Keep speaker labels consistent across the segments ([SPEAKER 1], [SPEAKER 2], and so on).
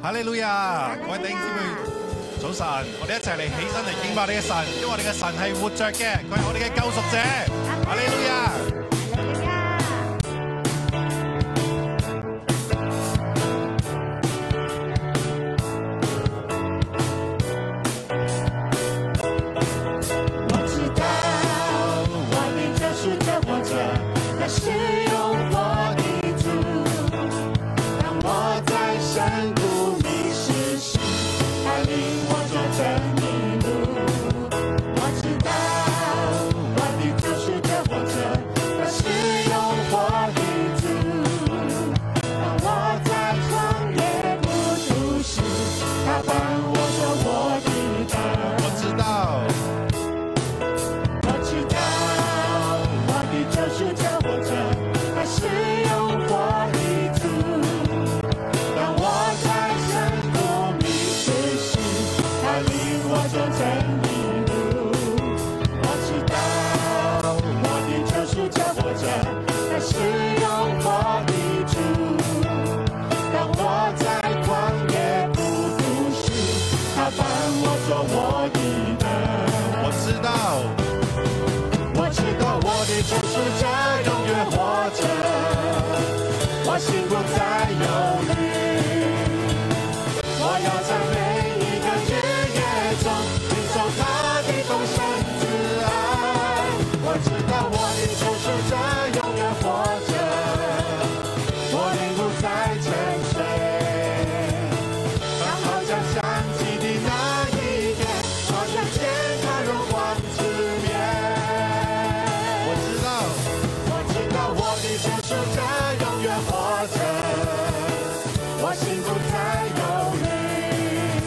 [SPEAKER 1] 哈利路亞！各位弟兄姊妹，早晨！我哋一齊嚟起身嚟敬拜你嘅神，因為我哋嘅神係活着嘅，佢係我哋嘅救贖者。哈利路亞！
[SPEAKER 2] 我知道我的救赎在活着，他是永活的主。当我在山谷迷失时，他领我走真理路。我知道我的救赎在活着，他是永活的主。当我在旷野无助时，他伴我走我的道。
[SPEAKER 1] 我知道，
[SPEAKER 2] 我知道我的救赎在活着，他是永活的主。当我在深谷迷失时，他领我走真理路。我知道我的救赎在活着，他是永活的主。当我在旷野孤独时，他伴我做我的灯。
[SPEAKER 1] 我知道，
[SPEAKER 2] 我知道我的救赎者永远活着，我心不再忧虑。我要在每一个日夜中领受他的丰盛慈爱。我知道我的救赎者永远活着，我灵不再沉睡。当号角响起的那一天，我看见他荣光之面。
[SPEAKER 1] 我知道，
[SPEAKER 2] 我知道我的救赎者永远活着，我心不再忧虑。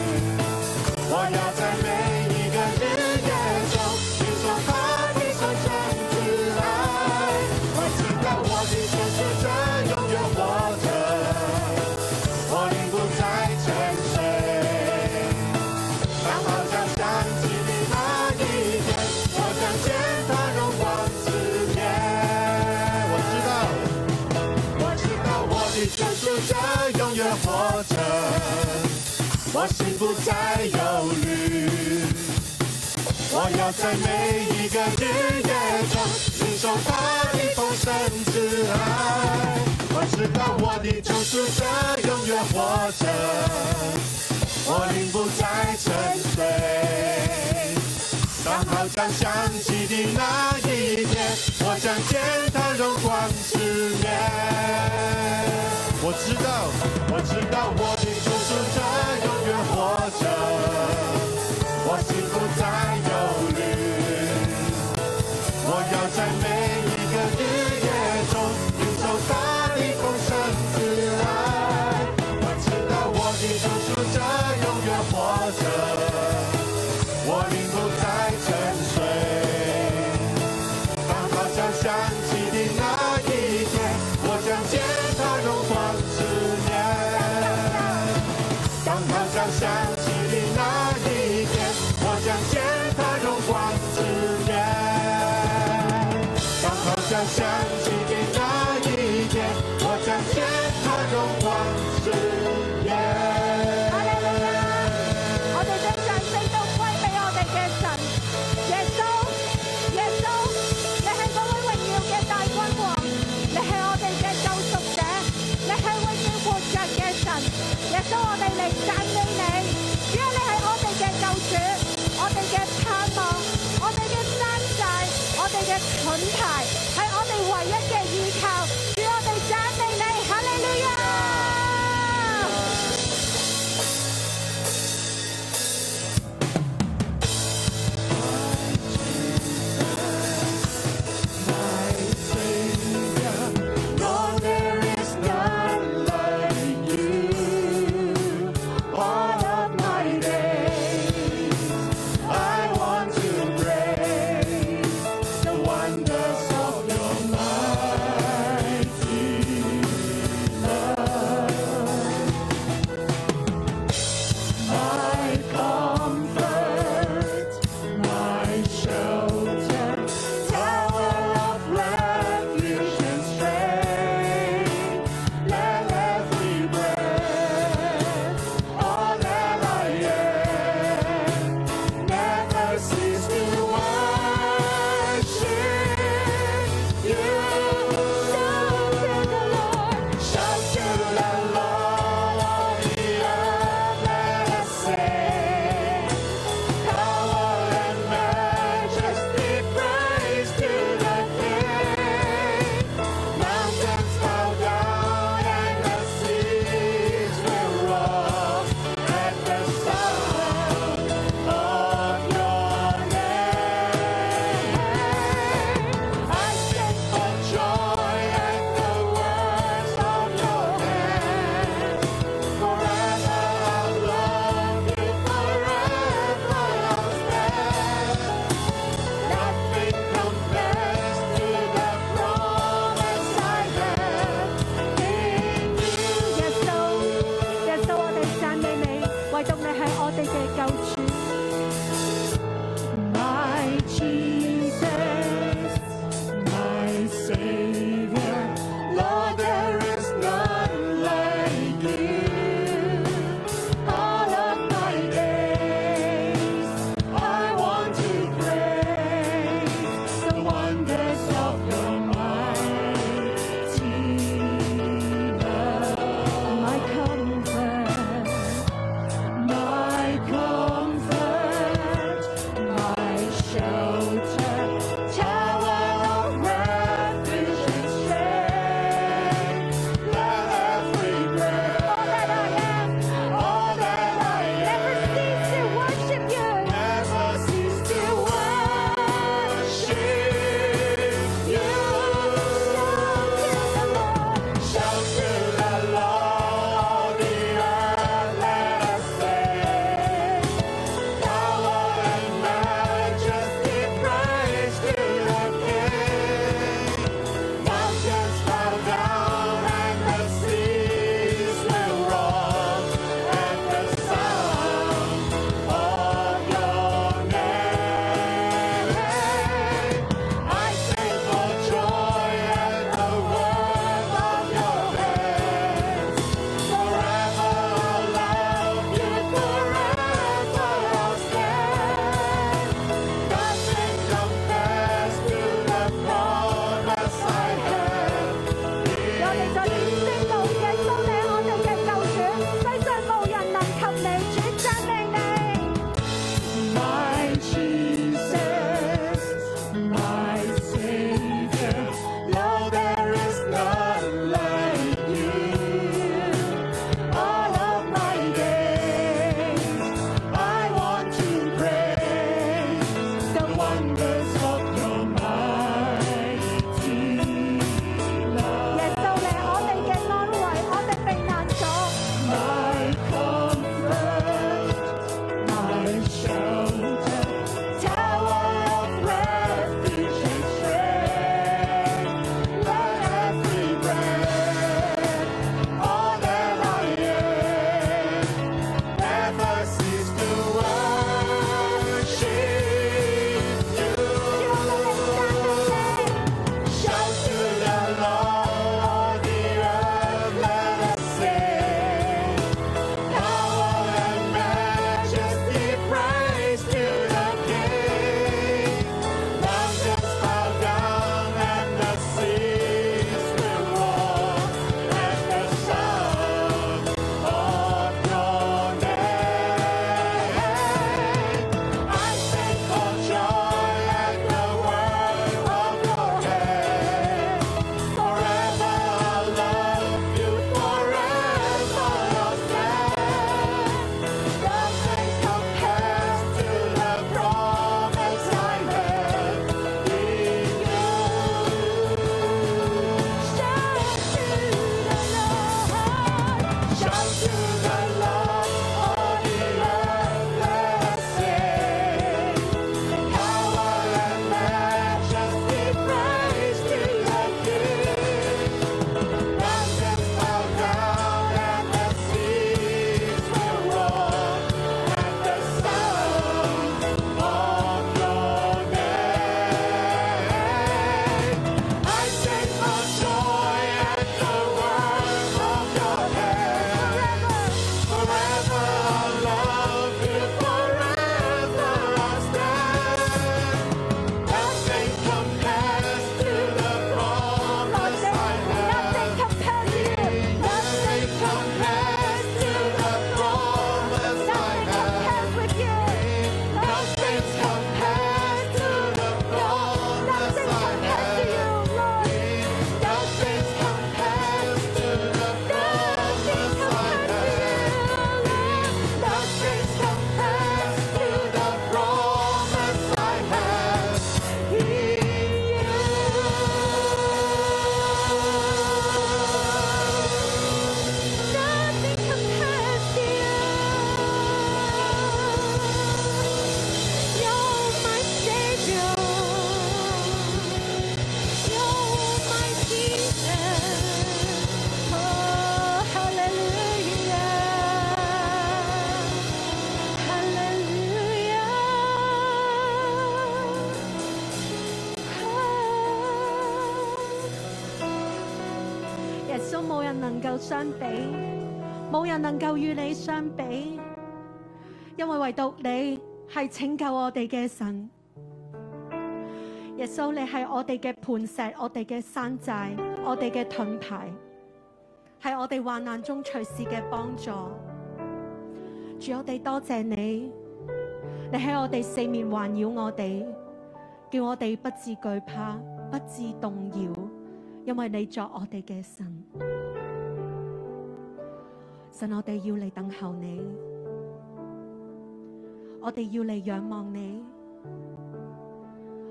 [SPEAKER 2] 我要在每一个日夜中领受他的神圣之爱。我知道我的救赎者永远活着，我永不再沉睡。当号角响起的那一天，我看见他荣光之面。
[SPEAKER 1] 我知道，
[SPEAKER 2] 我知道我的救赎者永远活着，我心不再忧虑。我要在每一个日夜中领受他的丰盛之爱。我知道我的救赎者永远活着，我灵不再沉睡。当号角响起的那一天，我将见他荣光之面。
[SPEAKER 1] 我知道，
[SPEAKER 2] 我知道我的救赎者永远活着，我心不再忧虑。我要在每一个日夜中领受他的丰盛慈爱。我知道我的救赎者永远活着，我并不再沉睡。当号角响起的那一天，我将见他荣光之面。当号角响起的那一天，我将见他荣光之面。当号角响起的那一天，我将见他荣光之面。
[SPEAKER 3] 我哋將掌聲都歸俾我哋嘅神，耶穌，耶穌，你係嗰位榮耀嘅大君王，你係我哋嘅救贖者，你係永遠活着嘅神，耶穌，我哋嚟讚美你，主啊，你係我哋嘅救主，我哋嘅盼望，我哋嘅山寨，我哋嘅盾牌，係我哋唯一嘅依靠，主，我哋讚美你，哈利路亞！
[SPEAKER 2] No, there is none like you. All of my days, I want to praise the wonders of your love. wonders of your mighty love.
[SPEAKER 3] 耶穌你係我哋嘅安慰，我哋避難所。
[SPEAKER 2] My comfort, my shelter, tower of refuge and strength. Let every breath, all that I am, never cease to worship you. Shout to the Lord, the earth, let us sing. Power and majesty, praise to the King. Mountains bow down and the seas will roar at the sound of your name. I sing for joy at the word of your name. Forever I love you, forever I'll stand. Nothing compares to the promise I have in you. Shout to the Lord, shout to the Lord, all the earth let us sing. Power and majesty, praise to the King. Mountains bow down and the seas will roar at the sound of your name. I sing for joy at the word of your name. Forever I'll love you, forever I'll stand. Nothing compares to the promise I have.
[SPEAKER 3] Nothing compares to you.
[SPEAKER 2] Nothing compares to the promise I
[SPEAKER 3] Nothing
[SPEAKER 2] have.
[SPEAKER 3] compares with you.
[SPEAKER 2] Nothing compares to the promise
[SPEAKER 3] Nothing
[SPEAKER 2] I
[SPEAKER 3] compares to
[SPEAKER 2] have.
[SPEAKER 3] you, Lord.
[SPEAKER 2] Nothing compares to the
[SPEAKER 3] Nothing
[SPEAKER 2] promise I have. Nothing compares to the promise I have in you.
[SPEAKER 3] compares to you. You're my savior. You're my Jesus. Oh, hallelujah, hallelujah. Oh. 耶穌冇人能夠相比，冇人能夠與你相比，因為唯獨你係拯救我哋嘅神。耶穌，你係我哋嘅磐石，我哋嘅山寨，我哋嘅盾牌，係我哋患難中隨時嘅幫助。主，我哋多謝你，你喺我哋四面環繞我哋，叫我哋不致懼怕，不致動搖。因为你作我哋嘅神，神我哋要嚟等候你，我哋要嚟仰望你，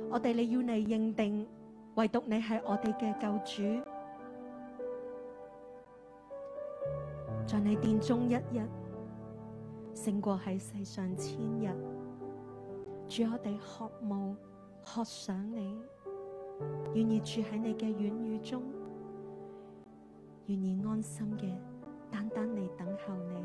[SPEAKER 3] 我哋你要嚟认定，唯独你系我哋嘅救主，在你殿中一日胜过喺世上千日，主我哋渴慕渴想你。愿意住喺你嘅院宇中，愿意安心嘅单单嚟等候你。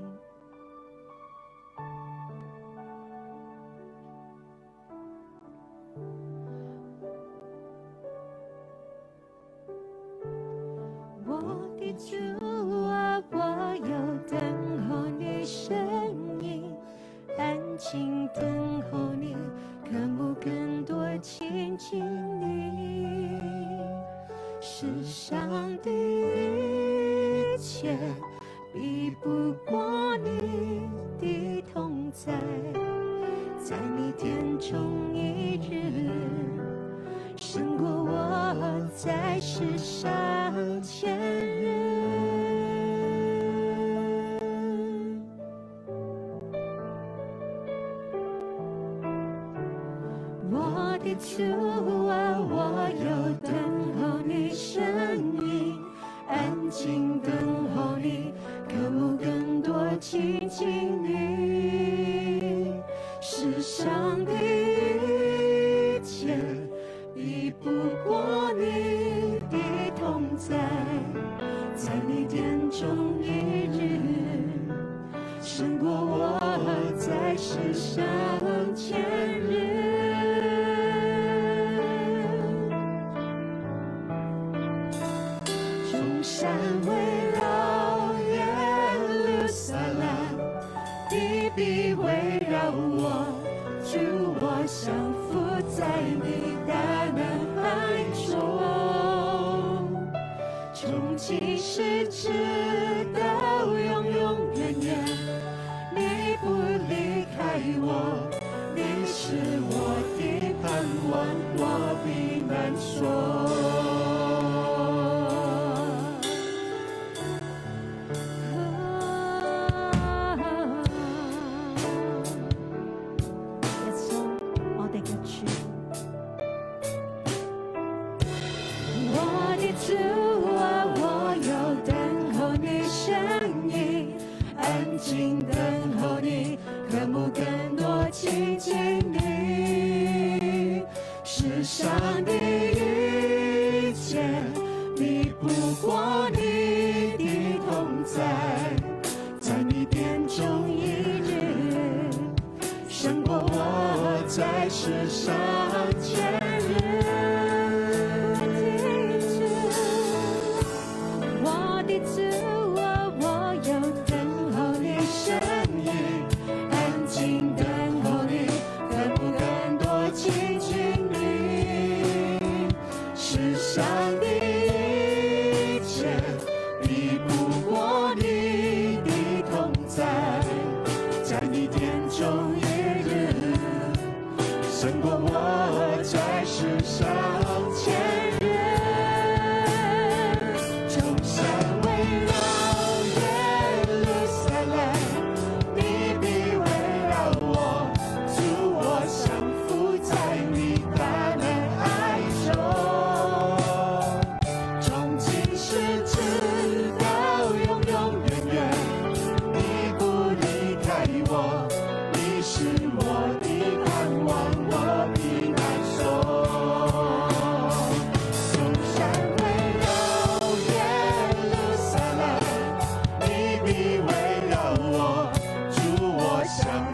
[SPEAKER 3] 我的主啊，我要等候你声音，安静等候你，渴慕更多亲近你。世上的一切比不过你的同在，在你殿中一日。胜过我在世上千人。我
[SPEAKER 2] 我的主啊，我要等候你声音，安静等候你，渴慕更多亲近你，世上的一切比不过你的同在，在你殿中一日。胜过我在世上千日。众山围绕耶路撒冷，地必围绕我，主我降服在你大能爱中。从今时直到永永远远，你不离开我，你是我的盼望，我必满说。耶稣，我哋嘅主。我的主啊，我要等候你声音，安静等候你，渴慕更多亲近你。世上的一切比不过你的同在，在你殿中一日胜过我在世上千日。我的主啊，我要等候你声音，安静等候你，能不能多亲近你？世上的一切比不过你的同在，在你殿中一日，胜过我在世上千日。众山围绕耶路撒冷，你必围绕我，主我降服在你大能爱中。从今时直到永永远远，你不离开我，你是我的盼望，我必满说。众山围绕耶路撒冷，你必围绕我，主我降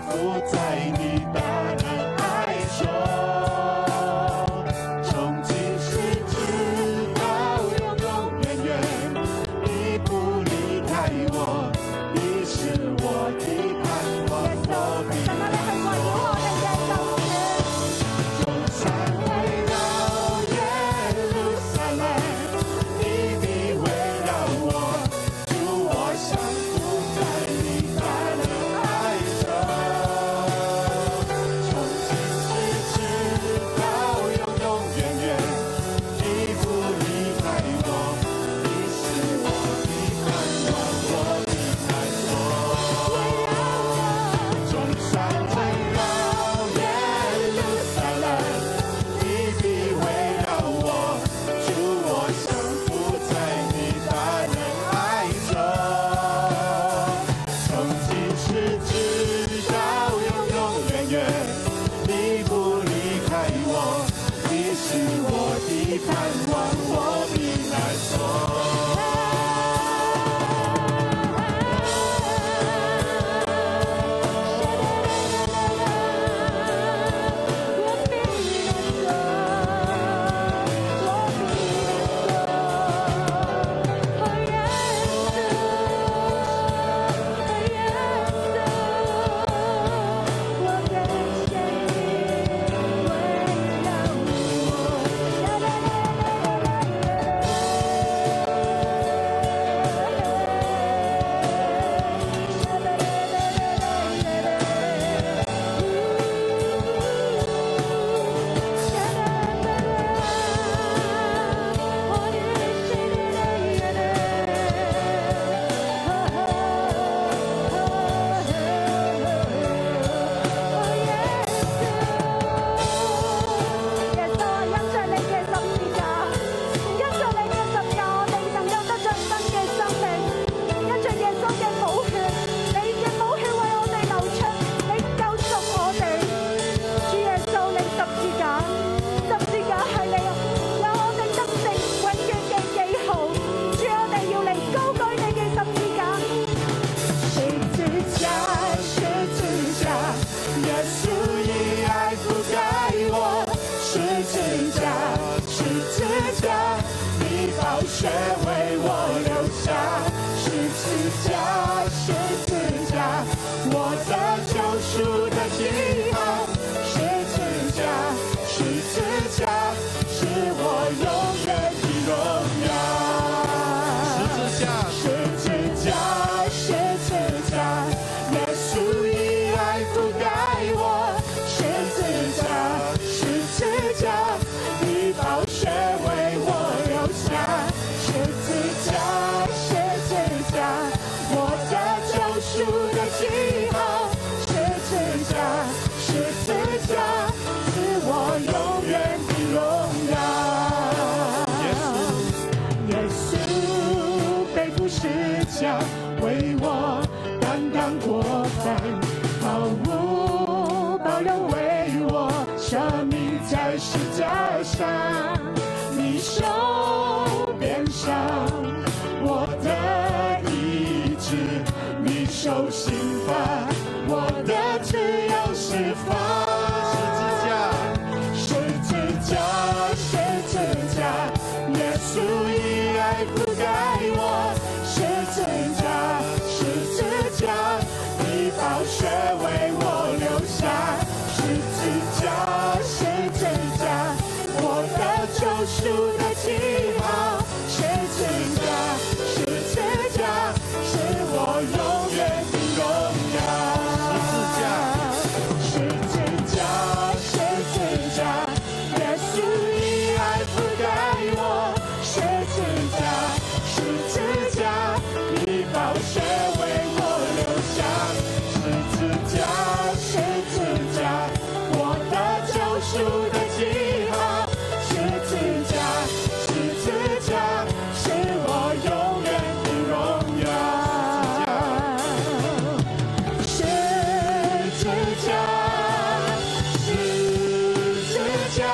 [SPEAKER 2] 服在你大能爱中。从今时直到永永远远，你不离开我，你是我的盼望，我必山围绕耶路撒冷，你必围绕我，主我降服在你大能爱中。从今时直到永永远远，你不离开我，你是我的盼望，我的盼望。众山围绕耶路撒冷，你必围绕我，主我降服在你大能爱中。从今时直到永永远远，你不离开我，你是我的盼望，我必难
[SPEAKER 4] Yeah.
[SPEAKER 2] 指甲，十字架，你宝血为我留下，十字架，十字架，我的救赎的记号，十字架，十字架，是我永远的荣耀。
[SPEAKER 1] 十字架。
[SPEAKER 2] 十字架，十字架，耶稣以爱覆盖我。十字架，十字架，你宝血为我留下。十字架，十字架，我的救赎的记号。十字架，十字架，是我永远的荣耀。耶稣背负十架，为我担当过犯，毫无保留为我舍命在十字架上，你手边上我的意志，你受刑罚，我的自由释放。
[SPEAKER 1] 十字架，
[SPEAKER 2] 十字架，十字架，耶稣以爱覆盖我。十字架，十字架，你宝血为我留下。十字架，十字架，我的救赎的记号。十字架，十字架，是我永远的荣耀。十字架，十字架，耶稣以爱覆盖我。十字架，十字架，你宝血为我留下。十字架，十字架，我的救赎的记号。十字架，十字架，是我永远的荣耀。十字架，十字架，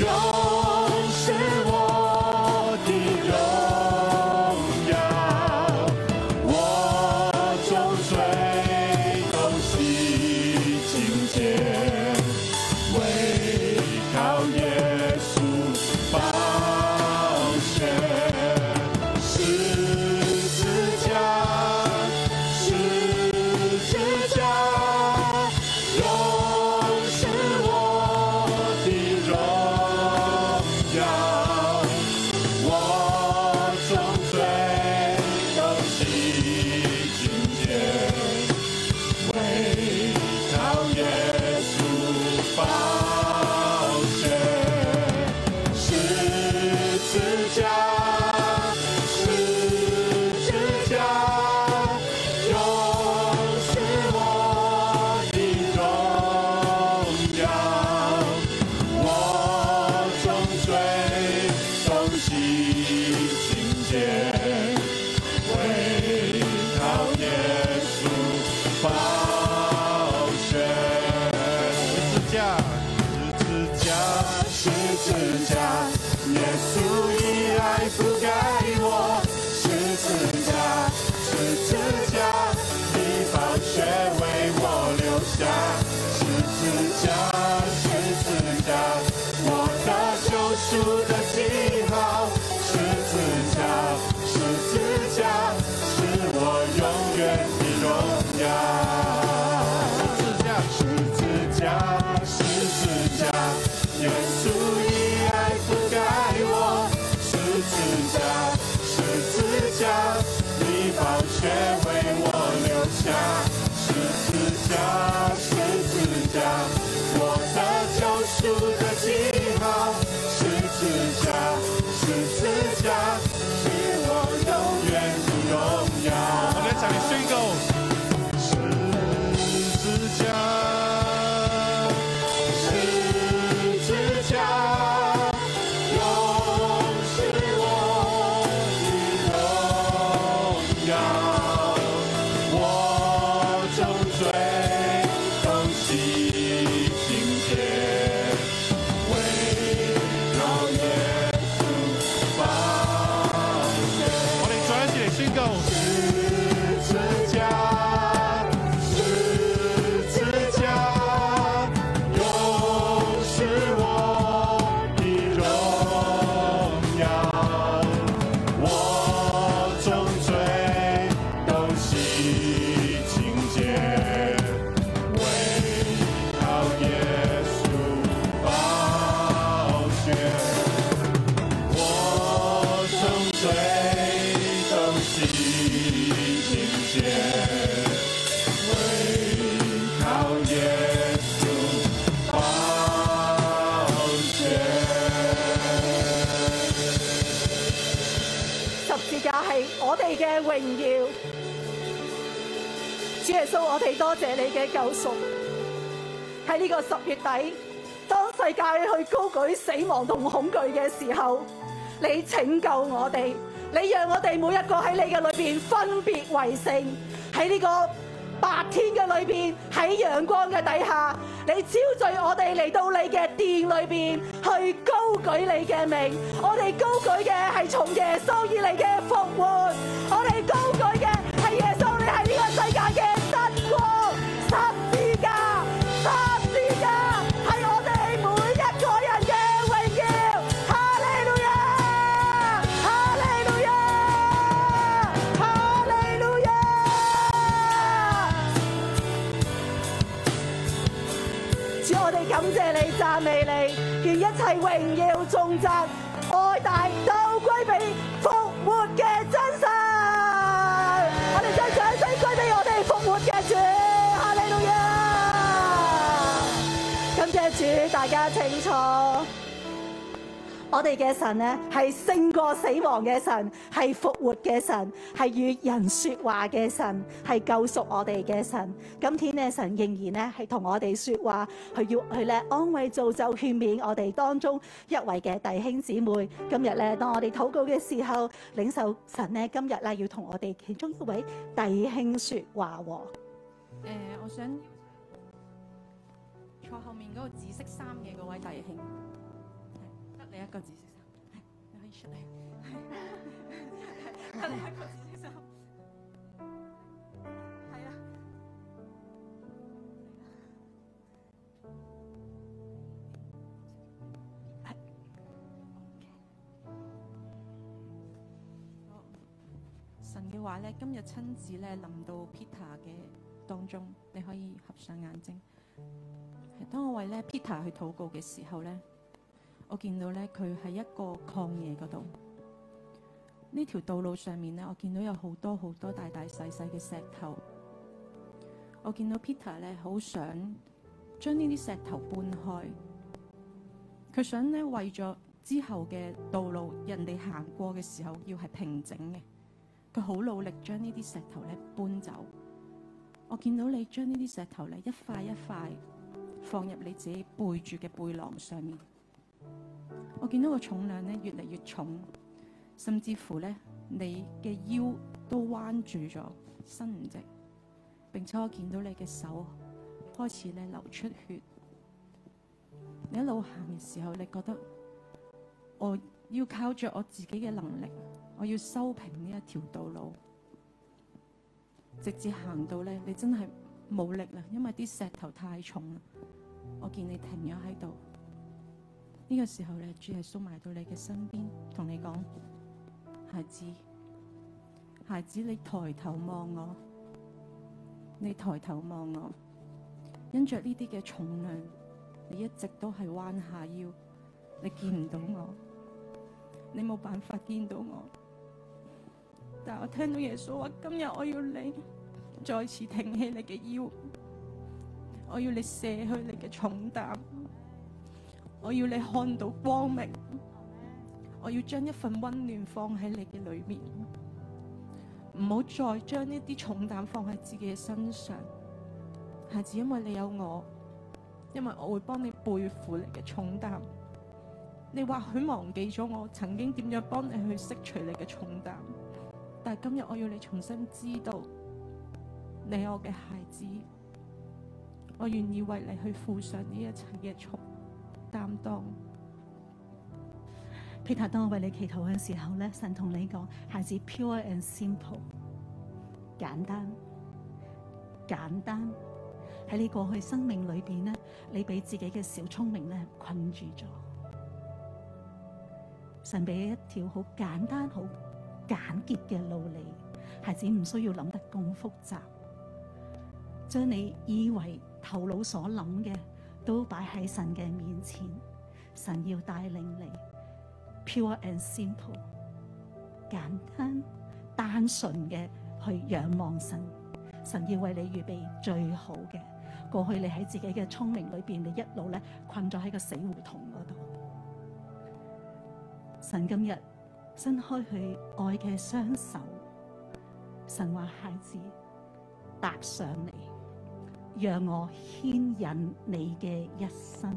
[SPEAKER 2] 永是我的荣耀，我终追都洗净洁，唯靠耶稣宝血，十字架。十字架，永是我的荣耀，我从罪都洗净洁，唯靠耶稣宝血，十字架。十字架，永是我的荣耀，我终追都洗清洁，唯靠耶稣宝血。
[SPEAKER 1] 十字架，
[SPEAKER 2] 十字架，十字架，耶稣以爱覆盖我。十字架，十字架，你宝血为我留下。十字架，十字架，我的救赎的记号。十字架，十字架，是我永远的荣耀。
[SPEAKER 1] 十字架，
[SPEAKER 2] 十字架，十字架，耶稣以爱覆盖我。十字架，十字架，你宝血为我留下。十字架，十字架，我的救赎的记号。十字架，
[SPEAKER 5] 我深醉等洗境界，唯靠耶稣宝血。
[SPEAKER 6] 十字架係我哋嘅榮耀。主耶穌，我哋多謝你嘅救贖。喺呢個十月底，當世界去高舉死亡同恐懼嘅時候，你拯救我哋，你讓我哋每一個喺你嘅裏邊分別為聖。喺呢個白天嘅裏邊，喺陽光嘅底下，你招聚我哋嚟到你嘅殿裏邊去高舉你嘅名。我哋高舉嘅係從耶穌以嚟嘅復活，我哋高舉嘅係耶穌你喺呢個世界嘅真光。十字架，十字架係我哋每一個人嘅榮耀。哈利路亞，哈利路亞，哈利路亞。主，我哋感謝你，讚美你，願一切榮耀、頌讚、愛大都歸俾復活嘅真神。我哋將掌聲歸俾我哋復活嘅主，哈利路亞！感謝主，大家請坐。我哋嘅神咧係勝過死亡嘅神，係復活嘅神，係與人說話嘅神，係救贖我哋嘅神。今天咧神仍然咧係同我哋說話，佢要佢咧安慰、造就、勸勉我哋當中一位嘅弟兄姊妹。今日咧當我哋禱告嘅時候，領受神咧今日咧要同我哋其中一位弟兄說話喎。
[SPEAKER 7] 誒、呃我想邀請坐後面嗰個紫色衫嘅嗰位弟兄，係得你一個紫色衫，係你可以出嚟，係得你一個紫色衫，係啊。係 OK 好神嘅話咧，今日親自咧臨到 Peter 嘅當中，你可以合上眼睛。係當我為咧 Peter 去禱告嘅時候咧，我見到咧佢喺一個曠野嗰度。呢條道路上面咧，我見到有好多好多大大細細嘅石頭。我見到 Peter 咧，好想將呢啲石頭搬開。佢想咧為咗之後嘅道路，人哋行過嘅時候要係平整嘅。佢好努力將呢啲石頭咧搬走。我見到你將呢啲石頭咧一塊一塊放入你自己背住嘅背囊上面，我見到個重量咧越嚟越重，甚至乎咧你嘅腰都彎住咗，伸唔直。並且我見到你嘅手開始咧流出血。你一路行嘅時候，你覺得我要靠着我自己嘅能力，我要修平呢一條道路。直至行到咧，你真係冇力啦，因為啲石頭太重啦。我見你停咗喺度，呢、個時候咧，主耶穌埋到你嘅身邊，同你講：孩子，孩子，你抬頭望我，你抬頭望我，因着呢啲嘅重量，你一直都係彎下腰，你見唔到我，你冇辦法見到我。但我聽到耶穌話：今日我要你再次挺起你嘅腰，我要你卸去你嘅重擔，我要你看到光明，我要將一份温暖放喺你嘅裏面，唔好再將呢啲重擔放喺自己嘅身上。孩子，因為你有我，因為我會幫你背負你嘅重擔。你或許忘記咗我曾經點樣幫你去釋除你嘅重擔。但係今日我要你重新知道，你係我嘅孩子，我願意為你去負上呢一切嘅重擔當。
[SPEAKER 6] Peter，當我為你祈禱嘅時候咧，神同你講：孩子 pure and simple，簡單，簡單。喺你過去生命裏邊咧，你俾自己嘅小聰明咧困住咗。神俾一條好簡單、好簡潔嘅路你，孩子唔需要諗得咁複雜，將你以為頭腦所諗嘅都擺喺神嘅面前。神要帶領你，pure and simple，簡單單純嘅去仰望神。神要為你預備最好嘅。過去你喺自己嘅聰明裏邊，你一路咧困咗喺個死胡同嗰度。神今日伸開佢愛嘅雙手，神話孩子踏上嚟，讓我牽引你嘅一生，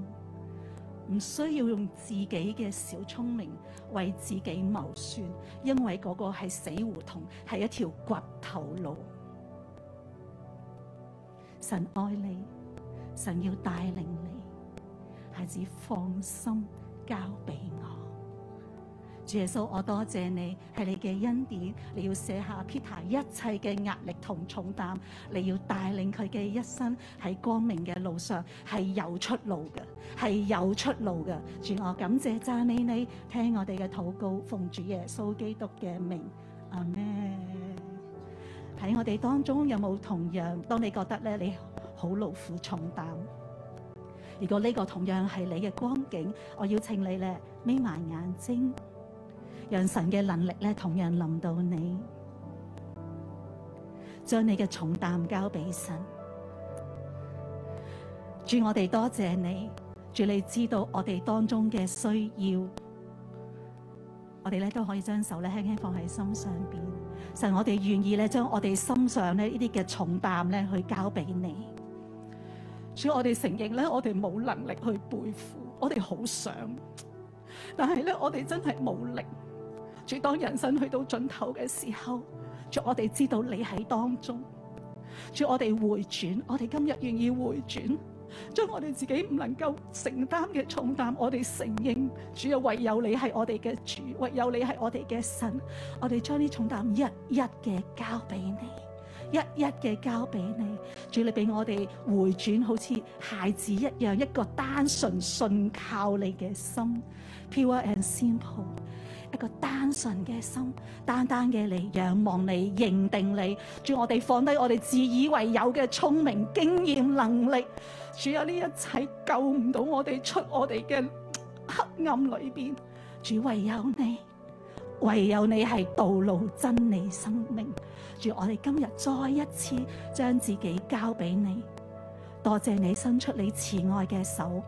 [SPEAKER 6] 唔需要用自己嘅小聰明為自己謀算，因為嗰個係死胡同，係一條掘頭路。神愛你，神要帶領你，孩子放心交俾我。主耶穌，我多謝你，係你嘅恩典，你要卸下 Peter 一切嘅壓力同重擔，你要帶領佢嘅一生喺光明嘅路上係有出路嘅，係有出路嘅。主，我感謝讚美你，聽我哋嘅禱告，奉主耶穌基督嘅名，阿門。喺我哋當中有冇同樣？當你覺得咧，你好勞苦重擔。如果呢個同樣係你嘅光景，我邀請你咧，眯埋眼睛，讓神嘅能力咧同樣臨到你，將你嘅重擔交俾神。主，我哋多謝你，主你知道我哋當中嘅需要，我哋咧都可以將手咧輕輕放喺心上邊。神，我哋願意咧，將我哋心上咧呢啲嘅重擔咧，去交俾你。主，我哋承認咧，我哋冇能力去背負，我哋好想，但係咧，我哋真係冇力。主，當人生去到盡頭嘅時候，主，我哋知道你喺當中。主，我哋回轉，我哋今日願意回轉，將我哋自己唔能夠承擔嘅重擔，我哋承認。主啊，唯有你係我哋嘅主，唯有你係我哋嘅神。我哋將啲重擔一一嘅交俾你，一一嘅交俾你。主，你俾我哋回轉，好似孩子一樣，一個單純信靠你嘅心，pure and simple。一個單純嘅心，單單嘅嚟仰望你，認定你。主，我哋放低我哋自以為有嘅聰明、經驗、能力。主啊，呢一切救唔到我哋出我哋嘅黑暗裏邊。主，唯有你。唯有你係道路、真理、生命。主，我哋今日再一次將自己交俾你，多謝你伸出你慈愛嘅手。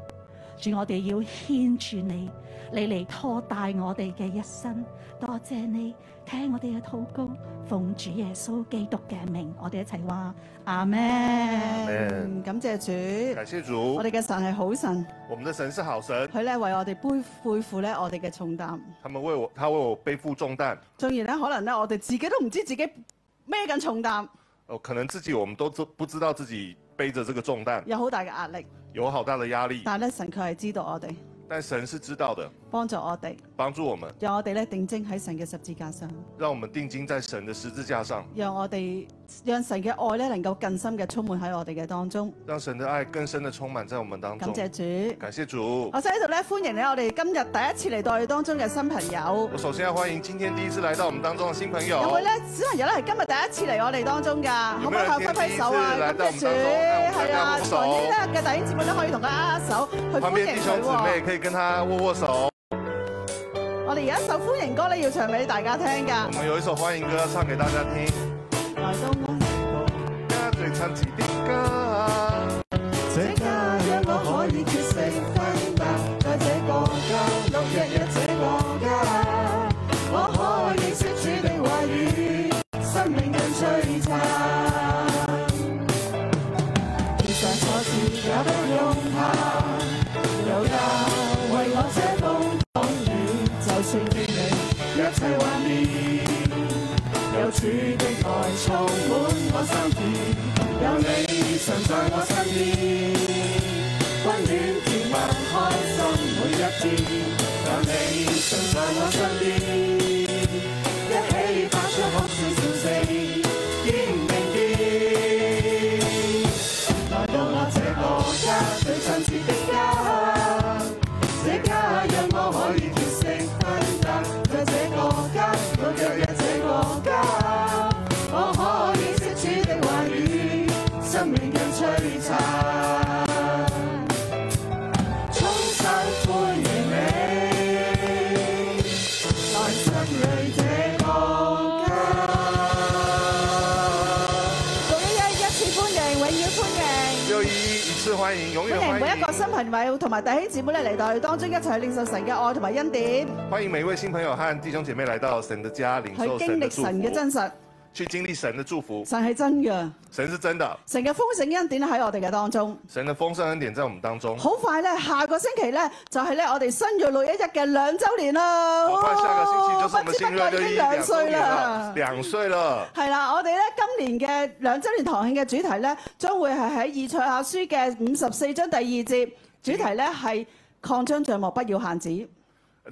[SPEAKER 6] 主，我哋要牽住你，你嚟拖帶我哋嘅一生。多謝你聽我哋嘅禱告，奉主耶穌基督嘅名，我哋一齊話阿門。
[SPEAKER 8] 嗯感謝主，
[SPEAKER 9] 感谢主
[SPEAKER 8] 我，哋嘅神係好神，
[SPEAKER 9] 我们的神是好神，
[SPEAKER 8] 佢咧為我哋背背負咧我哋嘅重擔。
[SPEAKER 9] 他们为我，他为我背负重担。
[SPEAKER 8] 縱然咧，可能咧我哋自己都唔知自己孭緊重擔，
[SPEAKER 9] 哦，可能自己我们都知不知道自己背着这个重担，
[SPEAKER 8] 有好大嘅壓力，
[SPEAKER 9] 有好大的压力，
[SPEAKER 8] 但係咧神佢係知道我哋，
[SPEAKER 9] 但神是知道的，
[SPEAKER 8] 幫助我哋，
[SPEAKER 9] 帮助我們，
[SPEAKER 8] 讓我哋咧定睛喺神嘅十字架上，
[SPEAKER 9] 让我們定睛在神的十字架上，
[SPEAKER 8] 讓我哋讓神嘅愛咧能夠更深嘅充滿喺我哋嘅當中。
[SPEAKER 9] 让神的爱更深的充满在我们当
[SPEAKER 8] 感
[SPEAKER 9] 中。
[SPEAKER 8] 謝主。
[SPEAKER 9] 感谢主。
[SPEAKER 8] 我想喺度咧，歡迎你，我哋今日第一次嚟到我哋當中嘅新朋友
[SPEAKER 9] 我。首先要歡迎今天第一次來到我們當中的新朋
[SPEAKER 8] 有
[SPEAKER 9] 友啊
[SPEAKER 8] 冇。咧小朋友咧係今日第一次嚟我哋當中㗎？可
[SPEAKER 9] 有冇
[SPEAKER 8] 唔可以
[SPEAKER 9] 人
[SPEAKER 8] 向佢揮揮手啊？
[SPEAKER 9] 第一次嚟到
[SPEAKER 8] 感
[SPEAKER 9] 我們當中
[SPEAKER 8] 謝主，
[SPEAKER 9] 大
[SPEAKER 8] 係啊，
[SPEAKER 9] 家
[SPEAKER 8] 旁
[SPEAKER 9] 拍手
[SPEAKER 8] 邊咧嘅弟兄姊妹都可以同佢握握手，去
[SPEAKER 9] 旁
[SPEAKER 8] 歡
[SPEAKER 9] 邊弟
[SPEAKER 8] 迎
[SPEAKER 9] 兄
[SPEAKER 8] 佢
[SPEAKER 9] 姊妹
[SPEAKER 8] 喎。
[SPEAKER 9] 可以跟他握握手。
[SPEAKER 8] 我哋有一首歡迎歌咧要唱俾大家聽㗎
[SPEAKER 9] 我。們有一首歡迎歌唱給大家聽，
[SPEAKER 8] 來到我，
[SPEAKER 9] 家最唱起的歌。
[SPEAKER 2] 這家讓我可以決勝分吧，在這個家，六日日這個家，我可以識主的話語，生命更璀璨。地上瑣事也不用怕，有家為我遮風擋雨，就算見你一切幻變。有主的愛充滿我心田，有你常在我身邊，溫暖甜蜜開心每一天，有你常在我身邊，一起發出哭聲笑聲，肩並肩，來到我這個家最親切的家。這家讓我可以結成婚嫁，在這個家，我日日這個家，我可以識主的話語，生命更璀璨。衷心歡迎
[SPEAKER 9] 欢迎，永
[SPEAKER 8] 歡
[SPEAKER 9] 远
[SPEAKER 8] 迎
[SPEAKER 9] 欢
[SPEAKER 8] 每一
[SPEAKER 9] 迎
[SPEAKER 8] 個，新朋友同埋弟兄姊妹咧嚟到我哋當中一齊去領受神嘅愛同埋恩典，
[SPEAKER 9] 欢迎每一位新朋友和弟兄姐妹来到神的家，领
[SPEAKER 8] 去
[SPEAKER 9] 受
[SPEAKER 8] 經
[SPEAKER 9] 神的
[SPEAKER 8] 歷
[SPEAKER 9] 祝
[SPEAKER 8] 神嘅
[SPEAKER 9] 福，
[SPEAKER 8] 真實。
[SPEAKER 9] 去经歷神的祝福。
[SPEAKER 8] 神係真嘅，
[SPEAKER 9] 神是真的，
[SPEAKER 8] 神嘅豐盛恩典喺我哋嘅當中。
[SPEAKER 9] 神的丰盛恩典在我们当中。
[SPEAKER 8] 好快咧，下個星期咧就係咧我哋新锐六一一嘅兩週年啦！
[SPEAKER 9] 好快，下个星期就是我
[SPEAKER 8] 不
[SPEAKER 9] 们
[SPEAKER 8] 知
[SPEAKER 9] 新
[SPEAKER 8] 不
[SPEAKER 9] 锐六
[SPEAKER 8] 覺已
[SPEAKER 9] 一
[SPEAKER 8] 經
[SPEAKER 9] 两
[SPEAKER 8] 兩
[SPEAKER 9] 周
[SPEAKER 8] 歲
[SPEAKER 9] 年
[SPEAKER 8] 啦
[SPEAKER 9] 了，。两岁了。
[SPEAKER 8] 係啦，我哋咧今年嘅兩週年堂慶嘅主題咧，將會係喺以賽亞書嘅五十四章第二節，主題咧係擴張帳幕不要限止。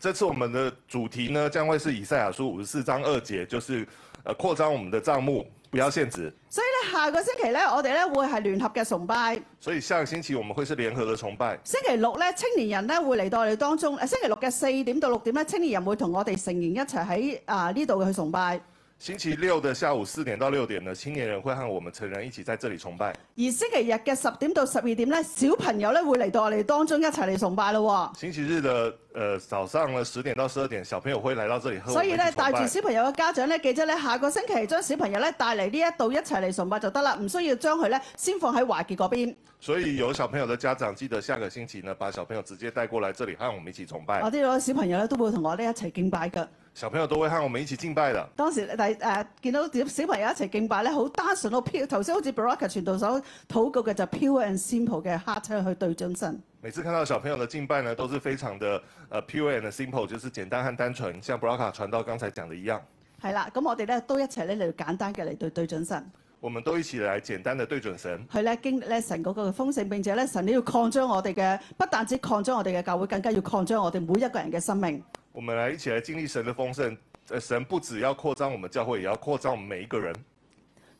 [SPEAKER 9] 这次我们的主题呢，将会是以赛亚书五十四章二节，就是呃扩张我们的账目，不要限制。
[SPEAKER 8] 所以咧，下個星期咧，我哋咧會係聯合嘅崇拜。
[SPEAKER 9] 所以下个星期我们会是联合的崇拜。
[SPEAKER 8] 星期六咧，青年人咧會嚟到我哋當中。誒，星期六嘅四點到六點咧，青年人會同我哋成員一齊喺啊呢度去崇拜。
[SPEAKER 9] 星期六的下午四点到六点呢，青年人会和我们成人一起在这里崇拜。
[SPEAKER 8] 而星期日嘅十點到十二點咧，小朋友咧會嚟到我哋當中一齊嚟崇拜咯
[SPEAKER 9] 星期日的呃早上呢，十点到十二点，小朋友会来到这里
[SPEAKER 8] 喎。
[SPEAKER 9] 和我
[SPEAKER 8] 所
[SPEAKER 9] 们一
[SPEAKER 8] 以
[SPEAKER 9] 起
[SPEAKER 8] 咧，
[SPEAKER 9] 崇
[SPEAKER 8] 帶住
[SPEAKER 9] 拜。
[SPEAKER 8] 小朋友嘅家長咧，記得咧下個星期將小朋友咧帶嚟呢一度一齊嚟崇拜就得啦，唔需要將佢咧先放喺華傑嗰邊。
[SPEAKER 9] 所以有小朋友的家长，記得下个星期呢，把小朋友直接带过來这里，和我們一起崇拜
[SPEAKER 8] 我。啲小朋友咧都會同我哋一齊敬拜㗎。
[SPEAKER 9] 小朋友都會和我們一起敬拜的。
[SPEAKER 8] 當時第誒、呃、見到啲小朋友一齊敬拜咧，好單純好 pure。頭先好似 Baraka 傳道所禱告嘅就 pure and simple 嘅 heart 去對準神。
[SPEAKER 9] 每次看到小朋友的敬拜呢，都是非常的呃 pure and simple，就是簡單和單純，像 Braca 傳道剛才講的一樣，
[SPEAKER 8] 係啦，咁我哋咧都一齊咧嚟到簡單嘅嚟對對準神，
[SPEAKER 9] 我們都一起來簡單的對準神，
[SPEAKER 8] 去咧經歷咧神嗰個嘅豐盛，並且咧神都要擴張我哋嘅，不但止擴張我哋嘅教會，更加要擴張我哋每一個人嘅生命。
[SPEAKER 9] 我們來一起來經歷神的豐盛。呃，神不只要擴張我們教會，也要擴張我們每一個人。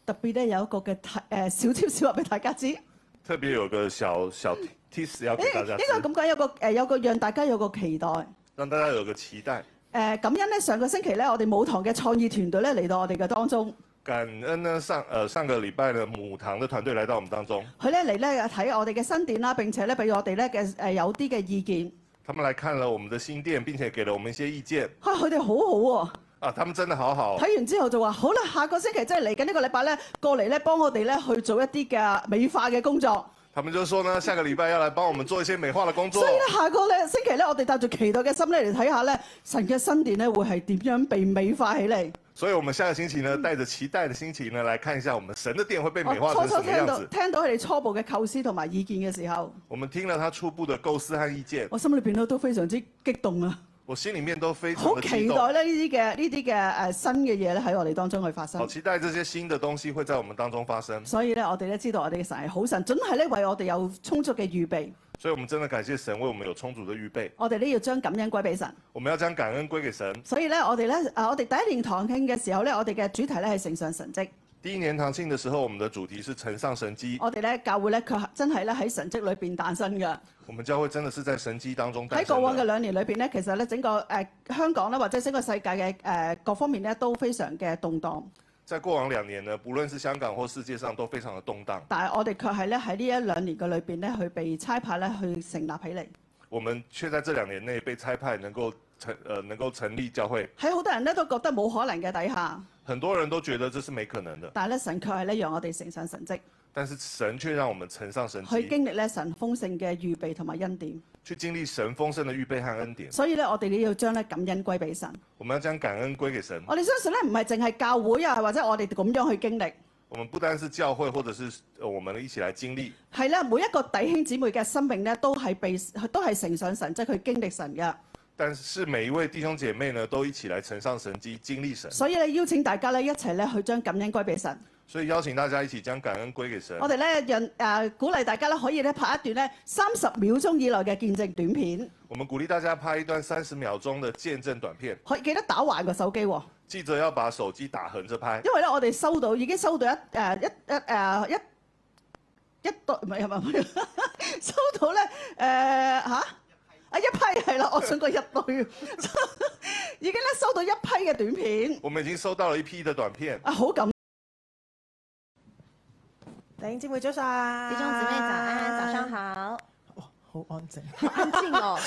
[SPEAKER 8] 特別咧有一個嘅 提誒小貼士話俾大家知，應
[SPEAKER 9] 特別有個小小
[SPEAKER 8] 嗯
[SPEAKER 9] tips 要給大家知，
[SPEAKER 8] 該咁講有個誒、呃有個讓大家有個期待。
[SPEAKER 9] 讓大家有個期待。
[SPEAKER 8] 誒、感恩咧，上個星期咧，我哋舞堂嘅創意團隊咧嚟到我哋嘅當中。
[SPEAKER 9] 感恩呢，上呃上個禮拜呢，母堂的團隊來到我們當中，
[SPEAKER 8] 佢咧嚟咧睇我哋嘅新店啦，並且咧俾我哋咧嘅誒有啲嘅意見，
[SPEAKER 9] 他們來看了我們的新店，並且給了我們一些意見
[SPEAKER 8] 啊佢哋好好
[SPEAKER 9] 啊，他們真的好好
[SPEAKER 8] 喎！。睇完之後就話好啦，下個星期即係嚟緊呢個禮拜咧過嚟咧幫我哋咧去做一啲嘅美化嘅工作。
[SPEAKER 9] 他們就說呢，下個禮拜要來幫我們做一些美化的工作
[SPEAKER 8] 所以。咧下個咧星期咧，我哋帶住期待嘅心咧嚟睇下咧神嘅新殿咧會係點樣被美化起嚟。
[SPEAKER 9] 所以，我們下個星期
[SPEAKER 8] 嗯
[SPEAKER 9] 呢，帶着期待的心情呢，來看一下我們神的殿會被
[SPEAKER 8] 我
[SPEAKER 9] 美化成
[SPEAKER 8] 初
[SPEAKER 9] 什
[SPEAKER 8] 初
[SPEAKER 9] 麼
[SPEAKER 8] 聽
[SPEAKER 9] 樣
[SPEAKER 8] 到
[SPEAKER 9] 子。
[SPEAKER 8] 聽到佢哋初步嘅構思同埋意見嘅時候，
[SPEAKER 9] 我們聽了他初步的構思和意見，
[SPEAKER 8] 我心裏邊咧都非常之激動啊！
[SPEAKER 9] 我心裡面都非常
[SPEAKER 8] 好
[SPEAKER 9] 的
[SPEAKER 8] 期
[SPEAKER 9] 激
[SPEAKER 8] 待
[SPEAKER 9] 動，
[SPEAKER 8] 咧呢啲嘅呢啲嘅誒新嘅嘢咧喺我哋當中去發生
[SPEAKER 9] 好。期待這些新的東西會在我們當中發生。
[SPEAKER 8] 所以咧，我哋咧知道我哋嘅神係好神，準係咧為我哋有充足嘅預備。
[SPEAKER 9] 所以，我們真的感謝神為我們有充足的預備。
[SPEAKER 8] 我哋咧要將感恩歸俾神。
[SPEAKER 9] 我們要將感恩歸給神。
[SPEAKER 8] 所以咧，我哋咧啊，我哋第一年堂慶嘅時候咧，我哋嘅主題咧係承上神蹟。
[SPEAKER 9] 第一年堂慶的時候，我們的主題是呈上神蹟。
[SPEAKER 8] 我哋咧教會咧，佢真係咧喺神蹟裏邊誕生嘅。
[SPEAKER 9] 我們教會真的是在神蹟當中誕
[SPEAKER 8] 喺過
[SPEAKER 9] 生
[SPEAKER 8] 往嘅
[SPEAKER 9] 的。
[SPEAKER 8] 兩年裏邊咧，其實咧整個誒、呃香港咧，或者整個世界嘅誒、呃各方面咧都非常嘅動盪，
[SPEAKER 9] 在過往兩年呢，不論是香港或世界上，都非常的動盪。
[SPEAKER 8] 但係我哋卻係咧喺呢一兩年嘅裏邊咧，去被差派咧去成立起嚟。
[SPEAKER 9] 我們卻在這兩年內被差派，能夠成呃能夠成立教會。
[SPEAKER 8] 喺好多人咧都覺得冇可能嘅底下，
[SPEAKER 9] 很多人都覺得這是沒可能的，
[SPEAKER 8] 但係咧神卻係咧讓我哋承上神蹟。
[SPEAKER 9] 但是神卻讓我們乘上神
[SPEAKER 8] 去
[SPEAKER 9] 蹟，
[SPEAKER 8] 經歷咧神豐盛嘅預備同埋恩典，
[SPEAKER 9] 去經歷神豐盛的預備和恩典。
[SPEAKER 8] 所以咧我哋咧要將咧感恩歸俾神。
[SPEAKER 9] 我們要將感恩歸給神。
[SPEAKER 8] 我哋相信咧唔係淨係教會啊，或者我哋咁樣去經歷，
[SPEAKER 9] 我們不單是教會，或者是呃我們一起來經歷，
[SPEAKER 8] 係咧每一個弟兄姊妹嘅生命咧都係被都係承上神，即係去經歷神嘅。
[SPEAKER 9] 但是每一位弟兄姐妹呢，都一起來乘上神蹟，經歷神。
[SPEAKER 8] 所以咧邀請大家咧一齊咧去將感恩歸俾神。
[SPEAKER 9] 所以邀請大家一起將感恩歸給神
[SPEAKER 8] 我。哋咧讓誒、呃鼓勵大家咧可以咧拍一段咧三十秒鐘以內嘅見證短片，
[SPEAKER 9] 我們鼓勵大家拍一段三十秒鐘的見證短片，
[SPEAKER 8] 可以記得打橫個手機喎、
[SPEAKER 9] 記者要把手機打橫着拍。
[SPEAKER 8] 因為咧我哋收到已經收到一誒、呃一一誒、呃一一對唔係唔係唔係 收到咧誒嚇啊一批係啦，我想講一對， 已經咧收到一批嘅短片，
[SPEAKER 9] 我們已經收到了一批的短片。
[SPEAKER 8] 啊好感
[SPEAKER 10] 弟兄姊妹早晨，
[SPEAKER 11] 弟兄姊妹早安，早上好。
[SPEAKER 10] 好好安靜，
[SPEAKER 11] 安靜 哦，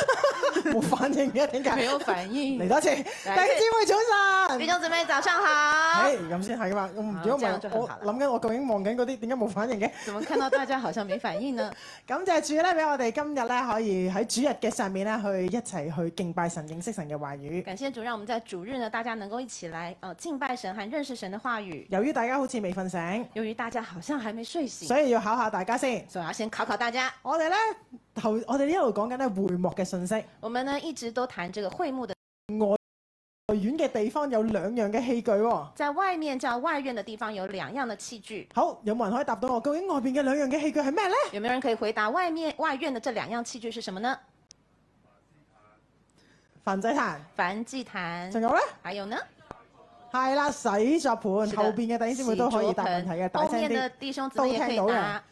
[SPEAKER 10] 冇反應嘅點
[SPEAKER 12] 沒
[SPEAKER 10] 解？
[SPEAKER 12] 有 反應
[SPEAKER 10] 嚟。多次，弟兄姊妹早晨
[SPEAKER 11] 弟。兄姊妹早上好。
[SPEAKER 10] 誒咁先係噶嘛，咁如果
[SPEAKER 11] 好
[SPEAKER 10] 唔
[SPEAKER 11] 這樣就
[SPEAKER 10] 係
[SPEAKER 11] 很好
[SPEAKER 10] 我
[SPEAKER 11] 啦
[SPEAKER 10] 諗緊我究竟望緊嗰啲點解冇反應嘅？
[SPEAKER 11] 怎麼看到大家好像沒反應呢？
[SPEAKER 10] 感謝主咧，俾我哋今日咧可以喺主日嘅上面咧去一齊去敬拜神、認識神嘅話語。
[SPEAKER 11] 感謝主，讓我們在主日呢，大家能夠一起來呃敬拜神，還認識神的話語。
[SPEAKER 10] 由於大家好似未瞓醒，
[SPEAKER 11] 由於大家好像還沒睡醒，所
[SPEAKER 10] 所以要考下大家先。
[SPEAKER 11] 以我要先考考大家。
[SPEAKER 10] 我哋咧頭，我哋一路講緊咧會幕嘅信息，
[SPEAKER 11] 我們呢一直都談這個會幕的，
[SPEAKER 10] 外院嘅地方有兩樣嘅器具喎、
[SPEAKER 11] 在外面叫外院的地方有兩樣的器具，
[SPEAKER 10] 好，有冇人可以答到我？究竟外邊嘅兩樣嘅器具係咩咧？
[SPEAKER 11] 有沒有人可以回答外面外院的這兩樣器具是什麼呢？
[SPEAKER 10] 燔仔壇，
[SPEAKER 11] 燔祭壇，
[SPEAKER 10] 仲有咧？
[SPEAKER 11] 還有呢？
[SPEAKER 10] 係啦，洗作盤
[SPEAKER 11] 是的
[SPEAKER 10] 後邊嘅弟兄姊妹都可以答問題嘅，大
[SPEAKER 11] 後
[SPEAKER 10] 聲
[SPEAKER 11] 面的
[SPEAKER 10] 啲。
[SPEAKER 11] 弟兄姊妹也可以
[SPEAKER 10] 都聽到嘅
[SPEAKER 11] 答，啊，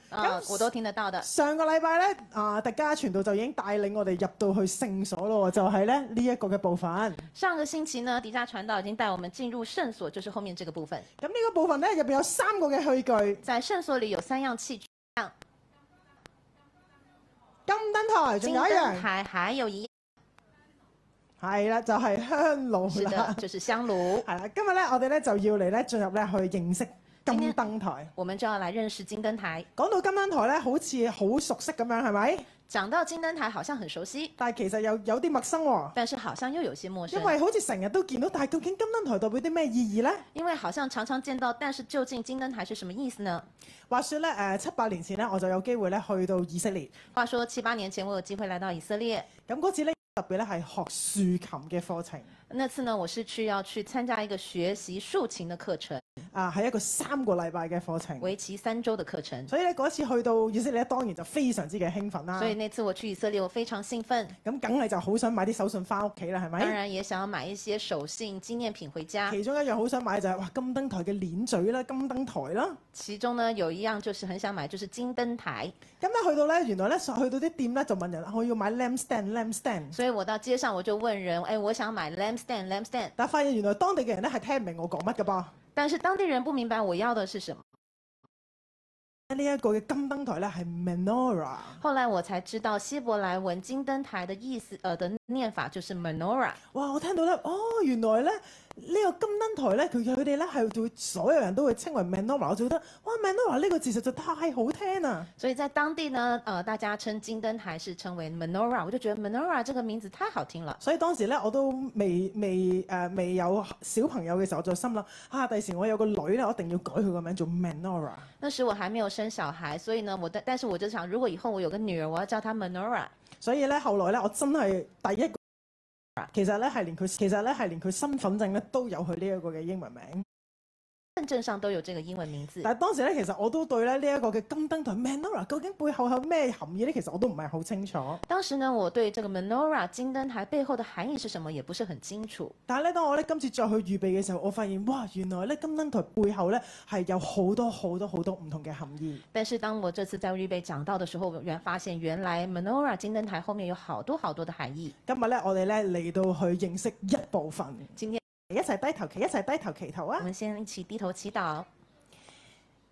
[SPEAKER 10] 咁
[SPEAKER 11] 我都聽得到的。
[SPEAKER 10] 上個禮拜咧，啊，迪加傳道就已經帶領我哋入到去聖所咯喎，就係咧呢一個嘅部分。咁呢
[SPEAKER 11] 上個星期呢，迪迦傳道已經帶我們進入聖所，就是後面這個部分。
[SPEAKER 10] 個部分咧入邊有三個嘅器具：
[SPEAKER 11] 在聖所裡有三樣器具，
[SPEAKER 10] 金燈台，仲
[SPEAKER 11] 金
[SPEAKER 10] 有一
[SPEAKER 11] 燈
[SPEAKER 10] 樣
[SPEAKER 11] 台還有一樣
[SPEAKER 10] 係啦，就係、香
[SPEAKER 11] 是
[SPEAKER 10] 爐
[SPEAKER 11] 的
[SPEAKER 10] 啦，。
[SPEAKER 11] 就是香爐。
[SPEAKER 10] 係啦，今日咧我哋咧就要嚟咧進入咧去認識
[SPEAKER 11] 今
[SPEAKER 10] 金
[SPEAKER 11] 天
[SPEAKER 10] 燈台。
[SPEAKER 11] 我們就要來認識金燈台。
[SPEAKER 10] 講到金燈台咧，好似好熟悉咁樣，係咪？
[SPEAKER 11] 講到金燈台，好像很熟悉，
[SPEAKER 10] 但係其實又有啲陌生喎、
[SPEAKER 11] 但是好像又有些陌生
[SPEAKER 10] 因，為好似成日都見到，但係究竟金燈台代表啲咩意義呢？
[SPEAKER 11] 因為好像常常見到，但是究竟金燈台是什麼意思呢？
[SPEAKER 10] 話說咧，誒七八年前呢，我就有機會咧去到以色列，
[SPEAKER 11] 話說七八年前，我有機會來到以色列，
[SPEAKER 10] 咁嗰次咧特別咧係學豎琴嘅課程，
[SPEAKER 11] 那次呢，我是去要去參加一個學習豎琴的課程，
[SPEAKER 10] 啊係一個三個禮拜嘅課程，
[SPEAKER 11] 為期三周的課程。
[SPEAKER 10] 所以咧嗰次去到以色列當然就非常之嘅興奮啦
[SPEAKER 11] 所，以那次我去以色列，我非常興奮，
[SPEAKER 10] 啊咁梗係就好想買啲手信翻屋企啦，
[SPEAKER 11] 當
[SPEAKER 10] 係咪？
[SPEAKER 11] 然也想要買一些手信紀念品回家。
[SPEAKER 10] 其中一樣好想買就係、哇金燈台嘅鏈嘴啦、金燈台啦，
[SPEAKER 11] 其中呢有一樣就是很想買，就是金燈台。
[SPEAKER 10] 咁咧去到咧原來咧去到啲店咧就問人啊我要買 lamp stand lamp stand，
[SPEAKER 11] 所以我到街上我就問人，哎，我想買 lampstand lampstand，
[SPEAKER 10] 但發現原來當地嘅人咧係聽唔明我講乜㗎噃。
[SPEAKER 11] 但是當地人不明白我要的是什麼。
[SPEAKER 10] 呢一個嘅金燈台咧係 menorah，
[SPEAKER 11] 后来我才知道希伯来文金灯台的意思，呃的念法就是 menorah。
[SPEAKER 10] 哇！我聽到咧，哦，原來咧呢、個金燈台咧，佢佢哋咧係會所有人都會稱為 menorah，我就覺得哇 menorah 呢個字實在太好聽啦！
[SPEAKER 11] 所以在当地呢，呃，大家称金灯台是称为 menorah，我就觉得 menorah 这个名字太好听了。
[SPEAKER 10] 所以當時咧我都未未誒、呃未有小朋友嘅時候，我就心諗啊，第時我有個女咧，我一定要改佢個名做 menorah。
[SPEAKER 11] 那时我还没有生小孩，所以呢，我但但是我就想，如果以后我有个女儿，我要叫她 menorah。
[SPEAKER 10] 所以咧後來咧，我真係第一個。其實咧係連佢，其實咧係連佢身份證咧都有佢呢一個嘅英文名。
[SPEAKER 11] 认证上都有这个英文名字，
[SPEAKER 10] 但係當時咧，其實我都對咧呢一個嘅金燈台 Manora 究竟背後有咩含義咧，其實我都唔係好清楚。
[SPEAKER 11] 当时呢，我对这个 menorah 金灯台背后的含义是什么也不是很清楚。
[SPEAKER 10] 但係咧，當我咧今次再去預備嘅時候，我發現哇，原來咧金燈台背後咧係有好多好多好多唔同嘅含義。
[SPEAKER 11] 但是当我这次在预备讲到的时候，我原发现原来 menorah 金灯台后面有好多好多的含义。
[SPEAKER 10] 今日咧，我哋咧嚟到去認識一部分，
[SPEAKER 11] 今天
[SPEAKER 10] 一齊低頭祈，一齊低頭祈禱
[SPEAKER 11] 我
[SPEAKER 10] 啊！
[SPEAKER 11] 们先一起低头祈祷，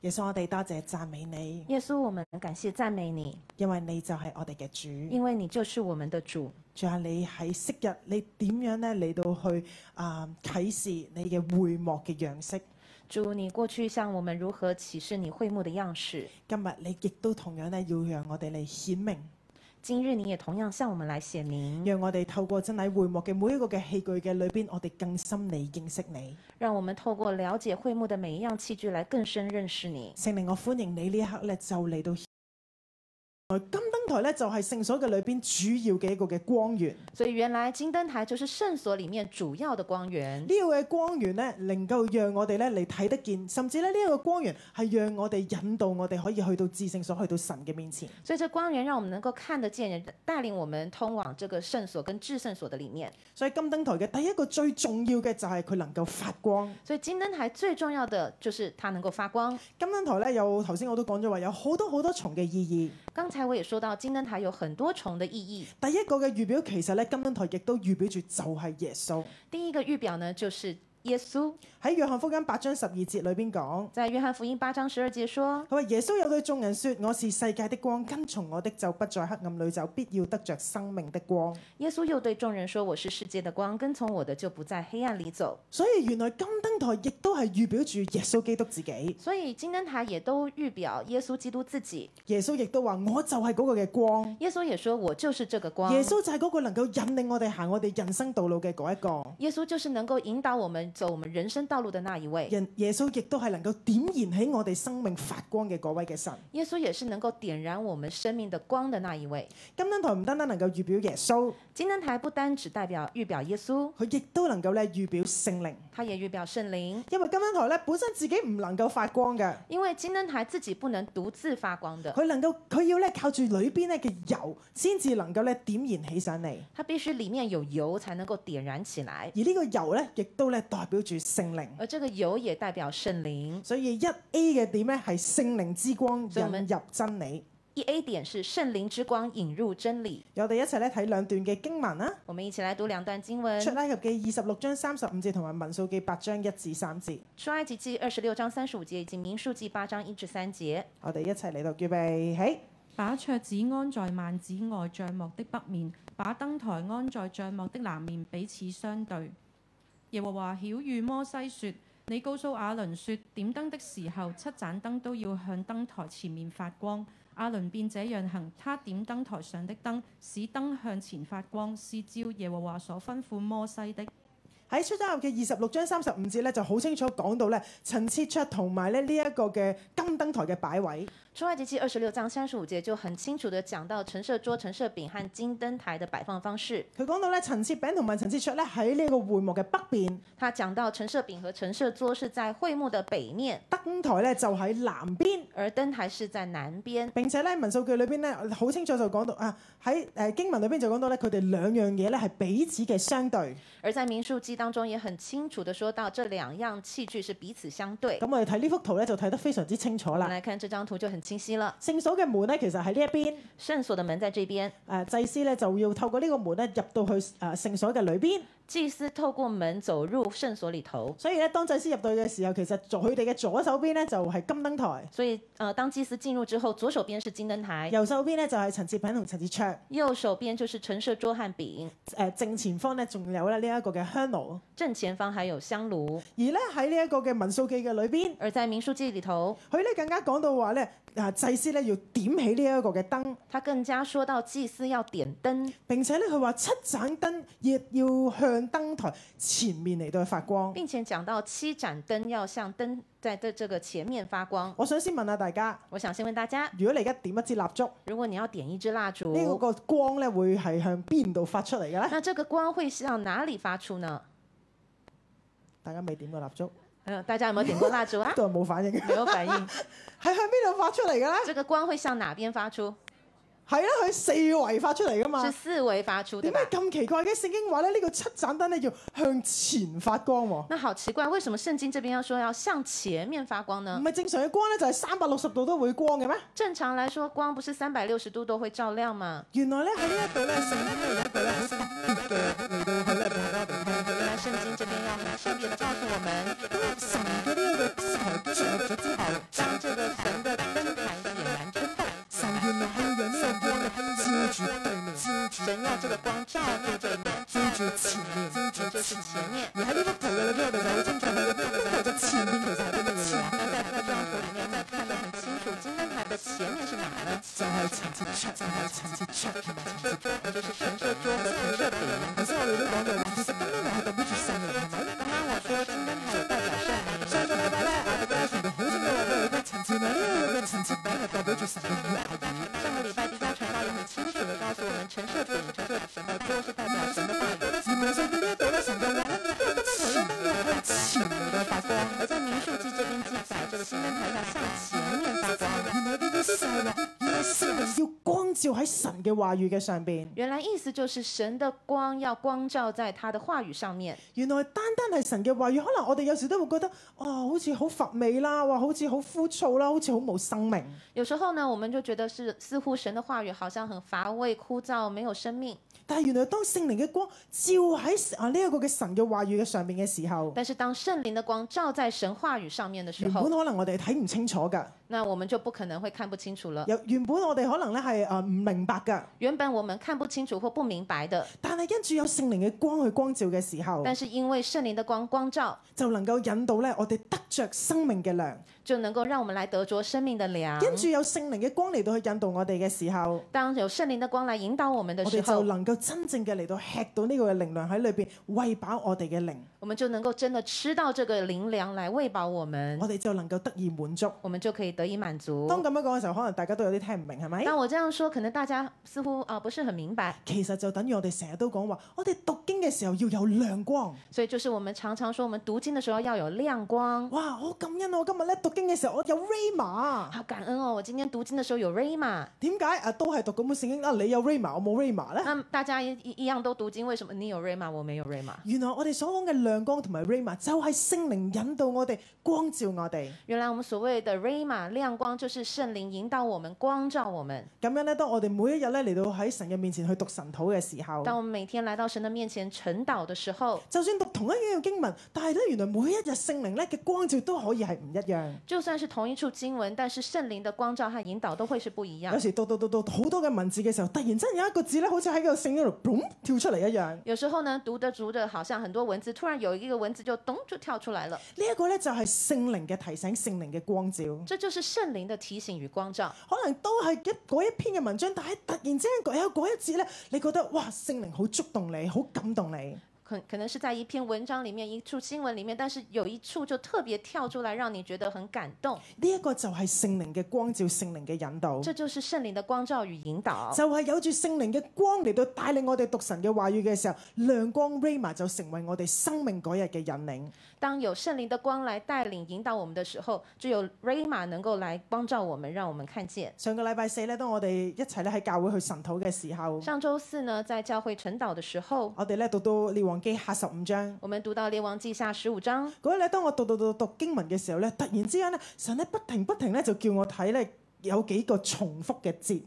[SPEAKER 10] 耶穌，我哋多謝讚美你，
[SPEAKER 11] 耶穌，我们感谢赞美你，
[SPEAKER 10] 因為你就係我哋嘅主。
[SPEAKER 11] 因为你就是我们的主。
[SPEAKER 10] 仲有你喺昔日，你點樣咧嚟到去啊、啟示你嘅會幕嘅樣式？
[SPEAKER 11] 主，你过去向我们如何启示你会幕的样式，
[SPEAKER 10] 今日你亦都同樣咧，要讓我哋嚟顯明，
[SPEAKER 11] 今日你也同样向我们来显明，
[SPEAKER 10] 讓我哋透過真理會幕嘅每一個嘅器具嘅裏邊，我哋更深嚟認識你。
[SPEAKER 11] 让我们透过了解会幕的每一样器具来更深认识你。
[SPEAKER 10] 聖靈，我歡迎你呢一刻咧，就嚟到顯明。金燈台咧就係聖所嘅裏邊主要嘅一個嘅光源，呢、
[SPEAKER 11] 所以原来金灯台就是圣所里面主要的光源，
[SPEAKER 10] 個嘅光源咧能夠讓我哋咧嚟睇得見，甚至咧呢一個光源係讓我哋引導我哋可以去到至聖所，去到神嘅面前。
[SPEAKER 11] 所以这光源让我们能够看得见，带领我们通往这个圣所跟至圣所的里面。
[SPEAKER 10] 所以金燈台嘅第一個最重要嘅就係佢能夠發光。
[SPEAKER 11] 所以金灯台最重要的就是它能够发光。
[SPEAKER 10] 金燈台咧有頭先我都講咗話有好多好多重嘅意義。
[SPEAKER 11] 刚才我也说到，金灯台有很多重的意义。
[SPEAKER 10] 第一個嘅預表其實咧，金燈台亦都預表住就係耶穌。
[SPEAKER 11] 第一个预表呢，就是耶稣
[SPEAKER 10] 喺約翰福音八章十二節裏邊講，
[SPEAKER 11] 在约翰福音八章十二节说：
[SPEAKER 10] 佢話耶穌有對眾人說：我是世界的光，跟從我的就不在黑暗裏走，必要得着生命的光。
[SPEAKER 11] 耶稣又对众人说：“我是世界的光，跟從我的就不在黑暗里走。
[SPEAKER 10] 所以原來金燈台亦都係預表住耶穌基督自己”。
[SPEAKER 11] 所以金灯塔也都预表耶稣基督自己。
[SPEAKER 10] 耶穌亦都話：我就係嗰個嘅光。
[SPEAKER 11] 耶穌也说：“我就是这个光。”
[SPEAKER 10] 耶穌就係嗰個能夠引領我哋行我哋人生道路嘅嗰一個。
[SPEAKER 11] 耶稣就是能够引导我们走我们人生道路的那一位。
[SPEAKER 10] 人耶穌亦都係能夠點燃起我哋生命發光嘅嗰位嘅神。
[SPEAKER 11] 耶稣也是能够点燃我们生命的光的那一位。
[SPEAKER 10] 金燈台唔單單能夠預表耶穌，
[SPEAKER 11] 金灯台不单只代表预表耶稣，
[SPEAKER 10] 佢亦都能夠咧預表聖靈。
[SPEAKER 11] 它也预表圣灵。
[SPEAKER 10] 因為金燈台咧本身自己唔能夠發光嘅，
[SPEAKER 11] 因为金灯台自己不能独自发光的，
[SPEAKER 10] 佢能夠佢要咧靠住裏邊咧嘅油，先至能夠咧點燃起上嚟。
[SPEAKER 11] 它必须里面有油才能够点燃起来。
[SPEAKER 10] 而呢個油咧，亦都咧代表住聖靈。
[SPEAKER 11] 而这个油也代表圣灵。
[SPEAKER 10] 所以一 A 嘅點咧係聖靈之光
[SPEAKER 11] 所以我
[SPEAKER 10] 引
[SPEAKER 11] 們
[SPEAKER 10] 入真理。
[SPEAKER 11] 一 A 点是圣灵之光引入真理。
[SPEAKER 10] 我哋一齊咧睇兩段嘅經文啦，啊
[SPEAKER 11] 我们一起来读两段经
[SPEAKER 10] 《出
[SPEAKER 11] 文：
[SPEAKER 10] 埃及記》二十六章三十五節同埋《民數記》八章一至三節。
[SPEAKER 11] 出埃及记二十六章三十五节以及民数记八章一至三节。
[SPEAKER 10] 我哋一齊嚟到預備起。
[SPEAKER 12] 把桌子安在幔子外帳幕的北面，把燈台安在帳幕的南面，彼此相對。耶和華曉喻摩西說：你告訴亞倫說，點燈的時候，七盞燈都要向燈台前面發光。亞倫便這樣行，他點燈台上的燈，使燈向前發光，是照耶和華所吩咐摩西的。
[SPEAKER 10] 喺出埃及嘅二十六章三十五節咧，就好清楚講到咧陳設桌同埋咧呢一個嘅金燈台嘅擺位。
[SPEAKER 11] 出埃及记二十六章三十五节就很清楚的讲到陈设桌、陈设饼和金灯台的摆放方式。
[SPEAKER 10] 佢講到咧陳設餅同埋陳設桌咧喺呢個會幕嘅北邊，
[SPEAKER 11] 他讲到陈设饼和陈设桌是在会幕的北面，
[SPEAKER 10] 燈台咧就喺南邊。
[SPEAKER 11] 而灯台是在南边。
[SPEAKER 10] 並且咧民數據裏邊咧好清楚就講到啊喺誒經文裏邊就講到咧佢哋兩樣嘢咧係彼此嘅相對。
[SPEAKER 11] 而在民数记当中也很清楚的说到，这兩樣器具是彼此相對。
[SPEAKER 10] 咁我哋睇呢幅圖咧就睇得非常之清楚
[SPEAKER 11] 我們
[SPEAKER 10] 啦。
[SPEAKER 11] 來看這張圖就很清晰了。
[SPEAKER 10] 聖所嘅門咧其實喺呢一邊，誒、
[SPEAKER 11] 聖所的門在這邊，
[SPEAKER 10] 祭司咧就要透過呢個門咧入到去誒、呃聖所嘅裏邊。
[SPEAKER 11] 祭司透過門走入聖所裡頭。
[SPEAKER 10] 所以咧，當祭司入到去嘅時候，其實左佢哋嘅左手邊咧就係金燈台，
[SPEAKER 11] 所以，呃，當祭司進入之後，左手邊是金燈台，
[SPEAKER 10] 右手邊咧就係陳設餅同陳設桌，誒、
[SPEAKER 11] 右手邊就是陳設桌和餅，
[SPEAKER 10] 正前方咧仲有咧呢一個嘅香爐。
[SPEAKER 11] 正前方還有香爐。
[SPEAKER 10] 而咧喺呢一個嘅民數記嘅裏邊，
[SPEAKER 11] 而在民數記裡頭，
[SPEAKER 10] 佢咧更加講到話咧，啊祭司咧要點起呢一個嘅燈，
[SPEAKER 11] 他更加說到祭司要點燈，
[SPEAKER 10] 並且咧佢話七盞燈亦要向燈台前面嚟到去發光。
[SPEAKER 11] 並且講到七盞燈要向燈在這這個前面發光。
[SPEAKER 10] 我想先問下大家，
[SPEAKER 11] 我想先問大家，
[SPEAKER 10] 如果你而家點一支蠟燭，
[SPEAKER 11] 如果你要點一支蠟燭，
[SPEAKER 10] 呢、個光咧會係向邊度發出嚟嘅咧？
[SPEAKER 11] 那这个光会向哪里發出呢？
[SPEAKER 10] 大家未點過蠟燭，
[SPEAKER 11] 呃，大家有没有点过蜡烛啊
[SPEAKER 10] ？都係冇反應嘅，
[SPEAKER 11] 没有反 應。
[SPEAKER 10] 係向邊度發出嚟嘅咧？
[SPEAKER 11] 这個光會向哪邊發出？
[SPEAKER 10] 係啦，佢四圍發出嚟噶
[SPEAKER 11] 是
[SPEAKER 10] 嘛。
[SPEAKER 11] 四維發出，對
[SPEAKER 10] 點
[SPEAKER 11] 吧
[SPEAKER 10] 解？咁奇怪嘅？聖經話咧，呢、個七盞燈咧要向前發光喎，
[SPEAKER 11] 那好奇怪，為什麼聖經這邊要說要向前面發光
[SPEAKER 10] 唔
[SPEAKER 11] 呢？
[SPEAKER 10] 係正常嘅光咧就係三百六十度都會光嘅咩？
[SPEAKER 11] 正常來說，光不是三百六十度都會照亮嗎？
[SPEAKER 10] 原來咧喺呢一度咧，聖經咧有一個咧係特別嘅嚟到去咧俾我哋聽，
[SPEAKER 11] 原來聖經這邊要很特別的告訴我們，
[SPEAKER 10] 因為神嘅呢個燈台着咗之後，
[SPEAKER 11] 當這個神的燈台點燃之後，
[SPEAKER 10] 神原來係要讓呢個光咧照住對面，
[SPEAKER 11] 神要這個光照住這面，
[SPEAKER 10] 照住前面，
[SPEAKER 11] 也就是前面。
[SPEAKER 10] 而喺呢幅圖嘅裏邊，我哋就好清楚睇到呢個就前面其實係啲乜嘢嘢啊？
[SPEAKER 11] 那在這張圖裡面，我們看得很清楚，金燈台的前面是哪呢？
[SPEAKER 10] 就係層次 check，就係層次 check 同埋層次 check。
[SPEAKER 11] 也就是陳設桌和陳設餅。
[SPEAKER 10] 頭先我哋都講到啦，其實今年係代表住聖靈係咪？
[SPEAKER 11] 剛剛我說金燈台有代表聖靈。
[SPEAKER 10] 上個禮拜咧，我哋都傳到好清楚話俾你聽，層次內呢個層次餅係代表住神嘅愛。
[SPEAKER 11] 上个礼拜迪迦传道也很清楚的告诉我们，陈设饼、陈设神的桌是代表神的话语。
[SPEAKER 10] 而民數記呢一度咧，神就話咧，呢個燈台咧要向前嚟到發光。
[SPEAKER 11] 而在民数记这边记载，这个新灯台要向前面发光。
[SPEAKER 10] 原來呢啲就係話，原來聖靈要光照喺喺神嘅話語嘅上邊。
[SPEAKER 11] 原来意思就是神的光要光照在他的话语上面。
[SPEAKER 10] 原來單單係神嘅話語，可能我哋有時都會覺得，哇，好似好乏味啦，哇，好似好枯燥啦，好似好冇生命。
[SPEAKER 11] 有时候呢，我们就觉得是似乎神的话语好像很乏味、枯燥、没有生命。
[SPEAKER 10] 但係原來當聖靈嘅光照喺啊呢一個嘅神嘅話語嘅上邊嘅時候，
[SPEAKER 11] 但是当圣灵的光照在神话语上面的时
[SPEAKER 10] 原本
[SPEAKER 11] 候，
[SPEAKER 10] 可能我哋睇唔清楚㗎，
[SPEAKER 11] 那我们就不可能会看不清楚了。
[SPEAKER 10] 有原本我哋可能咧係啊唔明白㗎，
[SPEAKER 11] 原本我们看不清楚或不明白的，
[SPEAKER 10] 但係跟住有聖靈嘅光去光照嘅時候，
[SPEAKER 11] 但是因为圣灵的光光照，
[SPEAKER 10] 就能夠引導咧我哋得着生命嘅糧。
[SPEAKER 11] 就能够让我们来得着生命的粮。
[SPEAKER 10] 跟住有聖靈嘅光嚟到去引導我哋嘅時候，
[SPEAKER 11] 当有圣灵的光来引导我们的
[SPEAKER 10] 我
[SPEAKER 11] 时
[SPEAKER 10] 哋就
[SPEAKER 11] 候，
[SPEAKER 10] 能夠真正嘅嚟到吃到呢個嘅靈量喺裏邊，喂飽我哋嘅靈，
[SPEAKER 11] 我们就能够真的吃到这个灵粮来喂饱我们，
[SPEAKER 10] 我哋就能夠得以滿足。
[SPEAKER 11] 我们就可以得以满足。
[SPEAKER 10] 當咁樣講嘅時候，可能大家都有啲聽唔明，係咪？
[SPEAKER 11] 那我这样说，可能大家似乎啊、呃不是很明白，
[SPEAKER 10] 其實就等於我哋成日都講話，我哋讀經嘅時候要有亮光。
[SPEAKER 11] 所以就是我们常常说，我们读经的时候要有亮光。
[SPEAKER 10] 哇！好感恩啊我今日咧讀經嘅時候，我有 Rama。
[SPEAKER 11] 好感恩哦，我今天讀經的时候有 Rama。
[SPEAKER 10] 點解啊？都係讀嗰本聖經啊，你有 Rama，我冇 Rama 咧？
[SPEAKER 11] 那大家一一一样都讀經，为什么你有 Rama，我没有 Rama？
[SPEAKER 10] 原來我哋所講嘅亮光同埋 Rama 就係聖靈引導我哋，光照我哋。
[SPEAKER 11] 原来我们所谓的 Rama 亮光，就是圣靈引導我们，光照我们。
[SPEAKER 10] 咁樣咧，當我哋每一日咧嚟到喺神嘅面前去讀神土嘅時候，
[SPEAKER 11] 当我们每天來到神的面前晨祷的時候，
[SPEAKER 10] 就算讀同一樣嘅經文，但係咧原來每一日聖靈咧嘅光照都可以係唔一樣。
[SPEAKER 11] 就算是同一處經文，但是聖靈的光照和引導都會是不一
[SPEAKER 10] 有
[SPEAKER 11] 樣。
[SPEAKER 10] 時讀讀讀讀好多嘅文字嘅時候，突然真有一個字咧，好似喺個聖經度 boom 跳出嚟一樣。
[SPEAKER 11] 有時候呢，讀着讀着，好像很多文字，突然有一個文字就咚就跳出來了。
[SPEAKER 10] 呢一個咧就係聖靈嘅提醒，聖靈嘅光照，
[SPEAKER 11] 这就是聖靈的提醒與光照。
[SPEAKER 10] 可能都係一嗰一篇嘅文章，但係突然之間有嗰一節咧，你覺得哇聖靈好觸動你，好感動你，
[SPEAKER 11] 可可能是在一篇文章里面、一處新聞里面，但是有一處就特別跳出来，讓你覺得很感動。
[SPEAKER 10] 呢一個就係聖靈嘅光照，聖靈嘅引導，
[SPEAKER 11] 这就是聖靈的光照與引導。
[SPEAKER 10] 就係有住聖靈嘅光嚟到帶領我哋讀神嘅話語嘅時候，亮光 Rama 就成為我哋生命嗰日嘅引領。
[SPEAKER 11] 當有聖靈的光來帶領、引導我們的時候，就有 Rama 能夠來光照我們，讓我們看見。
[SPEAKER 10] 上個禮拜四咧，當我哋一齊咧喺教會去神土嘅時候，
[SPEAKER 11] 上周四呢，在教會晨禱的時候，
[SPEAKER 10] 我哋咧讀到列王記下十五章。
[SPEAKER 11] 我們讀到《列王記下》十五章。
[SPEAKER 10] 嗰日咧，當我讀讀讀讀經文嘅時候咧，突然之間咧，神咧不停不停咧就叫我睇咧有幾個重複嘅節，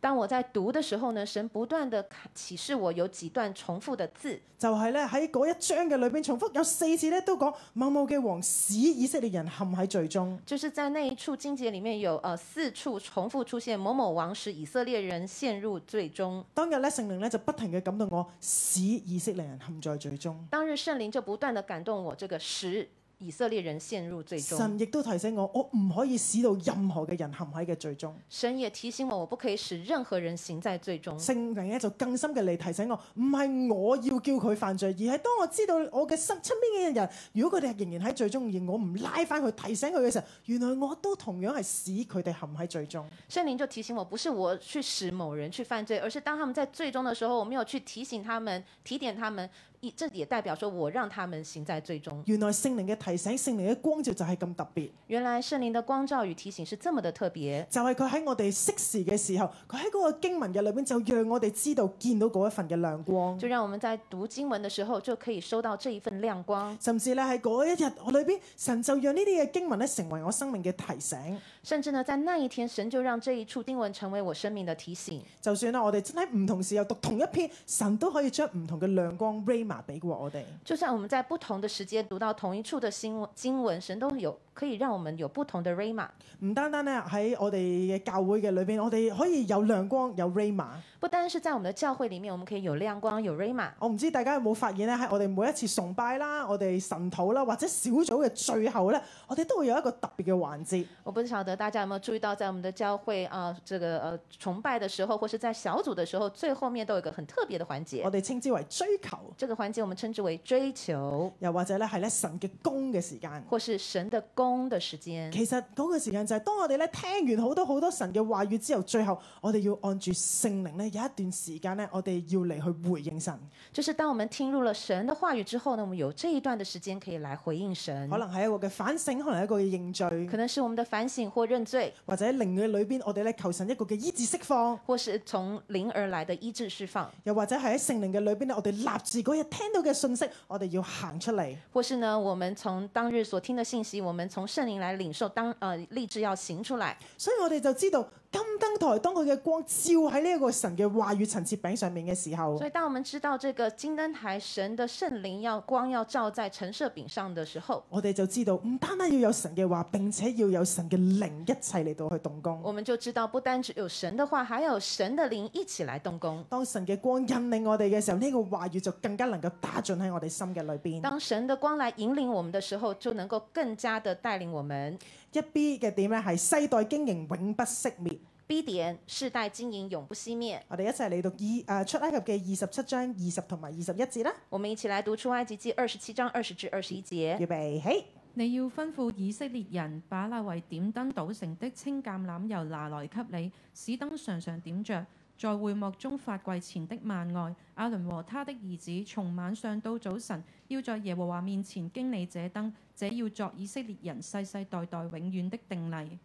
[SPEAKER 11] 當我在讀的時候呢，神不斷的啟示我有幾段重複的字，
[SPEAKER 10] 就係咧喺嗰一章嘅裏邊重複有四次咧都講某某嘅王使以色列人陷喺罪中，
[SPEAKER 11] 就是在那一處經節裡面有呃四處重複出現某某王使以色列人陷入最終。
[SPEAKER 10] 當日咧聖靈咧就不停嘅感動我使以色列人陷在罪中，
[SPEAKER 11] 當日聖靈就不斷的感動我，這個使以色列人陷入最終。
[SPEAKER 10] 神亦都提醒我我唔可以使到任何嘅人陷喺嘅罪中，
[SPEAKER 11] 神也提醒我，我不可以使任何人行在最終。
[SPEAKER 10] 聖靈咧就更深嘅嚟提醒我，唔係我要叫佢犯罪，而係當我知道我嘅身身邊嘅人，如果佢哋係仍然喺罪中，而我唔拉翻佢提醒佢嘅時候，原來我都同樣係使佢哋陷喺罪中。
[SPEAKER 11] 聖靈就提醒我，不是我去使某人去犯罪，而是当他们在最终的时候，我没有去提醒他们、提点他们，一这也代表说我让他们行在最终。
[SPEAKER 10] 原來聖靈嘅提醒、聖靈嘅光照就係咁特別，
[SPEAKER 11] 原来圣灵的光照与提醒是这么的特别，
[SPEAKER 10] 就係佢喺我哋適時嘅時候，佢喺嗰個經文嘅裏邊就讓我哋知道見到嗰一份嘅亮光。
[SPEAKER 11] 就让我们在读经文的时候就可以收到这一份亮光，
[SPEAKER 10] 甚至咧喺嗰一日我裏邊，神就讓呢啲嘅經文咧成為我生命嘅提醒。
[SPEAKER 11] 甚至呢，在那一天，神就让这一处经文成为我生命的提醒。
[SPEAKER 10] 就算啦，我哋真係唔同時又讀同一篇，神都可以將唔同嘅亮光 rama 俾過我哋。
[SPEAKER 11] 就算我们在不同的时间读到同一处的新闻经文，神都有可以让我们有不同的 rama，
[SPEAKER 10] 唔單單咧喺我哋嘅教會嘅裏邊，我哋可以有亮光，有 rama。
[SPEAKER 11] 不单是在我们的教会里面，我们可以有亮光，有 rama。
[SPEAKER 10] 我唔知大家有冇發現咧，喺我哋每一次崇拜啦、我哋神土啦，或者小組嘅最後咧，我哋都會有一個特別嘅環節。
[SPEAKER 11] 我不晓得大家有没有注意到，在我们的教会啊、这个呃崇拜的时候，或是在小组的时候，最后面都有一个很特别的环节
[SPEAKER 10] 我。哋稱之為追求，
[SPEAKER 11] 这个环节我们称之为追求，
[SPEAKER 10] 又或者咧係咧神嘅功嘅時間。
[SPEAKER 11] 或是神的功的時間。
[SPEAKER 10] 其實嗰個時間就係當我哋咧聽完好多好多神嘅話語之後，最後我哋要按住聖靈咧有一段時間咧，我哋要嚟去回應神。
[SPEAKER 11] 就是當我們聽入了神的話語之後呢，我們有這一段的時間可以來回應神，
[SPEAKER 10] 可能係一個嘅反省，可能係一個嘅認
[SPEAKER 11] 可
[SPEAKER 10] 罪，
[SPEAKER 11] 能是我們的反省或認罪，
[SPEAKER 10] 或者靈嘅裏邊我哋咧求神一個嘅醫治釋放，
[SPEAKER 11] 或是從靈而來的醫治釋放，
[SPEAKER 10] 又或者係喺聖靈嘅裏邊咧，我哋立志嗰日聽到嘅信息，我哋要行出嚟。
[SPEAKER 11] 或是呢，我們從當日所聽的信息，我們從聖靈來領受當呃立志要行出來。
[SPEAKER 10] 所以我哋就知道金燈台當佢嘅光照喺呢一個神嘅話語陳設餅上面嘅時候
[SPEAKER 11] 所，以，當我們知道這個金燈台神的聖靈要光要照在陳設餅上的時候，
[SPEAKER 10] 我哋就知道唔單單要有神嘅話，並且要有神嘅靈一齊嚟到去動工。
[SPEAKER 11] 我們就知道不單只有神的話，還有神的靈一起來動工。
[SPEAKER 10] 當神嘅光引領我哋嘅時候，呢、個話語就更加能夠打進喺我哋心嘅裏邊。
[SPEAKER 11] 當神的光來引領我們的時候，就能夠更加的帶領我們。
[SPEAKER 10] 一 B 嘅點咧係世代經營永不熄滅。
[SPEAKER 11] B 點，世代經營永不熄滅。
[SPEAKER 10] 我哋一齊嚟讀二誒出埃及嘅二十七章二十同埋二十一節啦。
[SPEAKER 11] 我們一起來讀出埃及記二十七章二十至二十一節。
[SPEAKER 10] 預備起，
[SPEAKER 12] 你要吩咐以色列人把那為點燈倒成的青橄欖油拿來給你，使燈常常點着。在會幕中法櫃前的幔外，亞倫和他的兒子從晚上到早晨，要在耶和華面前經理這燈，這要作以色列人世世代代永遠的定例。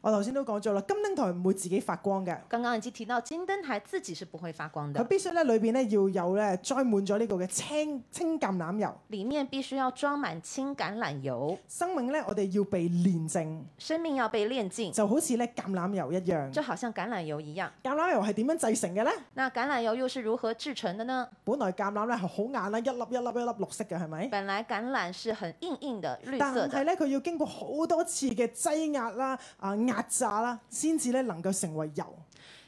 [SPEAKER 10] 我頭先都講咗啦，金燈台唔會自己發光嘅，
[SPEAKER 11] 剛剛已經提到金燈台自己是不會發光
[SPEAKER 10] 佢
[SPEAKER 11] 的，
[SPEAKER 10] 必須咧裏邊咧要有咧載滿咗呢個嘅青青橄欖油。
[SPEAKER 11] 裡面必須要裝滿青橄欖油。
[SPEAKER 10] 生命咧，我哋要被煉淨，
[SPEAKER 11] 生命要被煉淨，
[SPEAKER 10] 就好似咧橄欖油一樣。
[SPEAKER 11] 就好像橄欖油一樣。
[SPEAKER 10] 橄欖油係點樣製成嘅咧？
[SPEAKER 11] 那橄欖油又是如何制成的呢？
[SPEAKER 10] 本來橄欖咧係好硬啦，一粒一粒一粒綠色嘅，係咪？
[SPEAKER 11] 本來橄欖是很硬硬的綠
[SPEAKER 10] 但
[SPEAKER 11] 色
[SPEAKER 10] 係
[SPEAKER 11] 的，
[SPEAKER 10] 咧，佢要經過好多次嘅擠壓啦、啊壓榨啦，先至咧能夠成為油。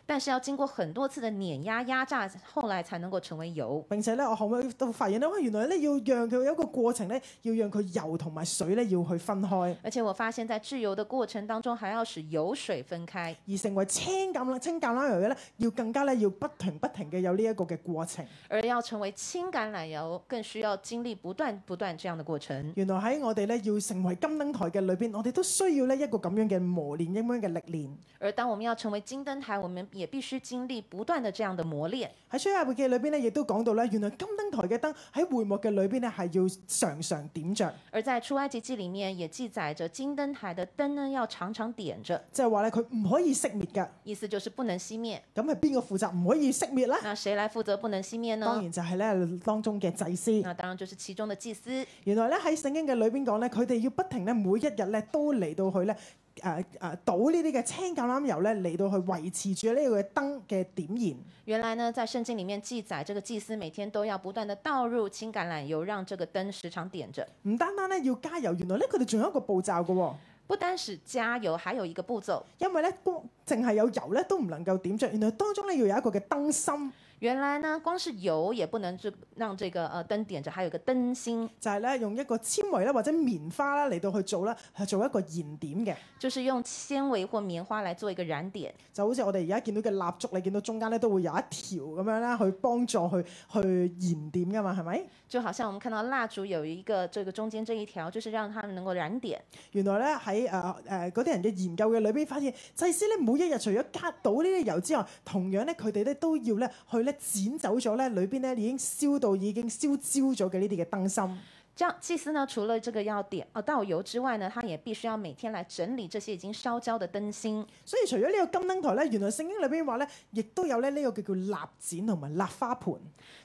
[SPEAKER 11] 但是要經過很多次的碾壓壓榨，後來才能夠成為油。
[SPEAKER 10] 並且咧，我後尾都發現咧，哇！原來咧要讓佢有一個過程咧，要讓佢油同埋水咧要去分開，
[SPEAKER 11] 而且我發現，在制油的過程當中，還要使油水分開，
[SPEAKER 10] 而成為青橄欖青橄欖油嘅咧，要更加咧要不停不停嘅有呢一個嘅過程。
[SPEAKER 11] 而要成為青橄欖油，更需要經歷不斷不斷這樣的過程。
[SPEAKER 10] 原來喺我哋咧要成為金燈台嘅裏邊，我哋都需要咧一個咁樣嘅磨練，咁樣嘅歷練。
[SPEAKER 11] 而當我們要成為金燈台，我們也必須經歷不斷的這樣的磨練。
[SPEAKER 10] 喺《出埃及記》裏邊咧，亦都講到咧，原來金燈台嘅燈喺會幕嘅裏邊咧係要常常點着，
[SPEAKER 11] 而在出埃及記裡面也記載着金燈台的燈呢，要常常點着，
[SPEAKER 10] 即係話咧佢唔可以熄滅㗎。
[SPEAKER 11] 意思就是不能熄滅。
[SPEAKER 10] 咁係邊個負責唔可以熄滅咧？
[SPEAKER 11] 那誰來負責不能熄滅
[SPEAKER 10] 當
[SPEAKER 11] 呢？
[SPEAKER 10] 然就係咧當中嘅祭司。
[SPEAKER 11] 那當然就是其中的祭司。
[SPEAKER 10] 原來咧喺聖經嘅裏邊講咧，佢哋要不停咧每一日咧都嚟到去咧誒誒倒呢啲嘅青橄欖油咧嚟到去維持住呢個燈嘅點燃。
[SPEAKER 11] 原來呢，在聖經裡面記載，這個祭司每天都要不斷的倒入青橄欖油，讓這個燈時常點着。
[SPEAKER 10] 唔單單咧要加油，原來咧佢哋仲有一個步驟嘅喎，
[SPEAKER 11] 不單是加油，還有一個步驟，
[SPEAKER 10] 因為咧光淨係有油咧都唔能夠點着，原來當中咧要有一個嘅燈芯，
[SPEAKER 11] 原來呢，光是油也不能就讓這個呃燈點着，還有一個燈芯，
[SPEAKER 10] 就係咧用一個纖維啦或者棉花啦嚟到去做啦，係做一個燃點嘅。
[SPEAKER 11] 就是用纖維或棉花來做一個燃點。
[SPEAKER 10] 就好似我哋而家見到嘅蠟燭，你見到中間咧都會有一條咁樣啦，去幫助去去燃點噶嘛，係咪？
[SPEAKER 11] 就好像我們看到蠟燭有一個這個中間這一條，就是讓它們能夠燃點。
[SPEAKER 10] 原來咧喺誒誒嗰啲人嘅研究嘅裏邊發現，祭司咧每一日除咗加倒呢啲油之外，同樣咧佢哋咧都要咧去咧剪走咗咧裏邊咧已經燒到已經燒焦咗嘅呢啲嘅燈芯。
[SPEAKER 11] 這樣祭司呢，除了這個要點呃倒油之外呢，他也必須要每天來整理這些已經燒焦的燈芯。
[SPEAKER 10] 所以除咗呢個金燈台咧，原來聖經裏邊話咧，亦都有咧呢個叫叫蠟剪同埋蠟花盤。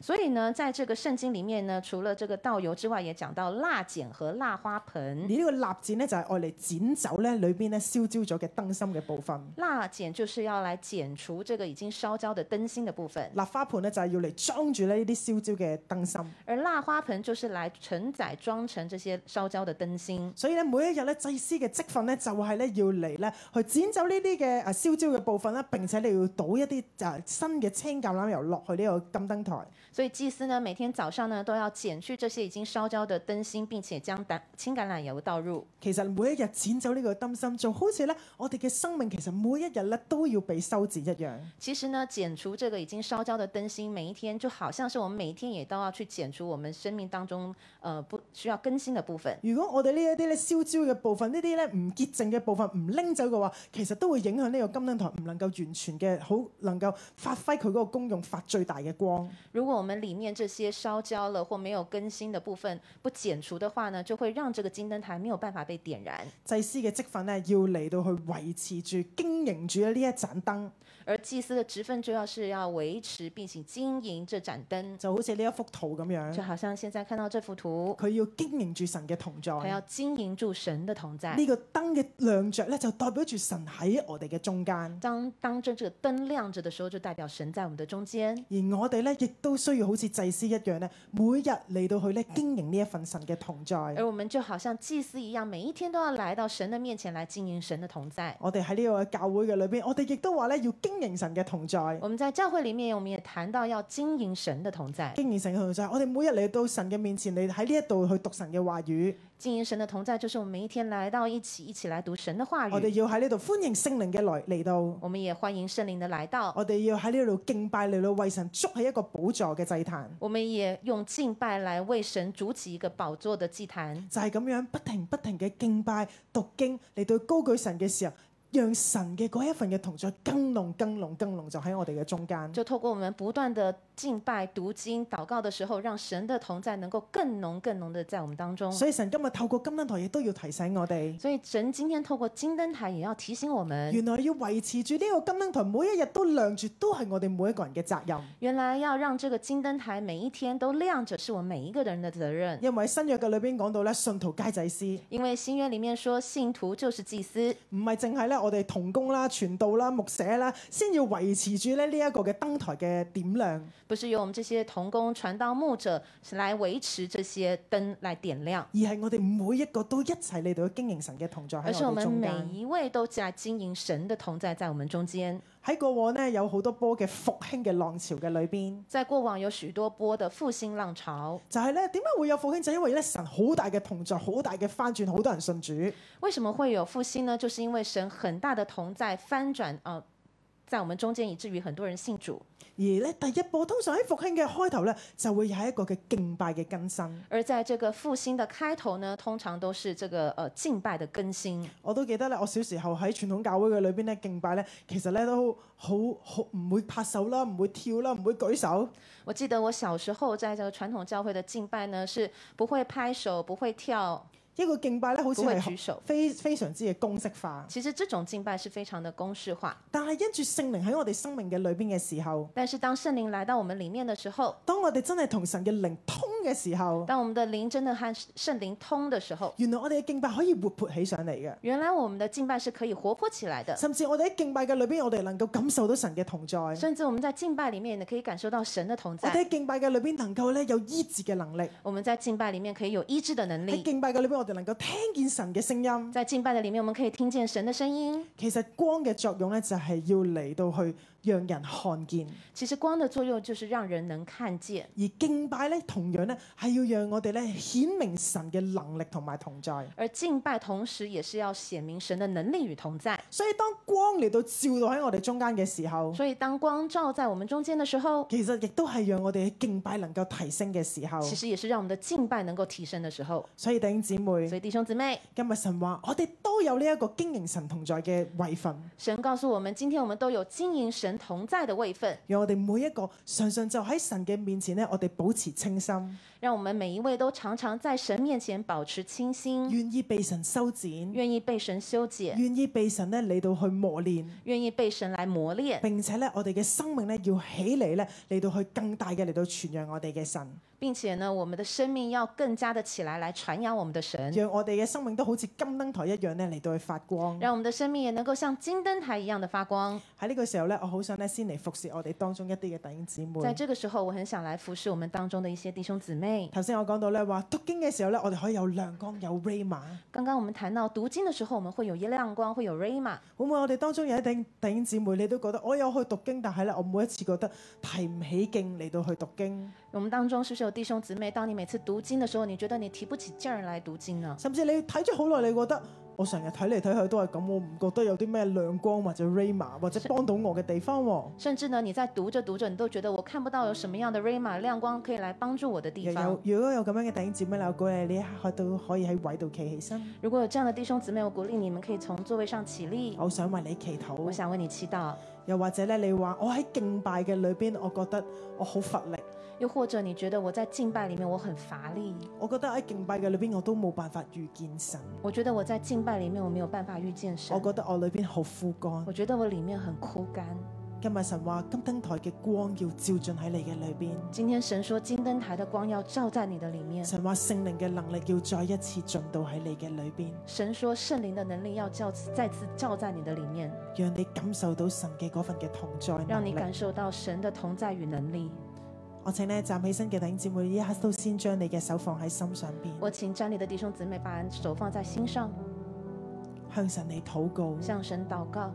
[SPEAKER 11] 所以呢，在這個聖經裡面呢，除了這個倒油之外，也講到蠟剪和蠟花
[SPEAKER 10] 而
[SPEAKER 11] 盆。
[SPEAKER 10] 呢個蠟剪咧就係愛嚟剪走咧裏邊咧燒焦咗嘅燈芯嘅部分。
[SPEAKER 11] 蠟剪就是要來剪除這個已經燒焦的燈芯的部分，
[SPEAKER 10] 蠟花盤咧就係要嚟裝住咧呢啲燒焦嘅燈芯，
[SPEAKER 11] 而蠟花盆就是來承載裝成這些燒焦的燈芯。
[SPEAKER 10] 所以咧每一日咧祭司嘅職分咧就係咧要嚟咧去剪走呢啲嘅啊燒焦嘅部分啦，並且你要倒一啲啊新嘅青橄欖油落去呢個金燈台。
[SPEAKER 11] 所以祭司呢，每天早上呢都要剪去這些已經燒焦的燈芯，並且將橄青橄欖油倒入。
[SPEAKER 10] 其實每一日剪走呢個燈芯，就好似咧我哋嘅生命其實每一日咧都要被修剪一樣。
[SPEAKER 11] 其實呢，剪除這個已經燒焦的燈芯，每一天就好像是我們每一天也都要去剪除我們生命當中呃不需要更新的部分。
[SPEAKER 10] 如果我哋呢一啲咧燒焦嘅部分，呢啲咧唔潔淨嘅部分唔拎走嘅話，其實都會影響呢個金燈台唔能夠完全嘅好能夠發揮佢嗰個功用，發最大嘅光。
[SPEAKER 11] 如果我们里面这些烧焦了或没有更新的部分不剪除的话呢，就会让这个金灯台没有办法被点燃。
[SPEAKER 10] 祭司嘅職份咧要嚟到去維持住經營住呢一盞燈，
[SPEAKER 11] 而祭司的职分就要是要维持并且经营这盏灯，
[SPEAKER 10] 就好似呢一幅圖咁
[SPEAKER 11] 就
[SPEAKER 10] 樣，
[SPEAKER 11] 好像现在看到这幅图，
[SPEAKER 10] 佢要經營住神嘅同在。
[SPEAKER 11] 还要
[SPEAKER 10] 呢
[SPEAKER 11] 经营住神的同在。
[SPEAKER 10] 個燈嘅亮着咧，就代表住神喺我哋嘅中間，
[SPEAKER 11] 当当这这个灯亮着的时候，就代表神在我们的中间。
[SPEAKER 10] 而我哋咧亦都需要好似祭司一樣咧，每日嚟到去咧經營呢一份神嘅同在。
[SPEAKER 11] 而我们就好像祭司一样，每一天都要来到神的面前来经营神的同在。
[SPEAKER 10] 我哋喺呢個教會嘅裏邊，我哋亦都話咧要經營神嘅同在，
[SPEAKER 11] 我们在教会里面，我们也談到要經營神的同在。
[SPEAKER 10] 經營神嘅同在。我哋每日嚟到神嘅面前，你喺呢一度去讀神嘅話語，
[SPEAKER 11] 經營神的同在，就是我們每一天來到一起，一起來讀神的話
[SPEAKER 10] 我哋
[SPEAKER 11] 語。
[SPEAKER 10] 要喺呢度歡迎聖靈嘅來嚟到，
[SPEAKER 11] 我們也歡迎聖靈的來到，
[SPEAKER 10] 我哋要喺呢度敬拜嚟到為神築起一個寶座嘅祭壇，
[SPEAKER 11] 我們也用敬拜來為神主起一個寶座的祭壇。
[SPEAKER 10] 就係、咁樣不停不停嘅敬拜讀經嚟到高舉神嘅時候，讓神嘅嗰一份嘅同在更濃更濃更濃就喺我哋嘅中間。
[SPEAKER 11] 就透過我們不斷的敬拜、讀經、禱告的時候，讓神的同在能夠更濃、更濃的在我們當中。
[SPEAKER 10] 所以神今日透過金燈台亦都要提醒我哋。
[SPEAKER 11] 所以神今天透過金燈台也要提醒我們，
[SPEAKER 10] 原來要維持住呢個金燈台，每一日都亮住，都係我哋每一個人嘅責任。
[SPEAKER 11] 原來要讓這個金燈台每一天都亮着，是我們每一個人的責任。
[SPEAKER 10] 因為新約嘅裏邊講到咧，信徒皆祭司，
[SPEAKER 11] 因為新約裡面說，信徒就是祭司，
[SPEAKER 10] 唔係淨係咧我哋同工啦、傳道啦、牧者啦，先要維持住咧呢一個嘅燈台嘅點亮，
[SPEAKER 11] 不是由我們這些童工、傳道、牧者是來維持這些燈來點亮，
[SPEAKER 10] 而係我哋每一個都一齊嚟到經營神嘅同在
[SPEAKER 11] 而是
[SPEAKER 10] 喺
[SPEAKER 11] 我
[SPEAKER 10] 我哋
[SPEAKER 11] 們
[SPEAKER 10] 中
[SPEAKER 11] 每
[SPEAKER 10] 間。
[SPEAKER 11] 一位都在經營神的同在在我們中間。
[SPEAKER 10] 喺過往呢，有好多波嘅復興嘅浪潮嘅裏邊，
[SPEAKER 11] 在過往有許多波的復興浪潮，
[SPEAKER 10] 就係咧點解會有復興？就因為咧神好大嘅同在，好大嘅翻轉，好多人信主。
[SPEAKER 11] 為什麼會有復興呢？就是因為神很大的同在翻轉啊、呃在我們中間，以至於很多人信主。
[SPEAKER 10] 而咧第一步，通常喺復興嘅開頭咧，就會有一個嘅敬拜嘅更新。
[SPEAKER 11] 而在這個復興的開頭呢，通常都是這個呃敬拜的更新。
[SPEAKER 10] 我都記得咧，我小時候喺傳統教會嘅裏邊咧敬拜咧，其實咧都好好唔會拍手啦，唔會跳啦，唔會舉手，
[SPEAKER 11] 我記得我小時候在這個傳統教會的敬拜呢，是不會拍手，不會跳，
[SPEAKER 10] 一個敬拜咧好似
[SPEAKER 11] 不會舉
[SPEAKER 10] 係
[SPEAKER 11] 手。
[SPEAKER 10] 非非常之嘅公式化。
[SPEAKER 11] 其實這種敬拜是非常的公式化，
[SPEAKER 10] 但係因住聖靈喺我哋生命嘅裏邊嘅時候，
[SPEAKER 11] 但是當聖靈來到我們裡面的時候，
[SPEAKER 10] 當我哋真係同神嘅靈通嘅時候，
[SPEAKER 11] 當我們的靈真的和聖靈通的時候，
[SPEAKER 10] 原來我哋嘅敬拜可以活潑起上嚟嘅。
[SPEAKER 11] 原來我們的敬拜是可以活潑起來的，
[SPEAKER 10] 甚至我哋喺敬拜嘅裏邊，我哋能夠感受到神嘅同在。我
[SPEAKER 11] 甚至我們在敬拜裡面呢，可以感受到神的同在。
[SPEAKER 10] 哋喺敬拜嘅裏邊能夠咧有醫治嘅能力。
[SPEAKER 11] 我們在敬拜裡面可以有醫治的能
[SPEAKER 10] 喺
[SPEAKER 11] 力，
[SPEAKER 10] 敬拜嘅裏邊，我哋能夠聽見神嘅聲音。
[SPEAKER 11] 在敬拜的裡面，我們可以聽見神的聲音。
[SPEAKER 10] 其實光嘅作用咧，就係要嚟到去讓人看見；
[SPEAKER 11] 其實光的作用就是讓人能看見，
[SPEAKER 10] 而敬拜咧，同樣咧係要讓我哋咧顯明神嘅能力同埋同在。
[SPEAKER 11] 而敬拜同時也是要顯明神的能力與同在。
[SPEAKER 10] 所以當光嚟到照到喺我哋中間嘅時候，
[SPEAKER 11] 所以當光照在我們中間的時候，
[SPEAKER 10] 其實亦都係讓我哋嘅敬拜能夠提升嘅時候。
[SPEAKER 11] 其實也是讓我們的敬拜能夠提升的時候。
[SPEAKER 10] 所以弟兄姊
[SPEAKER 11] 所以
[SPEAKER 10] 妹，
[SPEAKER 11] 弟兄姊妹，
[SPEAKER 10] 今日神話我哋都有呢一個經營神同在嘅位份，
[SPEAKER 11] 神告訴我們，今天我們都有經營神同在的位份，
[SPEAKER 10] 讓我哋每一個常常就喺神嘅面前咧，我哋保持清心，
[SPEAKER 11] 讓我們每一位都常常在神面前保持清心，
[SPEAKER 10] 願意被神修剪，
[SPEAKER 11] 願意被神修剪，
[SPEAKER 10] 願意被神咧嚟到去磨練。
[SPEAKER 11] 願意被神來磨練，
[SPEAKER 10] 並且咧，我哋嘅生命咧要起嚟咧，嚟到去更大嘅嚟到傳揚我哋嘅神，
[SPEAKER 11] 並且呢，我們的生命要更加的起來，來傳揚我們的神，
[SPEAKER 10] 讓我哋嘅生命都好似金燈台一樣咧嚟到去發光。
[SPEAKER 11] 讓我們的生命也能夠像金燈台一樣的發光。
[SPEAKER 10] 喺呢個時候咧，我好想咧先嚟服侍我哋當中一啲嘅弟兄姊
[SPEAKER 11] 在
[SPEAKER 10] 妹。
[SPEAKER 11] 這個時候，我很想來服侍我們當中的一些弟兄姊妹。
[SPEAKER 10] 頭先我講到咧話讀經嘅時候咧，我哋可以有亮光有 rama。
[SPEAKER 11] 剛剛我們談到讀經的時候，我們會有一亮光，會有 rama。
[SPEAKER 10] 會唔會我哋當中有一啲弟兄姊妹，你都覺得我有去讀經，但係咧我每一次覺得提唔起勁嚟到去讀經，
[SPEAKER 11] 我們當中是不是有弟兄姊妹？當你每次讀經的時候，你覺得你提不起勁兒來讀經呢？
[SPEAKER 10] 甚至你睇咗好耐，你覺得我成日睇嚟睇去都係咁，我唔覺得有啲咩亮光或者 rama 或者幫到我嘅地方喎。
[SPEAKER 11] 甚至呢，你在读着读着，你都觉得我看不到有什么样的 rama 亮光可以来帮助我的地
[SPEAKER 10] 又
[SPEAKER 11] 方
[SPEAKER 10] 有。如果有咁樣嘅弟兄姊妹，我鼓勵你一刻都可以喺位度企起身。
[SPEAKER 11] 如果有这样的弟兄姊妹，我鼓励你们可以从座位上起立。
[SPEAKER 10] 我想為你祈
[SPEAKER 11] 我
[SPEAKER 10] 禱。
[SPEAKER 11] 想为你祈祷，
[SPEAKER 10] 又或者咧，你話我喺敬拜嘅裏邊，我覺得我好乏力，
[SPEAKER 11] 又或者你觉得我在敬拜里面我很乏力，
[SPEAKER 10] 我覺得喺敬拜嘅裏邊我都冇辦法遇見神，
[SPEAKER 11] 我觉得我在敬拜里面我没有办法遇见
[SPEAKER 10] 我
[SPEAKER 11] 神，
[SPEAKER 10] 覺得我裏邊好枯乾
[SPEAKER 11] 我。觉得我里面很枯干。
[SPEAKER 10] 今日神話金燈台嘅光要照進喺你嘅裏邊，
[SPEAKER 11] 今天神说金灯台的光要照在你的里面，
[SPEAKER 10] 神話聖靈嘅能力要再一次進到喺你嘅裏邊，
[SPEAKER 11] 神说圣灵的能力要照再次照在你的里面，
[SPEAKER 10] 讓你感受到神嘅嗰份嘅同在
[SPEAKER 11] 让
[SPEAKER 10] 能
[SPEAKER 11] 你
[SPEAKER 10] 力。
[SPEAKER 11] 感受到神的同在与能力。
[SPEAKER 10] 我請咧站起身嘅弟兄姊妹，呢一刻都先將你嘅手放喺心上邊，
[SPEAKER 11] 我请站立的弟兄姊妹把手放在心上，
[SPEAKER 10] 向神嚟禱告，
[SPEAKER 11] 向神祷告，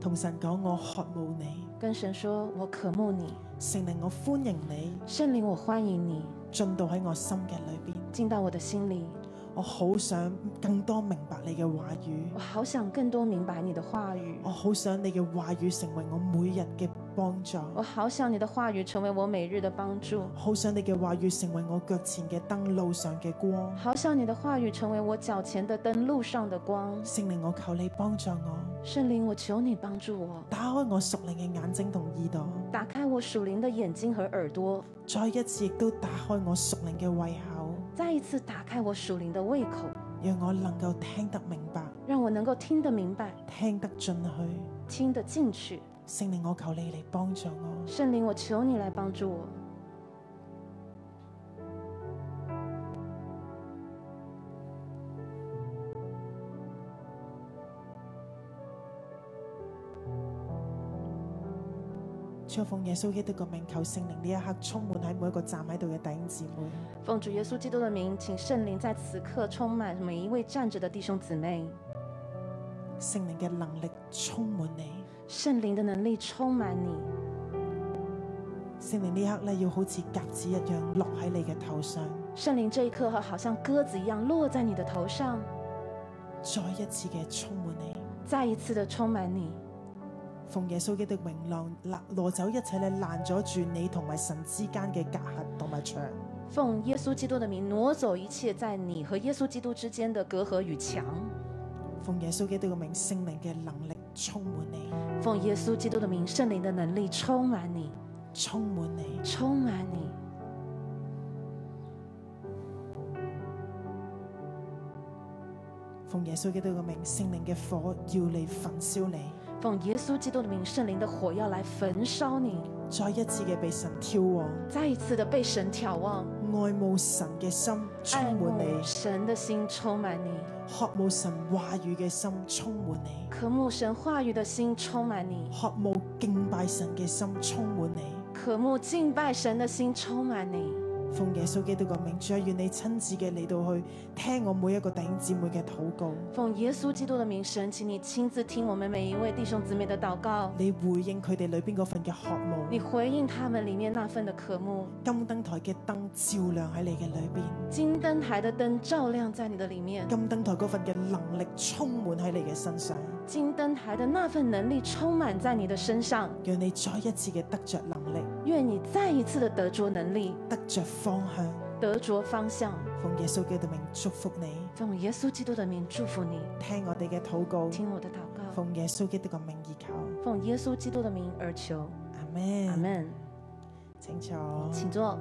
[SPEAKER 10] 同神講我渴慕你，
[SPEAKER 11] 跟神说：我渴慕你，
[SPEAKER 10] 聖靈我歡迎你
[SPEAKER 11] 圣灵，我欢迎你
[SPEAKER 10] 進到喺我心嘅裏邊。
[SPEAKER 11] 进到我的心里。
[SPEAKER 10] 我好想更多明白你嘅話語，
[SPEAKER 11] 我好想更多明白你的话语
[SPEAKER 10] 我，好想你嘅話語成為我每日嘅幫助，
[SPEAKER 11] 我好想你的话语成为我每日的帮助，
[SPEAKER 10] 好想你嘅話語成為我腳前嘅燈，路上嘅光。
[SPEAKER 11] 好想你的话语成为我脚前的灯，路上的光。
[SPEAKER 10] 聖靈，我求你幫助我，
[SPEAKER 11] 圣灵，我求你帮助我，
[SPEAKER 10] 打開我屬靈嘅眼睛同耳朵，
[SPEAKER 11] 打开我属灵的眼睛和耳朵，
[SPEAKER 10] 再一次亦都打開我屬靈嘅胃口，
[SPEAKER 11] 再一次打开我属灵的胃口，
[SPEAKER 10] 讓我能夠聽得明白，
[SPEAKER 11] 让我能够听得明白，
[SPEAKER 10] 聽得進去。
[SPEAKER 11] 听得进去。
[SPEAKER 10] 聖靈，我求你嚟幫助我。
[SPEAKER 11] 圣灵，我求你来帮助我。
[SPEAKER 10] 主我奉耶穌基督嘅名，求聖靈呢一刻充滿喺每一個站喺度嘅弟兄姊妹。
[SPEAKER 11] 奉主耶稣基督的名，请圣灵在此刻充满每一位站着的弟兄姊妹，
[SPEAKER 10] 聖靈嘅能力充滿你，
[SPEAKER 11] 圣灵的能力充满你。
[SPEAKER 10] 聖靈呢一刻咧要好似鴿子一樣落喺你嘅頭上，
[SPEAKER 11] 圣灵这一刻好像鸽子一样落在你的头上，
[SPEAKER 10] 再一次嘅充滿你。
[SPEAKER 11] 再一次的充满你，
[SPEAKER 10] 奉耶穌基督嘅榮浪，拿攞走一切咧攔咗住你同埋神之間嘅隔閡同埋牆。
[SPEAKER 11] 奉耶稣基督的名挪走一切在你和耶稣基督之间的隔阂与墙。
[SPEAKER 10] 奉耶穌基督嘅名，聖靈嘅能力充滿你，
[SPEAKER 11] 奉耶稣基督的名，圣灵的能力充满你，
[SPEAKER 10] 充滿你。
[SPEAKER 11] 充满你。
[SPEAKER 10] 奉耶穌基督嘅名，聖靈嘅火要你焚燒你，
[SPEAKER 11] 奉耶稣基督的名，圣灵的火要来焚烧你，
[SPEAKER 10] 再一次嘅被神挑旺，
[SPEAKER 11] 再一次的被神眺望，
[SPEAKER 10] 愛慕神嘅心
[SPEAKER 11] 爱
[SPEAKER 10] 充滿
[SPEAKER 11] 慕
[SPEAKER 10] 你，
[SPEAKER 11] 神的心充满你，
[SPEAKER 10] 渴慕神話語嘅心充滿你。
[SPEAKER 11] 渴慕神话语的心充满你，
[SPEAKER 10] 渴慕敬拜神嘅心充滿你，
[SPEAKER 11] 渴慕敬拜神的心充满你。
[SPEAKER 10] 奉耶穌基督嘅名，主啊，願你親自嘅嚟到去聽我每一個弟兄姊妹嘅禱告，
[SPEAKER 11] 奉耶稣基督的名，神，请你亲自听我们每一位弟兄姊妹的祷告，
[SPEAKER 10] 你回應佢哋裏邊嗰份嘅渴
[SPEAKER 11] 你
[SPEAKER 10] 慕，
[SPEAKER 11] 回應他们里面那份的渴慕。
[SPEAKER 10] 金燈台嘅燈照亮喺你嘅裏邊，
[SPEAKER 11] 金灯台的灯照亮在你的里面，
[SPEAKER 10] 金燈台嗰份嘅能力充滿喺你嘅身上，
[SPEAKER 11] 金灯台的那份能力充滿在你的身上。
[SPEAKER 10] 讓你再一次嘅得着能力，
[SPEAKER 11] 愿你再一次的得着能力，
[SPEAKER 10] 得着方向。
[SPEAKER 11] 得着方向。
[SPEAKER 10] 奉耶穌基督嘅名祝福你，
[SPEAKER 11] 奉耶稣基督的名祝福你，
[SPEAKER 10] 聽我哋嘅禱告，
[SPEAKER 11] 听我的祷告，
[SPEAKER 10] 奉耶穌基督嘅名而求，
[SPEAKER 11] 奉耶稣基督的名而求，
[SPEAKER 10] 阿咩？
[SPEAKER 11] 阿门。
[SPEAKER 10] 請坐，
[SPEAKER 11] 请坐，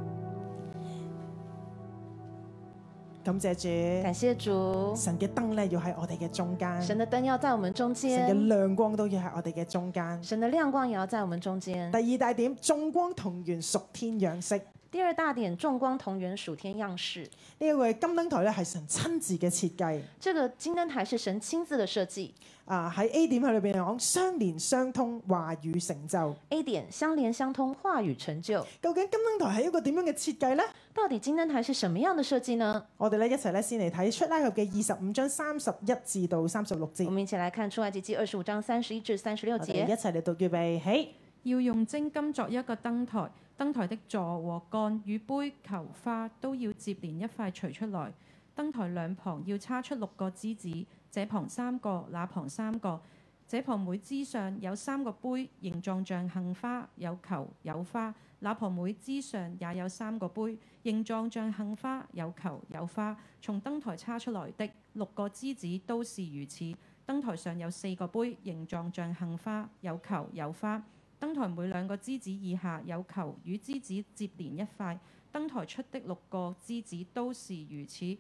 [SPEAKER 10] 感謝主。
[SPEAKER 11] 感谢主，
[SPEAKER 10] 神嘅燈咧要喺我哋嘅中間，
[SPEAKER 11] 神
[SPEAKER 10] 神
[SPEAKER 11] 的灯要在我们中
[SPEAKER 10] 嘅
[SPEAKER 11] 间，
[SPEAKER 10] 亮光都要喺我哋嘅中間。
[SPEAKER 11] 神的亮光也要在我们中间。
[SPEAKER 10] 第二大點，眾光同源屬天樣式。
[SPEAKER 11] 第二大点，众光同源属天样式。
[SPEAKER 10] 呢一個金燈台咧係神親自嘅設計。
[SPEAKER 11] 这个金灯台是神亲自的设计。
[SPEAKER 10] 啊喺 A 點喺裏邊講相連相通，話語成就。
[SPEAKER 11] A 点相连相通，话语成就。
[SPEAKER 10] 究竟金燈台係一個點樣嘅設計呢？
[SPEAKER 11] 到底金灯台是什么样的设计呢？
[SPEAKER 10] 我哋咧一齊咧先嚟睇出埃及嘅二十五章三十一至到三十六
[SPEAKER 11] 我
[SPEAKER 10] 節。
[SPEAKER 11] 们一起来看出埃及记二十五章三十一至三十六
[SPEAKER 10] 我哋一
[SPEAKER 11] 节。
[SPEAKER 10] 齊嚟讀預備起。
[SPEAKER 12] 要用精金作一個燈台，燈台的座和杆與杯、球花都要接連一塊除出來，燈台兩旁要叉出六個枝子，這旁三個，那旁三個。這旁每枝上有三個杯，形狀像杏花，有球有花；那旁每枝上也有三個杯，形狀像杏花，有球有花。從燈台叉出來的六個枝子都是如此。燈台上有四個杯，形狀像杏花，有球有花。燈台每兩個枝子以下有球與枝子接連一塊。燈台出的六個枝子都是如此。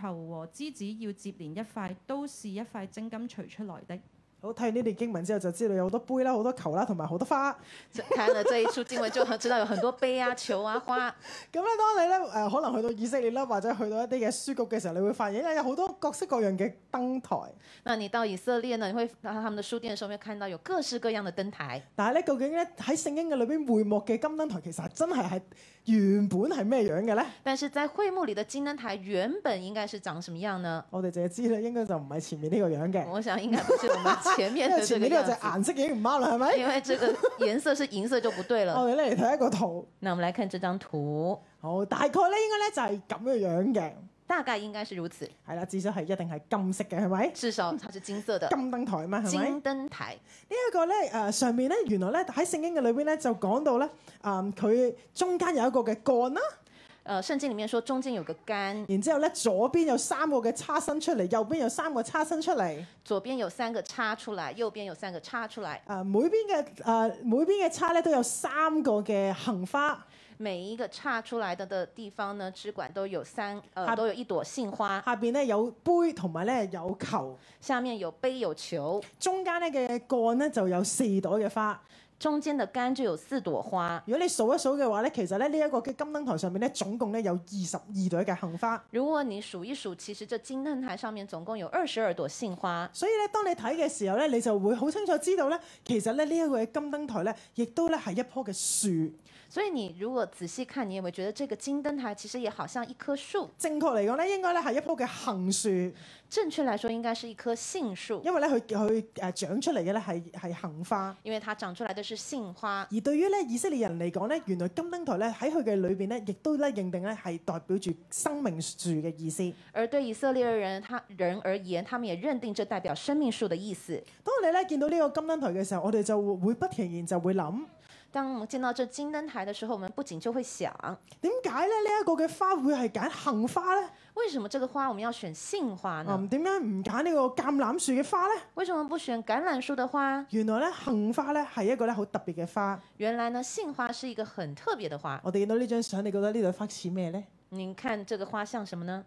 [SPEAKER 12] 球和枝子要接連一塊，都是一塊精金除出來的。
[SPEAKER 10] 好，睇完呢段經文之後，就知道有好多杯啦、好多球啦，同埋好多花。
[SPEAKER 11] 这看了这一出经文就很知道有很多杯啊、球啊、花。
[SPEAKER 10] 咁咧，當你咧誒、可能去到以色列啦，或者去到一啲嘅書局嘅時候，你會發現咧有好多各式各樣嘅燈台。
[SPEAKER 11] 那你到以色列呢，你会到他们的书店的时候，会看到有各式各样的灯台。
[SPEAKER 10] 但係咧，究竟咧喺聖經嘅裏邊會幕嘅金燈台其實真係係原本係咩樣嘅咧？
[SPEAKER 11] 但是在会幕里的金灯台原本应该是长什么样呢？
[SPEAKER 10] 我哋淨係知咧，應該就唔係前面呢個樣嘅，
[SPEAKER 11] 我想应该不是我们啊前面
[SPEAKER 10] 因為
[SPEAKER 11] 的这
[SPEAKER 10] 前
[SPEAKER 11] 个
[SPEAKER 10] 面呢
[SPEAKER 11] 样
[SPEAKER 10] 個就
[SPEAKER 11] 子
[SPEAKER 10] 係，顏色已經唔啱啦，係咪？
[SPEAKER 11] 因为这个颜色是银色就不对了。
[SPEAKER 10] 我哋咧嚟睇一個圖，
[SPEAKER 11] 那我们来看这张图，
[SPEAKER 10] 好大概咧應該咧就係咁嘅樣嘅，
[SPEAKER 11] 大概应该是如此，
[SPEAKER 10] 係啦，至少係一定係金色嘅，係咪？
[SPEAKER 11] 至少它是金色的
[SPEAKER 10] 金燈台嘛，係咪？
[SPEAKER 11] 金灯台。
[SPEAKER 10] 呢一個咧誒上面咧，原來咧喺聖經嘅裏邊咧就講到咧，誒佢中間有一個嘅杆啦，
[SPEAKER 11] 呃，圣经里面说中间有个杆，
[SPEAKER 10] 然之後咧左邊有三個嘅叉伸出嚟，右邊有三個叉伸出嚟，
[SPEAKER 11] 左边有三个叉出来，右边有三个叉出来，
[SPEAKER 10] 誒呃每邊嘅誒每邊嘅叉咧都有三個嘅杏花，
[SPEAKER 11] 每一个叉出来的的地方呢，支管都有三
[SPEAKER 10] 它
[SPEAKER 11] 呃都有一朵杏花，
[SPEAKER 10] 下邊咧有杯同埋咧有球，
[SPEAKER 11] 下面有杯有球，
[SPEAKER 10] 中間咧嘅杆咧就有四朵嘅花。
[SPEAKER 11] 中间的杆就有四朵花。
[SPEAKER 10] 如果你數一數嘅話咧，其實咧呢一個嘅金燈台上面咧總共咧有二十二朵嘅杏花。
[SPEAKER 11] 如果你数一数，其实这金灯台上面总共有二十二朵杏花。
[SPEAKER 10] 所以咧，當你睇嘅時候咧，你就會好清楚知道咧，其實咧呢一個嘅金燈台咧，亦都咧係一棵嘅樹。
[SPEAKER 11] 所以你如果仔细看，你也会觉得这个金灯台其实也好像一棵树。
[SPEAKER 10] 正確嚟講咧，應該咧係一棵嘅杏樹，
[SPEAKER 11] 正确来说，应该是一棵杏树，
[SPEAKER 10] 因為咧佢佢誒長出嚟嘅咧係係杏花。
[SPEAKER 11] 因为它长出来的是杏花。
[SPEAKER 10] 而對於咧以色列人嚟講咧，原來金燈台咧喺佢嘅裏邊咧，亦都咧認定咧係代表住生命樹嘅意思。
[SPEAKER 11] 而对以色列人他人而言，他们也认定这代表生命树的意思。
[SPEAKER 10] 當你咧見到呢個金燈台嘅時候，我哋就會不其然就會諗，
[SPEAKER 11] 当我们见到这金灯台的时候，我们不仅就會想，
[SPEAKER 10] 點解咧呢一個嘅花會係揀杏花咧？
[SPEAKER 11] 为什么這個花我們要選杏花呢？
[SPEAKER 10] 嗯，點解唔揀呢個橄欖樹嘅花咧？
[SPEAKER 11] 为什么不選橄欖樹的花？
[SPEAKER 10] 原來咧杏花咧係一個咧好特別嘅花。
[SPEAKER 11] 原來呢，杏花是一個很特別的花。
[SPEAKER 10] 我哋見到呢張相，你覺得呢朵花似咩咧？
[SPEAKER 11] 您看這個花像什麼呢？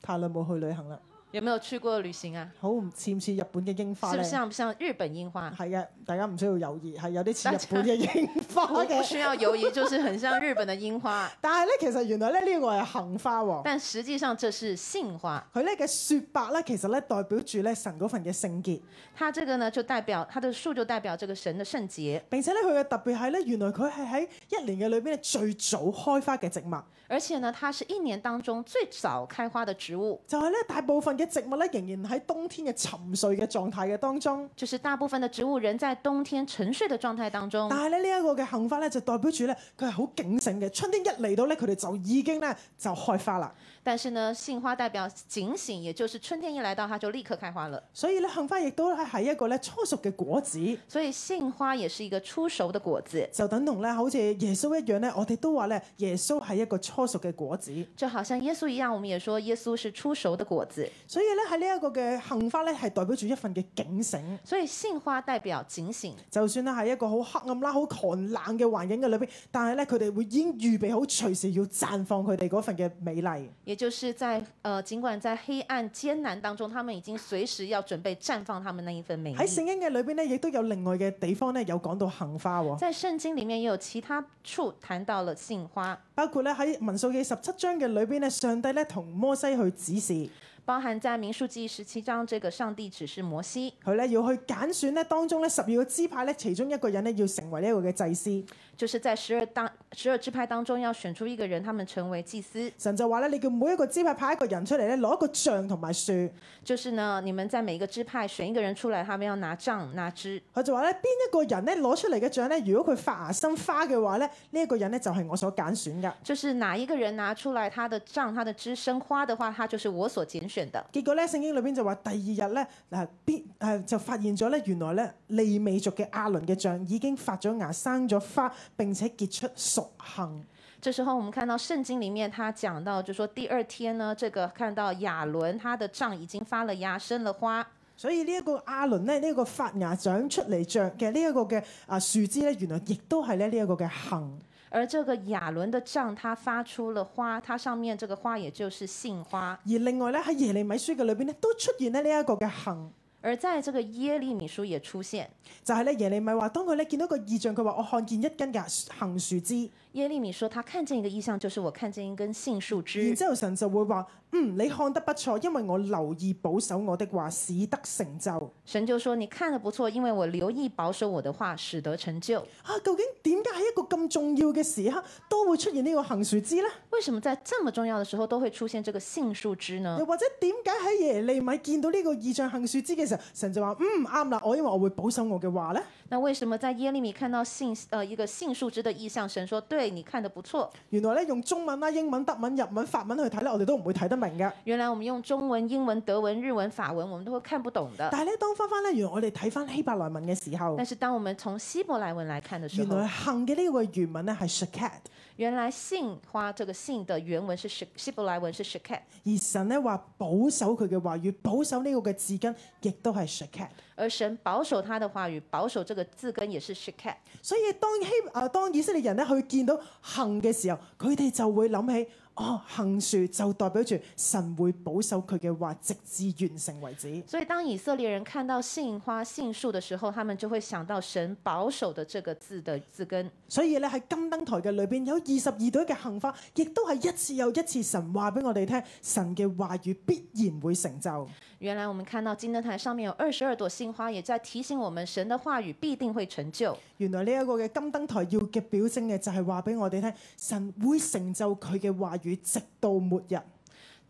[SPEAKER 10] 太耐冇去旅行啦，
[SPEAKER 11] 有沒有去過旅行啊？
[SPEAKER 10] 好唔似唔似日本嘅櫻花
[SPEAKER 11] 是
[SPEAKER 10] 咧？
[SPEAKER 11] 不是
[SPEAKER 10] 係
[SPEAKER 11] 像不像日本櫻花？
[SPEAKER 10] 嘅，啊大家唔需要猶豫，係有啲似
[SPEAKER 11] 大
[SPEAKER 10] 日
[SPEAKER 11] 家
[SPEAKER 10] 本嘅櫻花
[SPEAKER 11] 我不
[SPEAKER 10] 嘅。
[SPEAKER 11] 需要猶豫，就是很像 日本的櫻花，
[SPEAKER 10] 但係咧，其實原來咧呢個係杏花喎。
[SPEAKER 11] 但實際上這是杏花。
[SPEAKER 10] 佢咧嘅雪白咧，其實咧代表住咧神嗰份嘅聖潔。
[SPEAKER 11] 它這個呢，就代表它的樹就代表這個神的聖潔，
[SPEAKER 10] 並且咧佢嘅特別係咧，原來佢係喺一年嘅裏邊咧最早開花嘅植物。
[SPEAKER 11] 而且呢，它是一年當中最早開花的植物。
[SPEAKER 10] 就係咧大部分嘅植物咧仍然喺冬天嘅沉睡嘅狀態嘅當中。
[SPEAKER 11] 就是大部分的植物人在冬天沉睡的狀態當中
[SPEAKER 10] 但，係咧呢一個嘅杏花咧，就代表住咧佢係好警醒嘅。春天一嚟到咧，佢哋就已經咧就開花啦。
[SPEAKER 11] 但是呢，杏花代表警醒，也就是春天一來到，它就立刻開花了。
[SPEAKER 10] 所以咧，杏花亦都咧係一個咧初熟嘅果子，
[SPEAKER 11] 所以杏花也是一個出熟的果子，
[SPEAKER 10] 就等同咧好似耶穌一樣咧，我哋都話咧耶穌係一個初熟嘅果子。
[SPEAKER 11] 就好像耶穌一樣，我們也說耶穌是出熟的果子。
[SPEAKER 10] 所以咧喺呢一個嘅杏花咧係代表住一份嘅警醒。
[SPEAKER 11] 所以杏花代表警醒，
[SPEAKER 10] 就算咧喺一個好黑暗啦、好寒冷嘅環境嘅裏邊，但係咧佢哋會已經預備好隨時要綻放佢哋嗰份嘅美麗。
[SPEAKER 11] 也就是在呃，儘管在黑暗艱難當中，他們已經隨時要準備绽放他們那一份美
[SPEAKER 10] 喺聖
[SPEAKER 11] 麗。
[SPEAKER 10] 經嘅裏邊咧，亦都有另外嘅地方咧有講到杏花喎。
[SPEAKER 11] 在聖經裡面也有其他處談到了杏花，
[SPEAKER 10] 包括咧喺民數記十七章嘅裏邊咧，上帝咧同摩西去指示
[SPEAKER 11] 包含在民數記十七章，這個上帝指示摩西，
[SPEAKER 10] 佢咧要去揀選咧當中咧十二個支派咧，其中一個人咧要成為呢一個嘅祭司。
[SPEAKER 11] 就是在十二當十二支派当中要选出一个人，他们成为祭司。
[SPEAKER 10] 神就話咧，你叫每一個支派派一個人出嚟咧，攞一個杖同埋樹。
[SPEAKER 11] 就是呢，你们在每一个支派选一个人出来，他们要拿杖拿枝。
[SPEAKER 10] 佢就話咧，邊一個人咧攞出嚟嘅杖咧，如果佢發芽生花嘅話咧，呢、一個人咧就係我所揀選噶。
[SPEAKER 11] 就是哪一个人拿出来他的杖、他的枝生花的话，他就是我所拣选的。
[SPEAKER 10] 結果咧，聖經裏邊就話第二日咧，嗱邊誒就發現咗咧，原來咧利美族嘅亞倫嘅杖已經發咗芽、生咗花，並且結出熟杏。
[SPEAKER 11] 这时候我们看到圣经里面他讲到，就说第二天呢，这个看到亚伦他的杖已经发了芽，生了花。
[SPEAKER 10] 所以呢一個亞倫咧，呢、一個發芽長出嚟杖嘅呢一個嘅啊樹枝咧，原來亦都係咧呢一個嘅杏。
[SPEAKER 11] 而这个亚伦的杖，它发出了花，它上面这个花也就是杏花。
[SPEAKER 10] 而另外咧喺耶利米書嘅裏邊咧，都出現咧呢一個嘅杏。
[SPEAKER 11] 而在这个耶利米书也出现，
[SPEAKER 10] 就係咧耶利米話，當佢咧見到一個異象，佢話我看見一根嘅杏樹枝，
[SPEAKER 11] 耶利米说他看见一个意象，就是我看见一根杏树枝
[SPEAKER 10] 然。之後神就會話：嗯，你看得不錯，因為我留意保守我的話，使得成就。啊，
[SPEAKER 11] 神就说：“你看的不错，因为我留意保守我的话，使得成就。
[SPEAKER 10] 啊究竟點解喺一個咁重要嘅時刻都會出現呢個杏樹枝呢？”
[SPEAKER 11] 为什么在这么重要的时候都会出现这个杏树枝呢
[SPEAKER 10] 又？或者點解喺耶利米見到呢個異象杏樹枝嘅時候，神就話：嗯，啱啦，我因為我會保守我嘅話呢。
[SPEAKER 11] 那为什么在耶利米看到杏呃一个杏树枝的意象，神说：“对你看的不错。
[SPEAKER 10] 原來咧用中文啦、啊英文、德文、日文、法文去睇咧，我哋都唔會睇得明嘅。”
[SPEAKER 11] 原来我们用中文、英文、德文、日文、法文，我们都会看不懂的。
[SPEAKER 10] 但係咧，當翻翻咧，原來我哋睇翻希伯來文嘅時候
[SPEAKER 11] 但，是当我们从希伯来文来看的时
[SPEAKER 10] 原
[SPEAKER 11] 候
[SPEAKER 10] 來，杏嘅呢個原文咧係 shakat。
[SPEAKER 11] 原来杏花这个杏的原文是希希伯来文是 shakat，
[SPEAKER 10] 而神咧話保守佢嘅話語，保守呢個嘅字根，亦都係 shakat。
[SPEAKER 11] 而神保守他的话语，保守这个字根也是 shakat。
[SPEAKER 10] 所以當希啊當以色列人咧去見到杏嘅時候，佢哋就會諗起哦，杏樹就代表住神會保守佢嘅話，直至完成為止。
[SPEAKER 11] 所以，当以色列人看到杏花、杏树的时候，他们就会想到神保守的这个字的字根。
[SPEAKER 10] 所以咧喺金燈台嘅裏邊有二十二朵嘅杏花，亦都係一次又一次神話俾我哋聽，神嘅話語必然會成就。
[SPEAKER 11] 原来我们看到金灯台上面有二十二朵杏花，也在提醒我们，神的话语必定会成就。
[SPEAKER 10] 原來呢一個嘅金燈台要嘅表徵嘅就係話俾我哋聽，神會成就佢嘅話語，直到末日。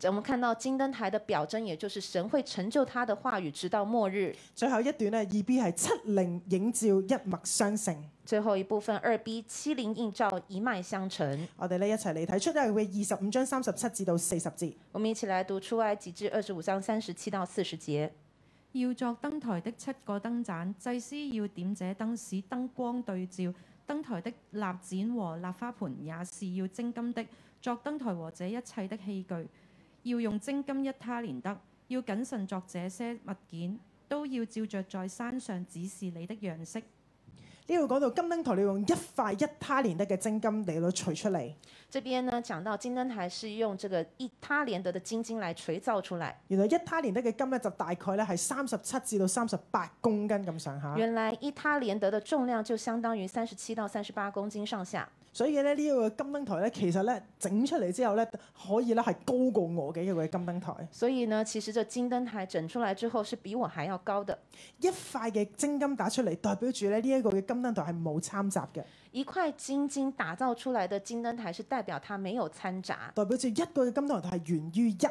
[SPEAKER 11] 我们看到金灯台的表征，也就是神会成就他的话语，直到末日。
[SPEAKER 10] 最後一段呢，二 B 係七零影照一脈相承。
[SPEAKER 11] 最后一部分二 B 七零映照一脉相承。
[SPEAKER 10] 我哋呢一齊嚟睇出埃及嘅二十五章三十七至到四十節。
[SPEAKER 11] 我们一起来读出埃及记二十五章三十七到四十节。
[SPEAKER 12] 要作燈台的七個燈盞，祭司要點這燈，使燈光對照。燈台的立展和立花盆也是要精金的，作燈台和這一切的器具，要用精金一他連得。要謹慎作這些物件，都要照着在山上指示你的樣式。
[SPEAKER 10] 呢度講到金燈台，你用一塊一他連得嘅精金嚟到除出嚟。
[SPEAKER 11] 这边呢讲到金灯台是用这个一他连得的金晶来锤造出来。
[SPEAKER 10] 原來一他連得嘅金咧就大概咧係三十七至到三十八公斤咁上下。
[SPEAKER 11] 原来一他连得的重量就相当于三十七到三十八公斤上下。
[SPEAKER 10] 所以咧呢一個金燈台咧，其實咧整出嚟之後咧，可以咧係高過我嘅一個金燈台。
[SPEAKER 11] 所以呢，其实这金灯台整出来之后是比我还要高的。
[SPEAKER 10] 一塊嘅精金打出嚟，代表住咧呢一個嘅金燈台係冇參雜嘅，
[SPEAKER 11] 一块金晶打造出来的金灯台是代表它没有掺杂，
[SPEAKER 10] 代表住一個嘅金燈台係源於一，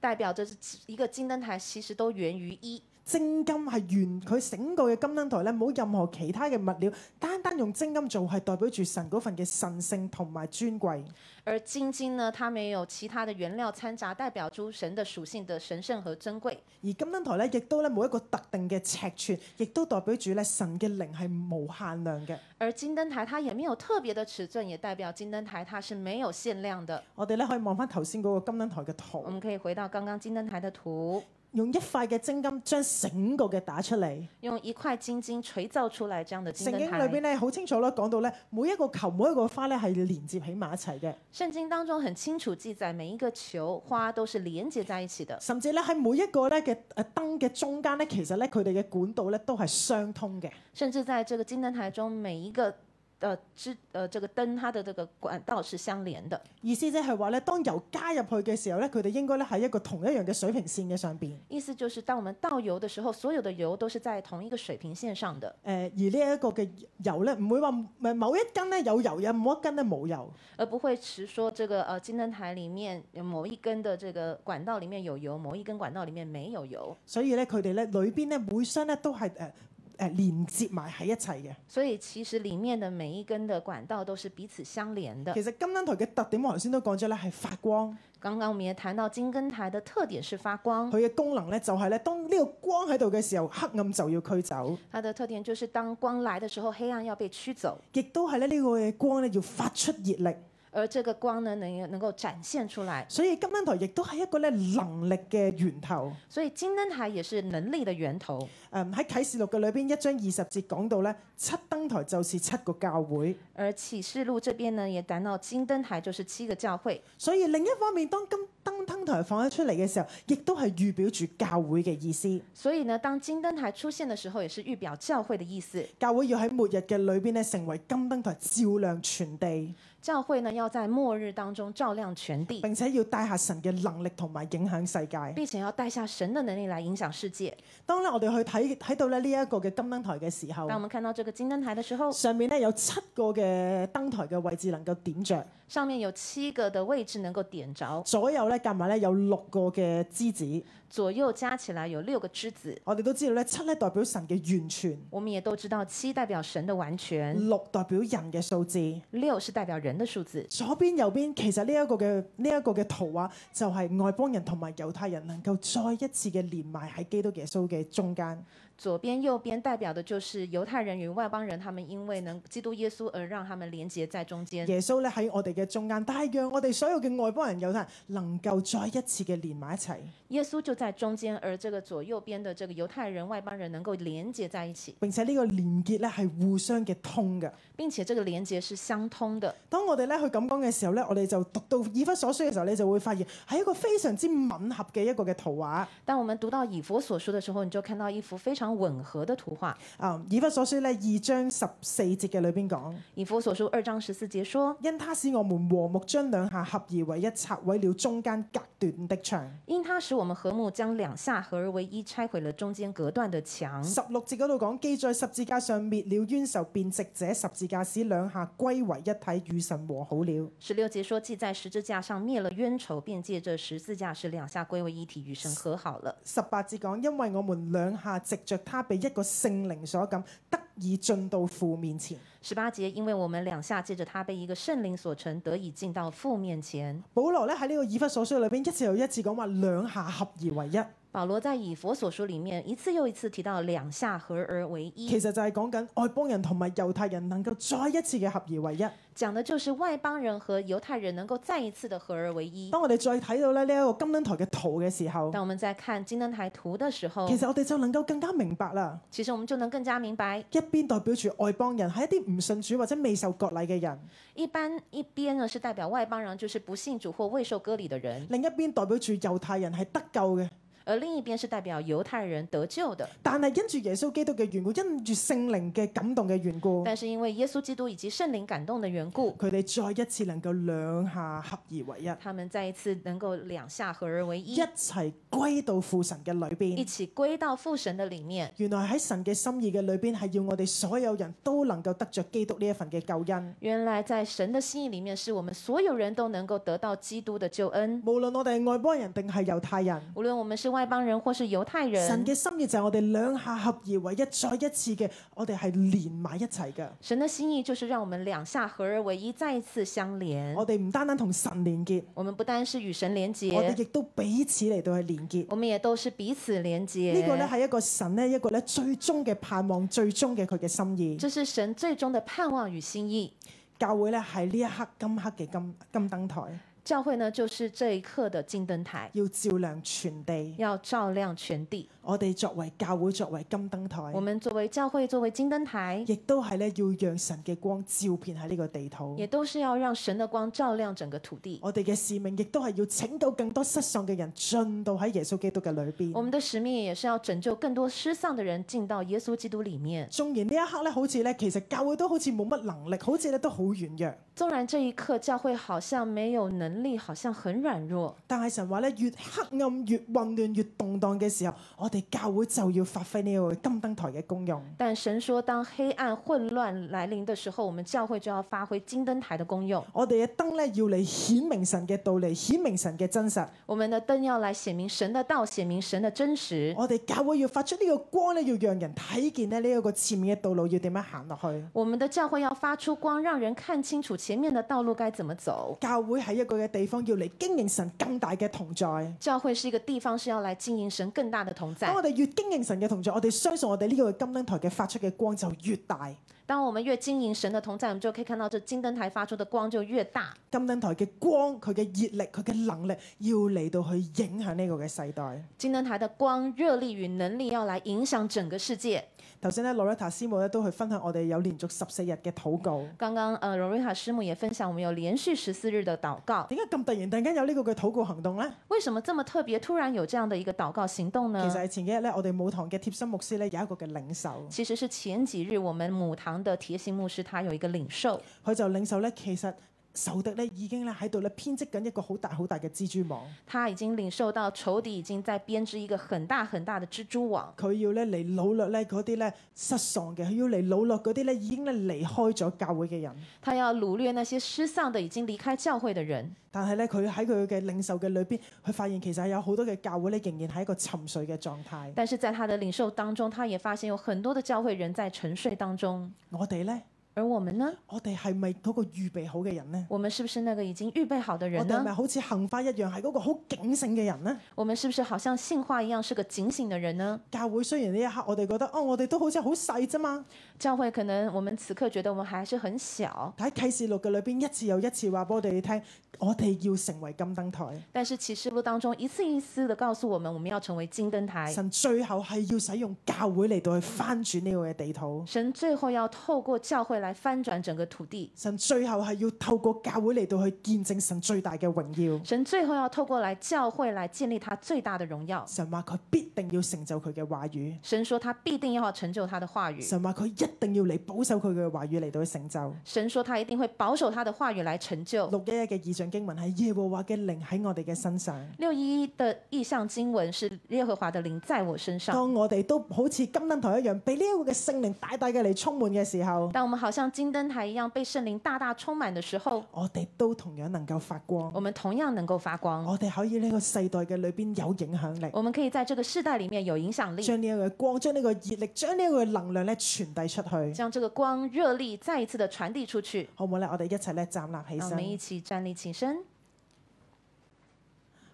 [SPEAKER 11] 代表这是一个金灯台其实都源于一。
[SPEAKER 10] 精金係源佢整個嘅金燈台咧冇任何其他嘅物料，單單用精金做係代表住神嗰份嘅神聖同埋尊貴。
[SPEAKER 11] 而金晶呢，它没有其他的原料掺杂，代表诸神的属性的神圣和珍贵。
[SPEAKER 10] 而金燈台咧，亦都咧冇一個特定嘅尺寸，亦都代表住咧神嘅靈係無限量嘅。
[SPEAKER 11] 而金灯台它也没有特别的尺寸，也代表金灯台它是没有限量的。
[SPEAKER 10] 我哋咧可以望翻頭先嗰個金燈台嘅
[SPEAKER 11] 我
[SPEAKER 10] 圖，
[SPEAKER 11] 们可以回到刚刚金灯台的图，
[SPEAKER 10] 用一塊嘅精金將整個嘅打出嚟。
[SPEAKER 11] 用一块金晶锤造出来这样的金
[SPEAKER 10] 聖
[SPEAKER 11] 灯
[SPEAKER 10] 經裏
[SPEAKER 11] 台。
[SPEAKER 10] 邊咧好清楚啦，講到咧每一個球每一個花咧係連接起埋一齊嘅，
[SPEAKER 11] 圣经当中很清楚记载，每一个球花都是连接在一起的，
[SPEAKER 10] 甚至咧喺每一個咧嘅誒燈嘅中間咧，其實咧佢哋嘅管道咧都係相通嘅。
[SPEAKER 11] 甚至在这个金灯台中，每一个呃之呃这个灯它的这个管道是相连的，
[SPEAKER 10] 意思即係話咧，當油加入去嘅時候咧，佢哋應該咧喺一個同一樣嘅水平線嘅上邊。
[SPEAKER 11] 意思就是当我们倒油的时候，所有的油都是在同一个水平线上的，
[SPEAKER 10] 誒、呃而呢一個嘅油咧，唔會話唔某一根咧有油，有某一根咧冇油。
[SPEAKER 11] 而不会持说这个呃金灯台里面有某一根的这个管道里面有油，某一根管道里面没有油，
[SPEAKER 10] 所以咧，佢哋咧裏邊咧每箱咧都係誒誒連接埋喺一齊嘅。
[SPEAKER 11] 所以其实里面的每一根的管道都是彼此相连的
[SPEAKER 10] 其。實金燈台嘅特點，我頭先都講咗咧，係發光。
[SPEAKER 11] 刚刚我们也谈到金根台的特點是发光，
[SPEAKER 10] 佢嘅功能咧就係咧，當呢個光喺度嘅時候，黑暗就要驅走，
[SPEAKER 11] 它的特點就是当光来的时候，黑暗要被驱走，
[SPEAKER 10] 亦都係咧呢個嘅光咧要發出熱力。
[SPEAKER 11] 而这个光呢能能夠展現出來。
[SPEAKER 10] 所以金燈台亦都係一個咧能力嘅源頭。
[SPEAKER 11] 所以金灯台也是能力的源头。
[SPEAKER 10] 誒喺啟示錄嘅裏邊一章二十節講到咧，七燈台就是七個教會。
[SPEAKER 11] 而啟示錄這邊呢，也談到金燈台就是七個教會，
[SPEAKER 10] 所以另一方面，當金燈燈台放咗出嚟嘅時候，亦都係預表住教會嘅意思。
[SPEAKER 11] 所以呢，當金燈台出現的時候，也是預表教會的意思。
[SPEAKER 10] 教會要喺末日嘅裏邊咧，成為金燈台照亮全地，
[SPEAKER 11] 教會呢要在末日當中照亮全地，
[SPEAKER 10] 並且要帶下神嘅能力同埋影響世界。
[SPEAKER 11] 並且要帶下神的能力來影響世界。
[SPEAKER 10] 當咧我哋去睇睇到咧呢一個嘅金燈台嘅時候
[SPEAKER 11] 當我，們看到這個金燈台的時候，
[SPEAKER 10] 上面咧有七個嘅燈台嘅位置能夠點着，
[SPEAKER 11] 上面有七個的位置能夠點着，
[SPEAKER 10] 左右咧夾埋咧有六個嘅枝子。
[SPEAKER 11] 左右加起來有六個枝子。
[SPEAKER 10] 我哋都知道咧，七咧代表神嘅完全，
[SPEAKER 11] 我們也都知道，七代表神的完全，
[SPEAKER 10] 六代表人嘅數字。
[SPEAKER 11] 六是代表人的數字。
[SPEAKER 10] 左邊右邊，其實呢一個嘅呢一個嘅圖畫，就係外邦人同埋猶太人能夠再一次嘅連埋喺基督耶穌嘅中間。
[SPEAKER 11] 左邊、右邊代表的就是猶太人與外邦人，他們因為能基督耶穌而讓他們連接在中間。
[SPEAKER 10] 耶穌咧喺我哋嘅中間，但係讓我哋所有嘅外邦人、猶太人能夠再一次嘅連埋一齊，
[SPEAKER 11] 耶穌就在中間，而這個左右邊的這個猶太人、外邦人能夠連接在一起，
[SPEAKER 10] 並且呢個連結咧係互相嘅通嘅。
[SPEAKER 11] 並且這個連接是相通的。
[SPEAKER 10] 當我哋咧去咁講嘅時候咧，我哋就讀到以弗所書嘅時候，你就會發現係一個非常之吻合嘅一個嘅圖畫。
[SPEAKER 11] 當我們讀到以佛所書的時候，你就看到一幅非常吻合的圖畫。
[SPEAKER 10] 啊，以弗所書咧二章十四節嘅裏邊講。
[SPEAKER 11] 以佛所書二章十四節說
[SPEAKER 10] 因他使我們和睦，將兩下合而為一，拆毀了中間隔斷的牆。：“
[SPEAKER 11] 因他使我們和睦，將兩下合而為一，拆毀了中間隔斷的牆。”
[SPEAKER 10] 十六節嗰度講，記在十字架上滅了冤仇，便藉者十字架使兩下歸為一體，與神和好了。
[SPEAKER 11] 十六节说，既在十字架上灭了冤仇，便借着十字架使两下归为一体，与神和好了。
[SPEAKER 10] 十八節講，因為我們兩下藉着他被一個聖靈所感，得以進到父面前。
[SPEAKER 11] 十八节，因为我们两下借着他被一个圣灵所成，得以进到父面前。
[SPEAKER 10] 保羅咧喺呢個以弗所書裏邊一次又一次講話兩下合而為一，
[SPEAKER 11] 保罗在以佛所书里面一次又一次提到两下合而为一
[SPEAKER 10] 其，實就係講緊外邦人同埋猶太人能夠再一次嘅合而為一。
[SPEAKER 11] 讲的就是外邦人和犹太人能够再一次的合而为一。
[SPEAKER 10] 當我哋再睇到咧呢一個金燈台嘅圖嘅時候，
[SPEAKER 11] 当我们在看金灯台图的时候
[SPEAKER 10] 其，實我哋就能夠更加明白啦。
[SPEAKER 11] 其实我们就能更加明白，
[SPEAKER 10] 一邊代表住外邦人係一啲唔信主或者未受割禮嘅人，
[SPEAKER 11] 一般一边呢是代表外邦人，就是不信主或未受割礼的人，
[SPEAKER 10] 另一邊代表住猶太人係得救嘅。
[SPEAKER 11] 而另一边是代表犹太人得救的。
[SPEAKER 10] 但係因住耶穌基督嘅緣故，因住聖靈嘅感動嘅緣故，
[SPEAKER 11] 但是因为耶稣基督以及圣灵感动的缘故，
[SPEAKER 10] 佢哋再一次能夠兩下合而為一，
[SPEAKER 11] 他们再一次能够两下合而为一
[SPEAKER 10] 一，齊歸到父神嘅裏
[SPEAKER 11] 一
[SPEAKER 10] 邊。
[SPEAKER 11] 起归到父神的里面。
[SPEAKER 10] 原來喺神嘅心意嘅裏邊，係要我哋所有人都能夠得着基督呢一份嘅救恩。
[SPEAKER 11] 原来在神的心意里面，是我们所有人都能够得到基督的救恩。
[SPEAKER 10] 無論我哋係外邦人定係猶太人，
[SPEAKER 11] 无论我们是外邦人或是猶太人，
[SPEAKER 10] 神嘅心意就係我哋兩下合而為一，再一次嘅，我哋係連埋一齊嘅。
[SPEAKER 11] 神的心意就是让我们两下合而为一，再一次相连。
[SPEAKER 10] 我哋唔單單同神連結，
[SPEAKER 11] 我们不单是與神连
[SPEAKER 10] 我哋
[SPEAKER 11] 结，
[SPEAKER 10] 亦都彼此嚟到去連結。
[SPEAKER 11] 我们也都是彼此连结。
[SPEAKER 10] 呢個咧係一個神咧一個咧最終嘅盼望，最終嘅佢嘅心意。
[SPEAKER 11] 这是神最终的盼望与心意。
[SPEAKER 10] 教會咧喺呢一刻今刻嘅金金燈台，
[SPEAKER 11] 教会呢，就是这一刻的金灯台，
[SPEAKER 10] 要照亮全地。
[SPEAKER 11] 要照亮全地。
[SPEAKER 10] 我哋作為教會，作為金燈台
[SPEAKER 11] 我，们作为教会，作为金灯台，
[SPEAKER 10] 亦都係咧要讓神嘅光照遍喺呢個地土。
[SPEAKER 11] 也都是要让神的光照亮整个土地。
[SPEAKER 10] 我哋嘅使命亦都係要拯救更多失喪嘅人進到喺耶穌基督嘅裏邊。
[SPEAKER 11] 我们的使命也是要拯救更多失丧的人进到耶稣基督里面。
[SPEAKER 10] 縱然呢一刻咧，好似咧其實教會都好似冇乜能力，好似咧都好軟弱。
[SPEAKER 11] 纵然这一刻教会好像没有能力，好像很软弱，
[SPEAKER 10] 但係神話咧，越黑暗、越混亂、越動盪嘅時候，我哋教會就要發揮呢個金燈台嘅功用。
[SPEAKER 11] 但神说，当黑暗混乱来临的时候，我们教会就要发挥金灯台的功用。
[SPEAKER 10] 我哋嘅燈咧要嚟顯明神嘅道理，顯明神嘅真實。
[SPEAKER 11] 我们的灯要来显明神的道，显明神的真实。
[SPEAKER 10] 我哋教會要發出呢個光咧，要讓人睇見咧呢一個前面嘅道路要點樣行落去。
[SPEAKER 11] 我们的教会要发出光，让人看清楚前面的道路该怎么走。
[SPEAKER 10] 教會喺一個嘅地方要嚟經營神更大嘅同在。
[SPEAKER 11] 教会是一个地方，是要来经营神更大的同在
[SPEAKER 10] 當我。哋越經營神嘅同在，我哋相信我哋呢個金燈台嘅發出嘅光就越大。
[SPEAKER 11] 当我们越经营神的同在，我们就可以看到这金灯台发出的光就越大。
[SPEAKER 10] 金燈台嘅光，佢嘅熱力，佢嘅能力，要嚟到去影響呢個嘅世代。
[SPEAKER 11] 金灯台的光、热力与能力要来影响整个世界。
[SPEAKER 10] 頭先咧 l o r e t a 師母咧都去分享我哋有連續十四日嘅禱告。
[SPEAKER 11] 刚刚呃，荣瑞塔师母也分享，我们有连续十四日的祷告。
[SPEAKER 10] 點解咁突然突然間有呢個嘅禱告行動呢？
[SPEAKER 11] 为什么这么特别？突然有这样的一个祷告行动
[SPEAKER 10] 其
[SPEAKER 11] 呢？
[SPEAKER 10] 實係前幾日咧，我哋母堂嘅貼心牧師咧有一個嘅領袖，
[SPEAKER 11] 其实是前几日我们母堂的提醒牧师，他有一个领受，
[SPEAKER 10] 佢就領袖咧其實仇敵咧已經咧喺度咧編織緊一個好大好大嘅蜘蛛網，
[SPEAKER 11] 他已经领受到仇敌已经在编织一个很大很大的蜘蛛网，
[SPEAKER 10] 佢要咧嚟掳掠咧嗰啲咧失喪嘅，佢要嚟掳掠嗰啲咧已經咧離開咗教會嘅人。
[SPEAKER 11] 他要掳掠那些失丧的、已经离开教会的人。
[SPEAKER 10] 但係咧，佢喺佢嘅領袖嘅裏邊，佢發現其實有好多嘅教會咧，仍然喺一個沉睡嘅狀態。
[SPEAKER 11] 但是在他的领受当中，他也发现有很多的教会人在沉睡当中。
[SPEAKER 10] 我哋咧，
[SPEAKER 11] 而我们呢？
[SPEAKER 10] 我哋係咪嗰個預備好嘅人呢？
[SPEAKER 11] 我们是不是那个已经预备好的
[SPEAKER 10] 我
[SPEAKER 11] 人
[SPEAKER 10] 哋係咪
[SPEAKER 11] 呢？
[SPEAKER 10] 好似杏花一樣，係嗰個好警醒嘅人呢？
[SPEAKER 11] 我们是不是好像杏花一样是个警醒的人呢？
[SPEAKER 10] 教會雖然呢一刻我哋覺得，哦，我哋都好似好細啫嘛，
[SPEAKER 11] 教会可能我们此刻覺得我們还是很小，
[SPEAKER 10] 但喺啟示錄嘅裏邊一次又一次話俾我哋聽，我哋要成為金燈台。
[SPEAKER 11] 但是启示录当中一次一次的告訴我們，我們要成为金灯台。
[SPEAKER 10] 神最後係要使用教會嚟到去翻轉呢個嘅地土。
[SPEAKER 11] 神最后要透過教會來翻轉整個土地，
[SPEAKER 10] 神最後係要透過教會嚟到去見證神最大嘅榮耀。
[SPEAKER 11] 神最后要透過來教會來建立他最大的榮耀。
[SPEAKER 10] 神話佢必定要成就佢嘅話語，
[SPEAKER 11] 神說他必定要成就他的話語，
[SPEAKER 10] 神話佢一定要嚟保守佢嘅話語嚟到去成就。
[SPEAKER 11] 神說他一定會保守他的話語來成就。
[SPEAKER 10] 六一一嘅異象經文係耶和華嘅靈喺我哋嘅身上，
[SPEAKER 11] 六一一的意象經文是耶和華的靈在我身上。
[SPEAKER 10] 當我哋都好似金燈台一樣，被呢一個嘅聖靈大大嘅嚟充滿嘅時候，
[SPEAKER 11] 當我們好像金燈台一樣被聖靈大大充滿的時候，
[SPEAKER 10] 我哋都同樣能夠發光
[SPEAKER 11] 我，們同樣能夠發光。
[SPEAKER 10] 我哋可以呢個世代嘅裏邊有影響力，
[SPEAKER 11] 我们可以在这个世代里面有影响力，
[SPEAKER 10] 將呢一個光、將呢個熱力、將呢一個能量咧傳遞出去，
[SPEAKER 11] 将这个光热力再一次的传递出去。
[SPEAKER 10] 好唔好咧？我哋一齊咧站立起
[SPEAKER 11] 让我
[SPEAKER 10] 身
[SPEAKER 11] 们。一起站立起身。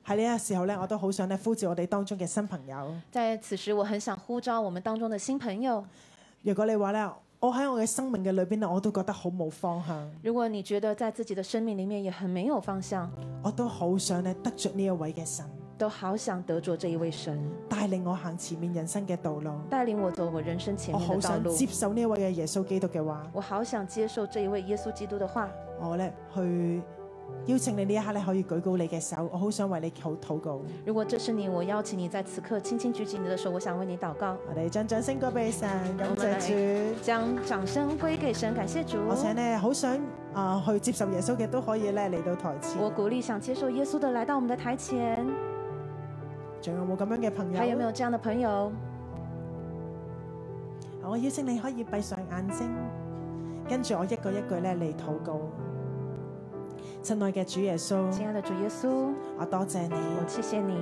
[SPEAKER 10] 喺呢一個時候咧，我都好想咧呼召我哋當中嘅新朋友。
[SPEAKER 11] 在此时，我很想呼召我们当中的新朋友。
[SPEAKER 10] 如果你話咧，我喺我嘅生命嘅裏邊咧，我都覺得好冇方向，
[SPEAKER 11] 如果你觉得在自己的生命里面也很没有方向，
[SPEAKER 10] 我都好想咧得着呢一位嘅神，
[SPEAKER 11] 都好想得着这一位神，
[SPEAKER 10] 帶領我行前面人生嘅道路。
[SPEAKER 11] 带领我走我人生前
[SPEAKER 10] 我
[SPEAKER 11] 面
[SPEAKER 10] 哦好
[SPEAKER 11] 的道
[SPEAKER 10] 想
[SPEAKER 11] 路。
[SPEAKER 10] 接受呢一位嘅耶穌基督嘅話，
[SPEAKER 11] 我好想接受这一位耶稣基督的话。
[SPEAKER 10] 我咧去邀請你呢一刻咧可以舉高你嘅手，我好想為你好禱告。
[SPEAKER 11] 如果这是你，我邀请你在此刻轻轻举起你的手，我想为你祷告，
[SPEAKER 10] 我哋將掌聲歸俾神，感謝主。
[SPEAKER 11] 将掌声归给神，感谢主。
[SPEAKER 10] 我想咧好想啊、去接受耶穌嘅都可以咧嚟到台前。
[SPEAKER 11] 我鼓励想接受耶稣的来到我们的台前。
[SPEAKER 10] 仲有冇咁樣嘅朋友？
[SPEAKER 11] 还有没有这样的朋友？
[SPEAKER 10] 我邀請你可以閉上眼睛，跟住我一句一句咧嚟禱告。親愛嘅主耶穌，
[SPEAKER 11] 亲爱的主耶稣，
[SPEAKER 10] 我多謝你，
[SPEAKER 11] 我谢谢你，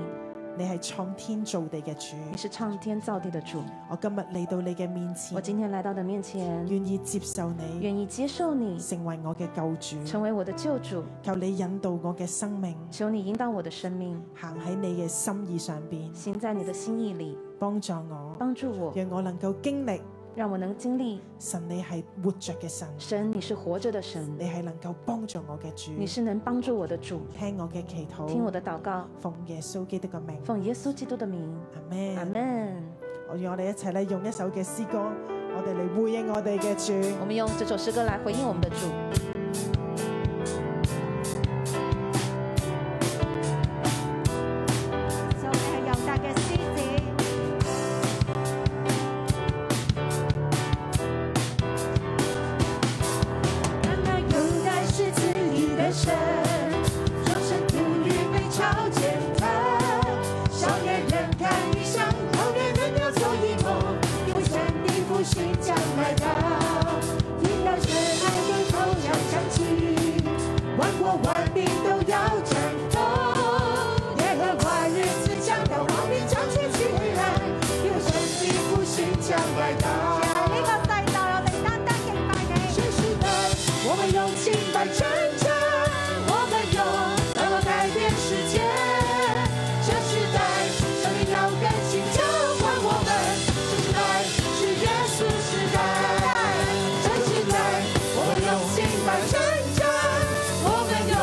[SPEAKER 10] 你係創天造地嘅主。
[SPEAKER 11] 你是创天造地的主。
[SPEAKER 10] 我今日嚟到你嘅面
[SPEAKER 11] 我
[SPEAKER 10] 前，
[SPEAKER 11] 今天来到的面前，
[SPEAKER 10] 願意接受你，
[SPEAKER 11] 愿意接受你
[SPEAKER 10] 成為我嘅救主。
[SPEAKER 11] 成为我的救主，
[SPEAKER 10] 求你引導我嘅生命，
[SPEAKER 11] 求你引导我的生命，
[SPEAKER 10] 行喺你嘅心意上邊，
[SPEAKER 11] 行在你的心意里，
[SPEAKER 10] 幫助我，
[SPEAKER 11] 帮助我，
[SPEAKER 10] 讓我能夠經歷
[SPEAKER 11] 让我能经历
[SPEAKER 10] 神你係活着嘅神，
[SPEAKER 11] 神，你是活着的神
[SPEAKER 10] 你，係能夠幫助我嘅主
[SPEAKER 11] 你，是能帮助我的主。
[SPEAKER 10] 聽我嘅祈
[SPEAKER 11] 听我
[SPEAKER 10] 禱，
[SPEAKER 11] 的祷告，
[SPEAKER 10] 奉耶穌基督嘅名，
[SPEAKER 11] 奉耶穌基督的名，
[SPEAKER 10] 阿
[SPEAKER 11] 阿
[SPEAKER 10] 咩？
[SPEAKER 11] 门。
[SPEAKER 10] 我願我哋一齊咧用一首嘅詩歌，我哋嚟回應我哋嘅主。
[SPEAKER 11] 我们用这首诗歌来回应我们的主。
[SPEAKER 3] 就你係猶大嘅獅子，
[SPEAKER 2] 看那犹大是自己的神，终身不渝被超简单。少年人看异乡，老年人要做异梦，用山地复兴将来到。听到神爱的口角响起，万国万民都要战斗。耶和华日子将到，王民将去去未来，用山地复兴将来到。
[SPEAKER 3] 呢個世代我哋單單敬拜
[SPEAKER 2] 是
[SPEAKER 3] 你，
[SPEAKER 2] 时代，我们用清白成长，我们用祷告改变世界。这时代，生命要更新，召唤我们。这时代是耶稣时代，这时代我们用清白成长，我们用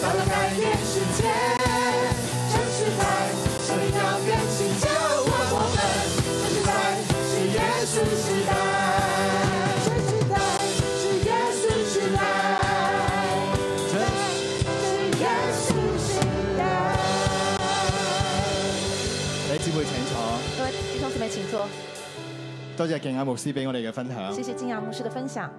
[SPEAKER 2] 祷告改变世界。这时代，生命要更新，召唤我们。这时代是耶稣时代。这时代是耶稣时代，这是耶稣时代。
[SPEAKER 13] 你姊妹請坐，
[SPEAKER 11] 各位弟兄姊妹，请坐。
[SPEAKER 13] 多謝敬雅牧師俾我哋嘅分享
[SPEAKER 11] 谢。谢金雅牧师的分享。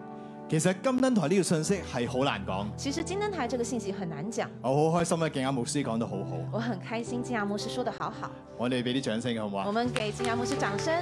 [SPEAKER 13] 其實金燈台呢個信息係好難講，
[SPEAKER 11] 其實金灯台这个信息很難講，
[SPEAKER 13] 我好開心咧，敬雅牧師講得好好，
[SPEAKER 11] 我很開心金雅牧师说的好好。
[SPEAKER 13] 我哋俾啲掌聲佢好唔好
[SPEAKER 11] 我
[SPEAKER 13] 啊？
[SPEAKER 11] 們給金雅牧师掌聲。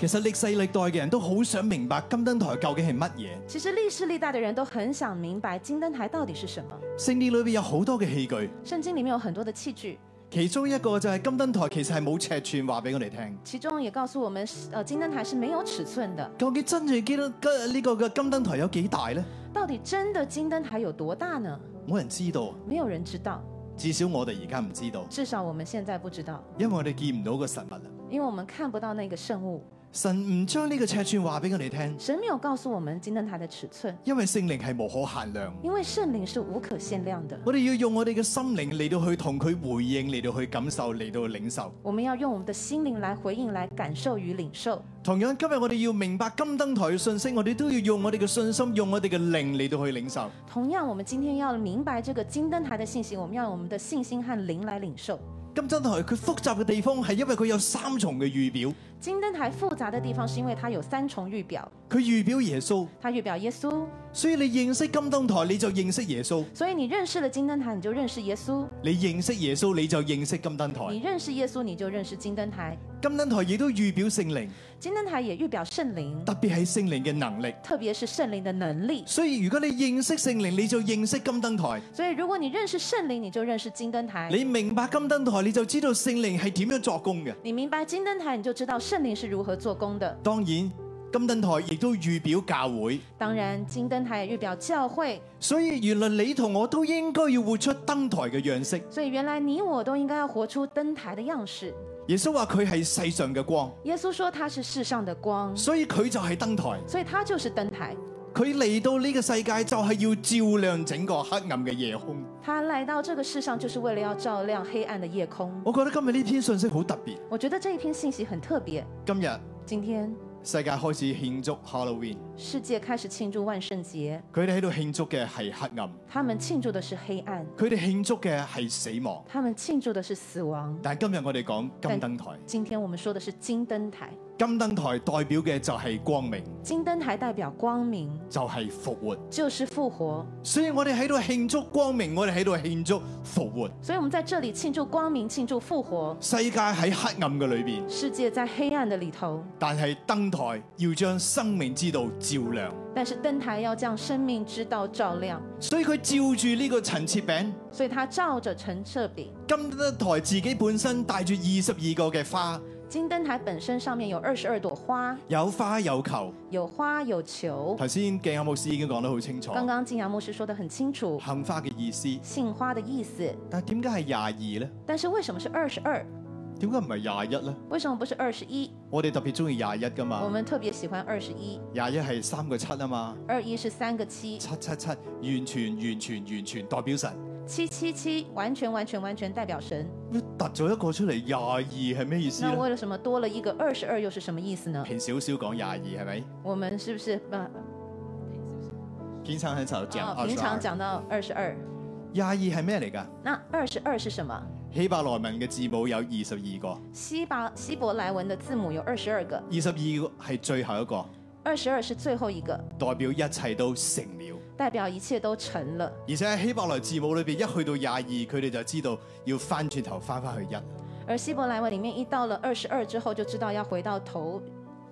[SPEAKER 13] 其實歷世歷代嘅人都好想明白金燈台究竟係乜嘢。
[SPEAKER 11] 其實歷世歷代的人都很想明白金灯台到底是什麼。
[SPEAKER 13] 聖經裏邊有好多嘅器具，
[SPEAKER 11] 聖經里面有很多的器具，
[SPEAKER 13] 其中一個就係金燈台，其實係冇尺寸話俾我哋聽。
[SPEAKER 11] 其中也告訴我們，呃，金灯台是沒有尺寸的。
[SPEAKER 13] 究竟真正基督呢個嘅金燈台有幾大呢？
[SPEAKER 11] 到底真的金灯台有多大呢？
[SPEAKER 13] 冇人知道，
[SPEAKER 11] 沒有人知道，
[SPEAKER 13] 至少我哋而家唔知道，
[SPEAKER 11] 至少我們現在不知道，
[SPEAKER 13] 因為我哋見唔到個實物啊。
[SPEAKER 11] 因為我們看不到那個聖物。
[SPEAKER 13] 神唔將呢個尺寸話俾我哋聽，
[SPEAKER 11] 神沒有告訴我們金灯台的尺寸，
[SPEAKER 13] 因為聖靈係無可限量。
[SPEAKER 11] 因為聖靈是無可限量的。
[SPEAKER 13] 我哋要用我哋嘅心靈嚟到去同佢回應，嚟到去感受，嚟到領受。
[SPEAKER 11] 我們要用我們的心靈來回應、來感受與領受。
[SPEAKER 13] 同樣，今日我哋要明白金燈台嘅信息，我哋都要用我哋嘅信心，用我哋嘅靈嚟到去領受。
[SPEAKER 11] 同樣，我們今天要明白這個金燈台的信息，我們要用我們的信心和靈來領受。
[SPEAKER 13] 金燈台佢複雜嘅地方係因為佢有三重嘅預表，
[SPEAKER 11] 金燈台複雜的地方是因為它有三重預表，
[SPEAKER 13] 佢預表耶穌，
[SPEAKER 11] 它預表耶穌，
[SPEAKER 13] 所以你認識金燈台，你就認識耶穌；
[SPEAKER 11] 所以你認識了金燈台，你就認識耶穌；
[SPEAKER 13] 你認識耶穌，你就認識金燈台。
[SPEAKER 11] 你認識耶穌，你就認識金燈台。
[SPEAKER 13] 金燈台亦都預表聖靈，
[SPEAKER 11] 金燈台也預表聖靈，
[SPEAKER 13] 特別係聖靈嘅能力。
[SPEAKER 11] 特別是聖靈的能力。
[SPEAKER 13] 所以如果你認識聖靈，你就認識金燈台；
[SPEAKER 11] 所以，如果你認識聖靈，你就認識金燈台；
[SPEAKER 13] 你明白金燈台，你就知道聖靈係點樣作工嘅。
[SPEAKER 11] 你明白金燈台，你就知道聖靈是如何做工的。
[SPEAKER 13] 當然，金燈台亦都預表教會，
[SPEAKER 11] 當然，金燈台也預表教會，
[SPEAKER 13] 所以原來你同我都應該要活出燈台嘅樣式。
[SPEAKER 11] 所以原來你我都應該要活出燈台的樣式。
[SPEAKER 13] 耶穌話佢係世上嘅光，
[SPEAKER 11] 耶穌說他是世上的光，
[SPEAKER 13] 所以佢就係燈台。
[SPEAKER 11] 所以他就是燈台。
[SPEAKER 13] 佢嚟到呢個世界就係要照亮整個黑暗嘅夜空。
[SPEAKER 11] 他來到這個世上，就是為了要照亮黑暗的夜空。
[SPEAKER 13] 我覺得今日呢篇信息好特別。
[SPEAKER 11] 我覺得這一篇信息很特別。
[SPEAKER 13] 今日
[SPEAKER 11] 今天
[SPEAKER 13] 世界開始慶祝 Halloween，
[SPEAKER 11] 世界開始慶祝萬聖節，
[SPEAKER 13] 佢哋喺度慶祝嘅係黑暗，
[SPEAKER 11] 他們慶祝的是黑暗，
[SPEAKER 13] 佢哋慶祝嘅係死亡。
[SPEAKER 11] 他們慶祝的是死亡。
[SPEAKER 13] 但今日我哋講金燈台，
[SPEAKER 11] 今天我們說的是金燈台，
[SPEAKER 13] 金燈台代表嘅就係光明，
[SPEAKER 11] 金燈台代表光明，
[SPEAKER 13] 就係復活。
[SPEAKER 11] 就是復活。
[SPEAKER 13] 所以我哋喺度慶祝光明，我哋喺度慶祝復活。
[SPEAKER 11] 所以我們在這裡慶祝光明，慶祝復活。
[SPEAKER 13] 世界喺黑暗嘅裏邊，
[SPEAKER 11] 世界在黑暗的裡頭，
[SPEAKER 13] 但係燈台要將生命之道照亮。
[SPEAKER 11] 但是燈台要將生命之道照亮，
[SPEAKER 13] 所以佢照住呢個陳設餅，
[SPEAKER 11] 所以它照着陳設餅。
[SPEAKER 13] 金德台自己本身帶住二十二個嘅花，
[SPEAKER 11] 金燈台本身上面有二十二朵花，
[SPEAKER 13] 有花有球。
[SPEAKER 11] 有花有球。
[SPEAKER 13] 頭先鏡雅牧師已經講得好清楚，
[SPEAKER 11] 剛剛金阳牧師說得很清楚，
[SPEAKER 13] 杏花嘅意思。
[SPEAKER 11] 杏花的意思。
[SPEAKER 13] 但點解係廿二呢？
[SPEAKER 11] 但是為什麼是二十二？
[SPEAKER 13] 點解唔係廿一咧？
[SPEAKER 11] 为什么不是二十一？
[SPEAKER 13] 我哋特別中意廿一噶
[SPEAKER 11] 我
[SPEAKER 13] 嘛，
[SPEAKER 11] 们特别喜欢二十一，
[SPEAKER 13] 廿一係三個七啊嘛，
[SPEAKER 11] 二一是三个七，
[SPEAKER 13] 七七七完全完全完全代表神，
[SPEAKER 11] 七七七完全完全完全代表神。
[SPEAKER 13] 突咗一個出嚟廿二係咩意思
[SPEAKER 11] 那
[SPEAKER 13] 咧？
[SPEAKER 11] 为了什么多了一个二十二又是什么意思呢？
[SPEAKER 13] 平少少講廿二係咪？
[SPEAKER 11] 我们是不是啊？
[SPEAKER 13] 平常很少講
[SPEAKER 11] 哦
[SPEAKER 13] 二
[SPEAKER 11] 平
[SPEAKER 13] 十
[SPEAKER 11] 常
[SPEAKER 13] 二。
[SPEAKER 11] 讲到二十二，
[SPEAKER 13] 廿二係咩嚟㗎？
[SPEAKER 11] 那二十二是什么？
[SPEAKER 13] 希伯來文嘅字母有二十二個，
[SPEAKER 11] 希伯希伯来文的字母有二十二个，
[SPEAKER 13] 二十二係最後一個，
[SPEAKER 11] 二十二是最后一个，
[SPEAKER 13] 代表一切都成了。
[SPEAKER 11] 代表一切都成了。
[SPEAKER 13] 而且喺希伯來字母裏邊，一去到廿二，佢哋就知道要翻轉頭翻翻去一。
[SPEAKER 11] 而希伯来文里面一到了二十二之后，就知道要回到头，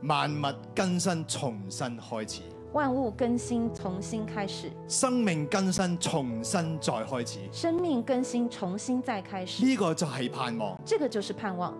[SPEAKER 13] 萬物更新，重新開始；
[SPEAKER 11] 万物更新，重新开始，
[SPEAKER 13] 生命更新，重新再開始。
[SPEAKER 11] 生命更新，重新再开始。
[SPEAKER 13] 呢、個就係盼望。
[SPEAKER 11] 这个就是盼望。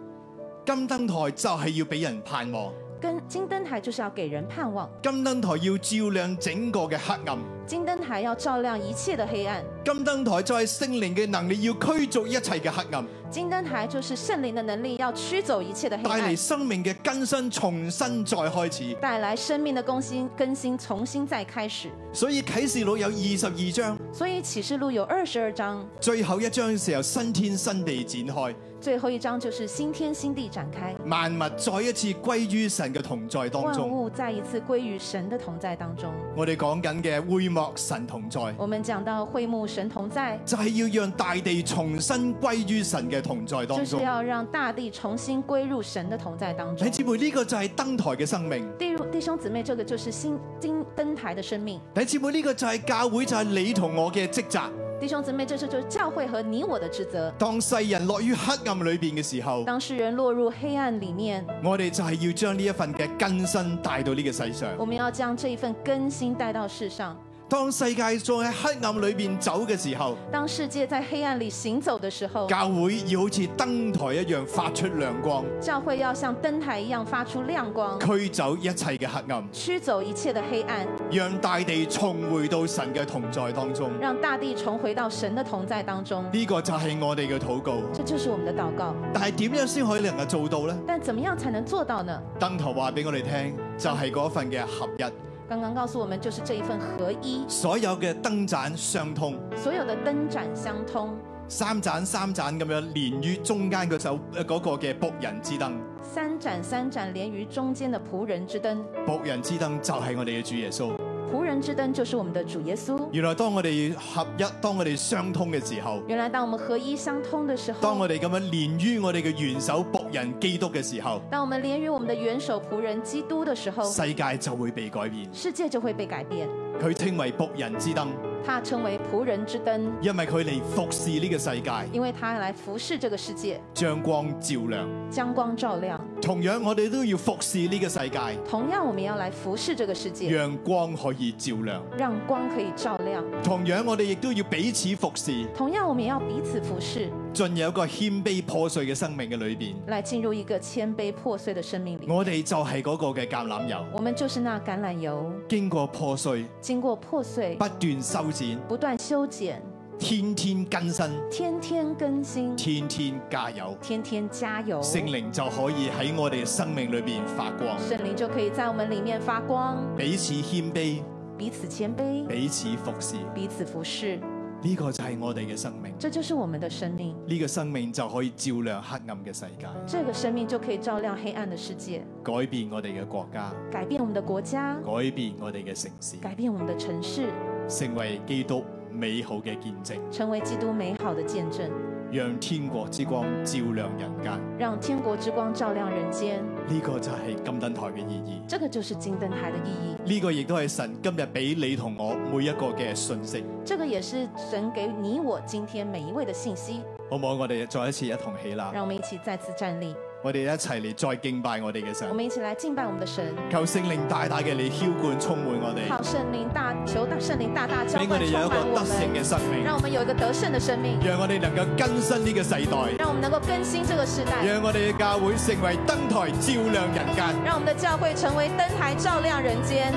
[SPEAKER 13] 金燈台就係要俾人盼望，
[SPEAKER 11] 跟金灯台就是要给人盼望，
[SPEAKER 13] 金燈台要照亮整個嘅黑暗，
[SPEAKER 11] 金灯台要照亮一切的黑暗，
[SPEAKER 13] 金燈台就係聖靈嘅能力要驅逐一切嘅黑暗，
[SPEAKER 11] 金灯台就是圣灵的能力要驱走一切的黑
[SPEAKER 13] 帶
[SPEAKER 11] 暗
[SPEAKER 13] 嚟，生命嘅更新，重新再開始。
[SPEAKER 11] 带来生命的更新，更新重新再开始。
[SPEAKER 13] 所以啟示錄有二十二章，
[SPEAKER 11] 所以启示录有二十二章，
[SPEAKER 13] 最後一章是由新天新地展開，
[SPEAKER 11] 最后一章就是新天新地展开，
[SPEAKER 13] 萬物再一次歸於神嘅同在當
[SPEAKER 11] 万
[SPEAKER 13] 中。
[SPEAKER 11] 物再一次归于神的同在当中。
[SPEAKER 13] 我哋講緊嘅會幕神同在，
[SPEAKER 11] 我们讲到会幕神同在，
[SPEAKER 13] 就係要讓大地重新歸於神嘅同在當
[SPEAKER 11] 就是
[SPEAKER 13] 中。
[SPEAKER 11] 要让大地重新归入神的同在当
[SPEAKER 13] 弟
[SPEAKER 11] 中
[SPEAKER 13] 兄。姊妹，呢、個就係燈台嘅生命。
[SPEAKER 11] 弟兄弟兄姊妹，这个就是新金灯台的生命。
[SPEAKER 13] 弟兄姊妹，呢、個就係教會，就係你同我嘅職責。
[SPEAKER 11] 弟兄姊妹，这是就是教会和你我的职责。
[SPEAKER 13] 當世人落於黑暗裏邊嘅時候，
[SPEAKER 11] 当事人落入黑暗里面，
[SPEAKER 13] 我哋就係要將呢一份嘅更新帶到呢個世
[SPEAKER 11] 我
[SPEAKER 13] 上。
[SPEAKER 11] 们要将这一份更新带到世上。
[SPEAKER 13] 當世界仲喺黑暗裏邊走嘅時候，
[SPEAKER 11] 当世界在黑暗里行走的时候，
[SPEAKER 13] 教會要好似燈台一樣發出亮光，
[SPEAKER 11] 教会要像灯台一样发出亮光，
[SPEAKER 13] 驅走一切嘅黑暗，
[SPEAKER 11] 驱走一切的黑暗，
[SPEAKER 13] 讓大地重回到神嘅同在當中。呢、
[SPEAKER 11] 让大地重回到神的同在当中。
[SPEAKER 13] 個就係我哋嘅禱告。
[SPEAKER 11] 这就是我们的祷告。
[SPEAKER 13] 但係點樣先可以能夠做到呢？
[SPEAKER 11] 但怎么样才能做到呢？
[SPEAKER 13] 燈台話俾我哋聽，就係嗰份嘅合一，
[SPEAKER 11] 刚刚告诉我们，就是这一份合一，
[SPEAKER 13] 所有嘅燈盞相通。
[SPEAKER 11] 所有的灯盏相通，
[SPEAKER 13] 三盞三盞咁樣連於中間嗰首呃嗰個嘅仆人之燈，
[SPEAKER 11] 三盏三盏连于中间的仆人之灯。
[SPEAKER 13] 仆人之燈就係我哋嘅主耶穌。
[SPEAKER 11] 仆人之灯就是我们的主耶稣。
[SPEAKER 13] 原來當我哋合一，當我哋相通嘅時候，
[SPEAKER 11] 原来当我们合一相通的时候，
[SPEAKER 13] 當我哋咁樣連於我哋嘅元首仆人基督嘅時候，
[SPEAKER 11] 当我们连于我们的元首仆人基督的时候，
[SPEAKER 13] 世界就會被改變。
[SPEAKER 11] 世界就会被改变。
[SPEAKER 13] 佢稱為仆人之燈，
[SPEAKER 11] 他称为仆人之灯，
[SPEAKER 13] 因為佢嚟服侍呢個世界，
[SPEAKER 11] 因为他来服侍这个世界，
[SPEAKER 13] 將光照亮。
[SPEAKER 11] 将光照亮。
[SPEAKER 13] 同樣，我哋都要服侍呢個世界，
[SPEAKER 11] 同样，我们要来服侍这个世界，
[SPEAKER 13] 讓光可以照亮。
[SPEAKER 11] 让光可以照亮。
[SPEAKER 13] 同樣，我哋亦都要彼此服侍，
[SPEAKER 11] 同样，我们也要彼此服侍，
[SPEAKER 13] 進入一個謙卑破碎嘅生命嘅裏邊。
[SPEAKER 11] 来进入一个谦卑破碎的生命里。
[SPEAKER 13] 我哋就係嗰個嘅橄欖油，
[SPEAKER 11] 我们就是那橄榄油，
[SPEAKER 13] 經過破碎，
[SPEAKER 11] 经过破碎，
[SPEAKER 13] 不斷修剪，
[SPEAKER 11] 不断修剪，
[SPEAKER 13] 天天更新，
[SPEAKER 11] 天天更新，
[SPEAKER 13] 天天加油。
[SPEAKER 11] 天天加油。
[SPEAKER 13] 聖靈就可以喺我哋嘅生命裏邊發光，
[SPEAKER 11] 圣灵就可以在我们里面发光，
[SPEAKER 13] 彼此謙卑，
[SPEAKER 11] 彼此谦卑，
[SPEAKER 13] 彼此服侍。
[SPEAKER 11] 彼此服侍。
[SPEAKER 13] 呢、個就係我哋嘅生命，
[SPEAKER 11] 这就是我们的生命，
[SPEAKER 13] 呢、個生命就可以照亮黑暗嘅世界，
[SPEAKER 11] 这个生命就可以照亮黑暗的世界，
[SPEAKER 13] 改變我哋嘅國家，
[SPEAKER 11] 改变我们的国家，
[SPEAKER 13] 改變我哋嘅城市，
[SPEAKER 11] 改變我們的城市，
[SPEAKER 13] 成為基督美好嘅見證，
[SPEAKER 11] 成為基督美好的見證，
[SPEAKER 13] 讓天國之光照亮人間。呢、
[SPEAKER 11] 讓天國之光照亮人間。
[SPEAKER 13] 個就係金燈台嘅意義。
[SPEAKER 11] 这个就是金燈台的意義，
[SPEAKER 13] 呢個亦都係神今日俾你同我每一個嘅信息，
[SPEAKER 11] 这个也是神給你我今天每一位的信息。
[SPEAKER 13] 好唔好？我哋再一次一同起立，
[SPEAKER 11] 讓我們一起再次站立，
[SPEAKER 13] 我哋一齊嚟再敬拜我哋嘅
[SPEAKER 11] 我
[SPEAKER 13] 神，
[SPEAKER 11] 們一起來敬拜我們的神。
[SPEAKER 13] 求聖靈大大嘅嚟浇灌充滿我
[SPEAKER 11] 靠
[SPEAKER 13] 哋，
[SPEAKER 11] 聖靈大，求大聖靈大大浇
[SPEAKER 13] 俾我
[SPEAKER 11] 灌
[SPEAKER 13] 哋
[SPEAKER 11] 充
[SPEAKER 13] 有一
[SPEAKER 11] 滿
[SPEAKER 13] 個
[SPEAKER 11] 我
[SPEAKER 13] 得勝嘅
[SPEAKER 11] 們，
[SPEAKER 13] 生命，
[SPEAKER 11] 讓我們有一個得勝的生命，
[SPEAKER 13] 讓我哋能夠更新呢個世代，
[SPEAKER 11] 讓我們能夠更新這個時代，
[SPEAKER 13] 讓我哋嘅教會成為燈台照亮人間。
[SPEAKER 11] 讓我們的教會成為燈台照亮人間。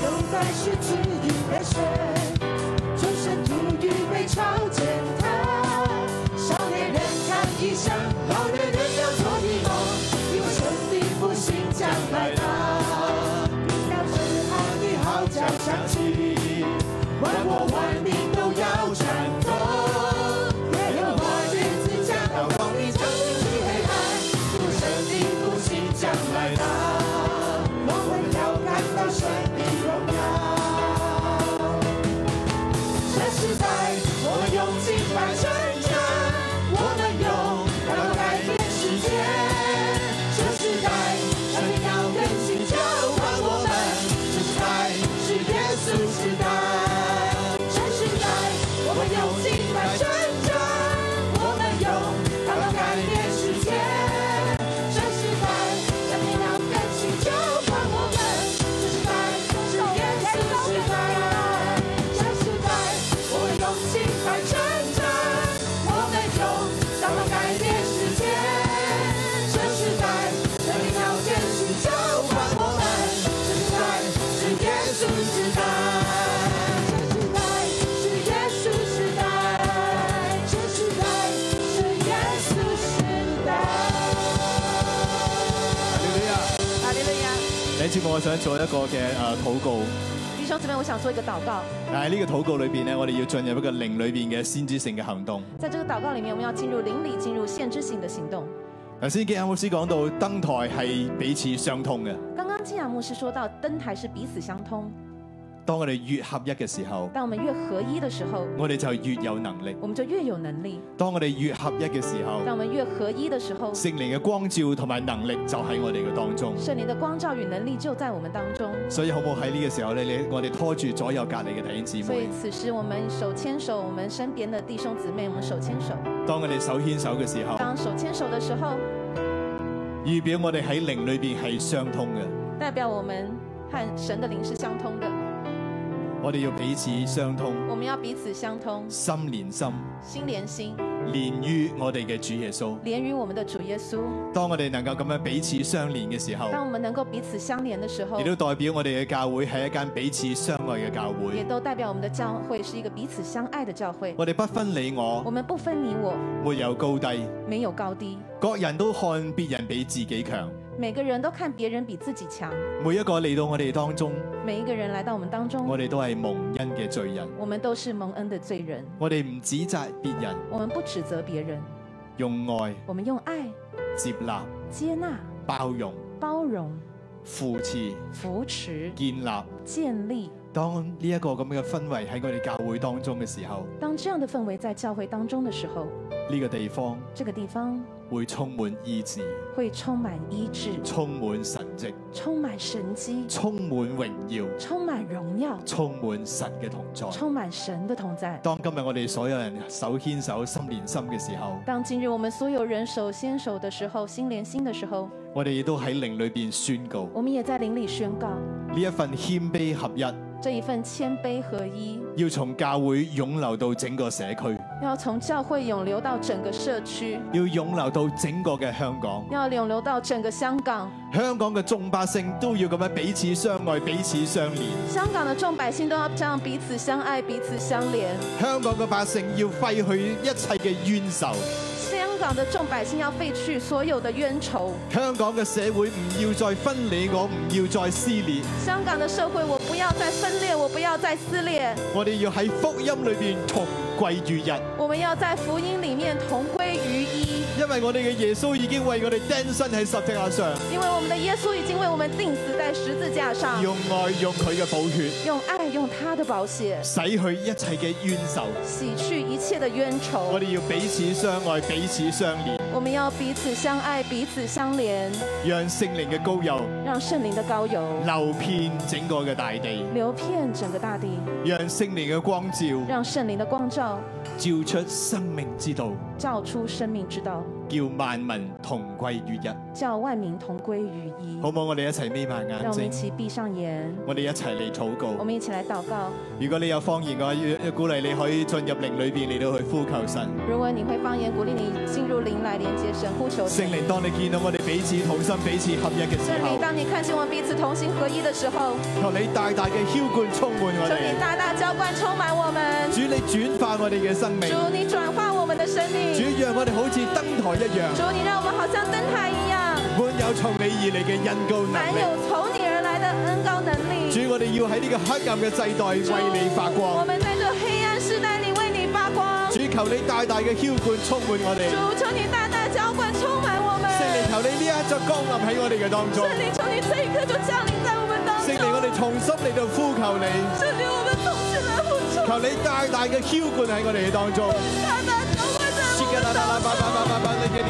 [SPEAKER 2] 有待失去与被水，周身土与被潮践踏，少年人看
[SPEAKER 13] 弟姊妹，我想做一個嘅誒禱告。
[SPEAKER 11] 弟兄姊妹，我想做一个祷告，
[SPEAKER 13] 但係呢個禱告裏邊咧，我哋要進入一個靈裏邊嘅先知性嘅行動。
[SPEAKER 11] 在这个祷告里面，我们要进入邻里，进入限制性的行動。
[SPEAKER 13] 頭先基亞牧師講到登台係彼此相通嘅，
[SPEAKER 11] 刚刚基雅牧师说到，登台是彼此相通，
[SPEAKER 13] 當我哋越合一嘅時候，
[SPEAKER 11] 当我们越合一的时候，
[SPEAKER 13] 我哋就越有能力；
[SPEAKER 11] 我們就越有能力；
[SPEAKER 13] 當我哋越合一嘅時候，
[SPEAKER 11] 当我們越合一的時候，
[SPEAKER 13] 聖靈嘅光照同埋能力就喺我哋嘅當中。
[SPEAKER 11] 聖靈的光照與能力就在我們當中。
[SPEAKER 13] 所以好唔好喺呢個時候咧，你我哋拖住左右隔離嘅弟兄姊
[SPEAKER 11] 所
[SPEAKER 13] 妹
[SPEAKER 11] 以，此時我們手牽手，我們身邊的弟兄姊妹，我們手牽手。
[SPEAKER 13] 當我哋手牽手嘅時候，
[SPEAKER 11] 當手牽手的時候，
[SPEAKER 13] 預表我哋喺靈裏邊係相通嘅，
[SPEAKER 11] 代表我們和神的靈是相通的，
[SPEAKER 13] 我哋要彼此相通，
[SPEAKER 11] 我們要彼此相通，
[SPEAKER 13] 心連心，
[SPEAKER 11] 心連心，
[SPEAKER 13] 連於我哋嘅主耶穌。
[SPEAKER 11] 連於我們的主耶穌。
[SPEAKER 13] 當我哋能夠咁樣彼此相連嘅時候，
[SPEAKER 11] 當我們能夠彼此相連的時候
[SPEAKER 13] 亦，都代表我哋嘅教會係一間彼此相愛嘅教
[SPEAKER 11] 也
[SPEAKER 13] 會。
[SPEAKER 11] 都代表我們的教會是一個彼此相愛的教會。
[SPEAKER 13] 我哋不分你
[SPEAKER 11] 我
[SPEAKER 13] 我，
[SPEAKER 11] 們不分你我，
[SPEAKER 13] 沒有高低，
[SPEAKER 11] 沒有高低，
[SPEAKER 13] 各人都看別人比自己強。
[SPEAKER 11] 每個人都看別人比自己強。
[SPEAKER 13] 每一個嚟到我哋當中，
[SPEAKER 11] 每一個人來到我們當中，
[SPEAKER 13] 我哋都係蒙恩嘅罪人。
[SPEAKER 11] 我們都是蒙恩的罪人，
[SPEAKER 13] 我哋唔指責別人，
[SPEAKER 11] 我們不指責別人，
[SPEAKER 13] 用愛
[SPEAKER 11] 我們用愛
[SPEAKER 13] 接納、
[SPEAKER 11] 接納、
[SPEAKER 13] 包容、
[SPEAKER 11] 包容、
[SPEAKER 13] 扶持、
[SPEAKER 11] 扶持、
[SPEAKER 13] 建立。
[SPEAKER 11] 建立。
[SPEAKER 13] 當呢一個咁嘅氛圍喺我哋教會當中嘅時候，
[SPEAKER 11] 當這樣的氛圍在教會當中的時候，
[SPEAKER 13] 呢、個地方
[SPEAKER 11] 這個地方
[SPEAKER 13] 會充滿醫治，
[SPEAKER 11] 會充滿醫治，
[SPEAKER 13] 充滿神蹟，
[SPEAKER 11] 充滿神機，
[SPEAKER 13] 充滿榮耀，
[SPEAKER 11] 充滿榮耀，
[SPEAKER 13] 充滿神嘅同在。
[SPEAKER 11] 充滿神的同在。
[SPEAKER 13] 當今日我哋所有人手牽手、心連心嘅時候，
[SPEAKER 11] 當今日我們所有人手牽手的時候，心連心的時候，
[SPEAKER 13] 我哋亦都喺靈裏邊宣告
[SPEAKER 11] 我們也在靈裡宣告
[SPEAKER 13] 呢一份謙卑合一，
[SPEAKER 11] 這一份謙卑合一，
[SPEAKER 13] 要從教會湧流到整個社區，
[SPEAKER 11] 要從教會湧流到整個社區，
[SPEAKER 13] 要湧流到整個嘅香港。
[SPEAKER 11] 要湧流到整個香港。
[SPEAKER 13] 香港嘅眾百姓都要咁樣彼此相愛、彼此相連。
[SPEAKER 11] 香港的眾百姓都要這樣彼此相愛、彼此相連。
[SPEAKER 13] 香港嘅百姓要廢去一切嘅冤仇，
[SPEAKER 11] 香港的眾百姓要廢去所有的冤仇。
[SPEAKER 13] 香港嘅社會唔要再分你我，唔要再撕裂。
[SPEAKER 11] 香港的社會，我不要再分裂，我不要再撕裂，
[SPEAKER 13] 我哋要喺福音裏邊同歸於一，
[SPEAKER 11] 我們要在福音裡面同歸於一。
[SPEAKER 13] 因為我哋嘅耶穌已經為我哋釘身喺十字架上，
[SPEAKER 11] 因為我們的耶穌已經為我們釘死在十字架上，
[SPEAKER 13] 用愛用佢嘅寶血
[SPEAKER 11] 用愛用他的寶血
[SPEAKER 13] 洗去一切嘅冤仇。
[SPEAKER 11] 洗去一切的冤仇
[SPEAKER 13] 我。哋要彼此相愛，彼此相連，
[SPEAKER 11] 我們要彼此相愛，彼此相連，
[SPEAKER 13] 讓聖靈嘅膏油
[SPEAKER 11] 讓聖靈的膏油
[SPEAKER 13] 流遍整個嘅大地，
[SPEAKER 11] 流遍整個大地，
[SPEAKER 13] 讓聖靈嘅光照
[SPEAKER 11] 讓聖靈的光照
[SPEAKER 13] 照出生命之道，
[SPEAKER 11] 照出生命之道，
[SPEAKER 13] 叫萬民同歸於一。
[SPEAKER 11] 叫萬民同歸於一
[SPEAKER 13] 好。唔好？我哋一齊眯埋眼
[SPEAKER 11] 讓我們一
[SPEAKER 13] 睛，
[SPEAKER 11] 起閉上眼，
[SPEAKER 13] 我哋一齊嚟禱
[SPEAKER 11] 我
[SPEAKER 13] 告。
[SPEAKER 11] 們一起來禱告。
[SPEAKER 13] 如果你有方言嘅話，要鼓勵你可以進入靈裏邊嚟到去呼求神。
[SPEAKER 11] 如果你會方言，鼓勵你進入靈來連接神，呼求
[SPEAKER 13] 聖
[SPEAKER 11] 神。
[SPEAKER 13] 靈，當你見到我哋彼此同心、彼此合一嘅時
[SPEAKER 11] 聖
[SPEAKER 13] 候
[SPEAKER 11] 靈，，當你看見我們彼此同心合一的時候，
[SPEAKER 13] 求你大大嘅澆灌充滿我
[SPEAKER 11] 求你
[SPEAKER 13] 哋。
[SPEAKER 11] 大大浇灌充滿我們。
[SPEAKER 13] 主，你轉化我哋嘅生命。
[SPEAKER 11] 主，你轉化我們的生
[SPEAKER 13] 主
[SPEAKER 11] 命。，
[SPEAKER 13] 讓我哋好似登台一樣，
[SPEAKER 11] 主，你讓我們好像燈台一樣，
[SPEAKER 13] 滿有從你而嚟嘅恩膏
[SPEAKER 11] 滿
[SPEAKER 13] 能
[SPEAKER 11] 有
[SPEAKER 13] 力。
[SPEAKER 11] 從你而來的恩膏能力。
[SPEAKER 13] 主，我哋要喺呢個黑暗嘅世代為你發
[SPEAKER 11] 我
[SPEAKER 13] 光。
[SPEAKER 11] 們在這黑暗世代裡為你發光。
[SPEAKER 13] 主，求你大大嘅澆灌充滿我哋。
[SPEAKER 11] 主，求你大大浇灌充滿我
[SPEAKER 13] 聖靈，
[SPEAKER 11] 們。
[SPEAKER 13] 求你呢一刻降臨喺我哋嘅當中
[SPEAKER 11] 聖。靈，求你這一刻就降臨在我們當
[SPEAKER 13] 聖
[SPEAKER 11] 中。
[SPEAKER 13] 靈，我哋重新嚟到呼求你，
[SPEAKER 11] 聖靈，我們同心來呼求，
[SPEAKER 13] 求你大大嘅澆灌喺我哋嘅當中。
[SPEAKER 11] 大大浇灌在我們當中。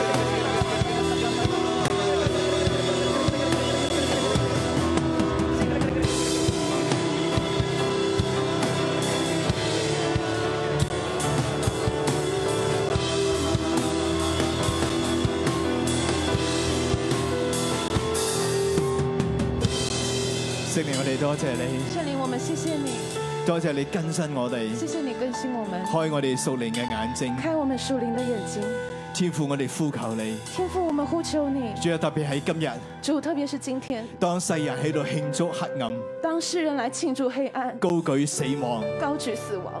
[SPEAKER 2] Thank
[SPEAKER 13] 多謝你，
[SPEAKER 14] 圣灵，我们谢谢你，
[SPEAKER 13] 多謝你更新我哋，
[SPEAKER 14] 谢谢你更新我们，
[SPEAKER 13] 開我哋屬靈嘅眼睛，
[SPEAKER 14] 开我们属灵的眼睛。
[SPEAKER 13] 天父我哋呼求你，
[SPEAKER 14] 天父，我们呼求你，
[SPEAKER 13] 主啊特別喺今日，
[SPEAKER 14] 主，特别是今天，
[SPEAKER 13] 當世人喺度慶祝黑暗、
[SPEAKER 14] 当世人来庆祝黑暗，
[SPEAKER 13] 高舉死亡，
[SPEAKER 14] 高举死亡，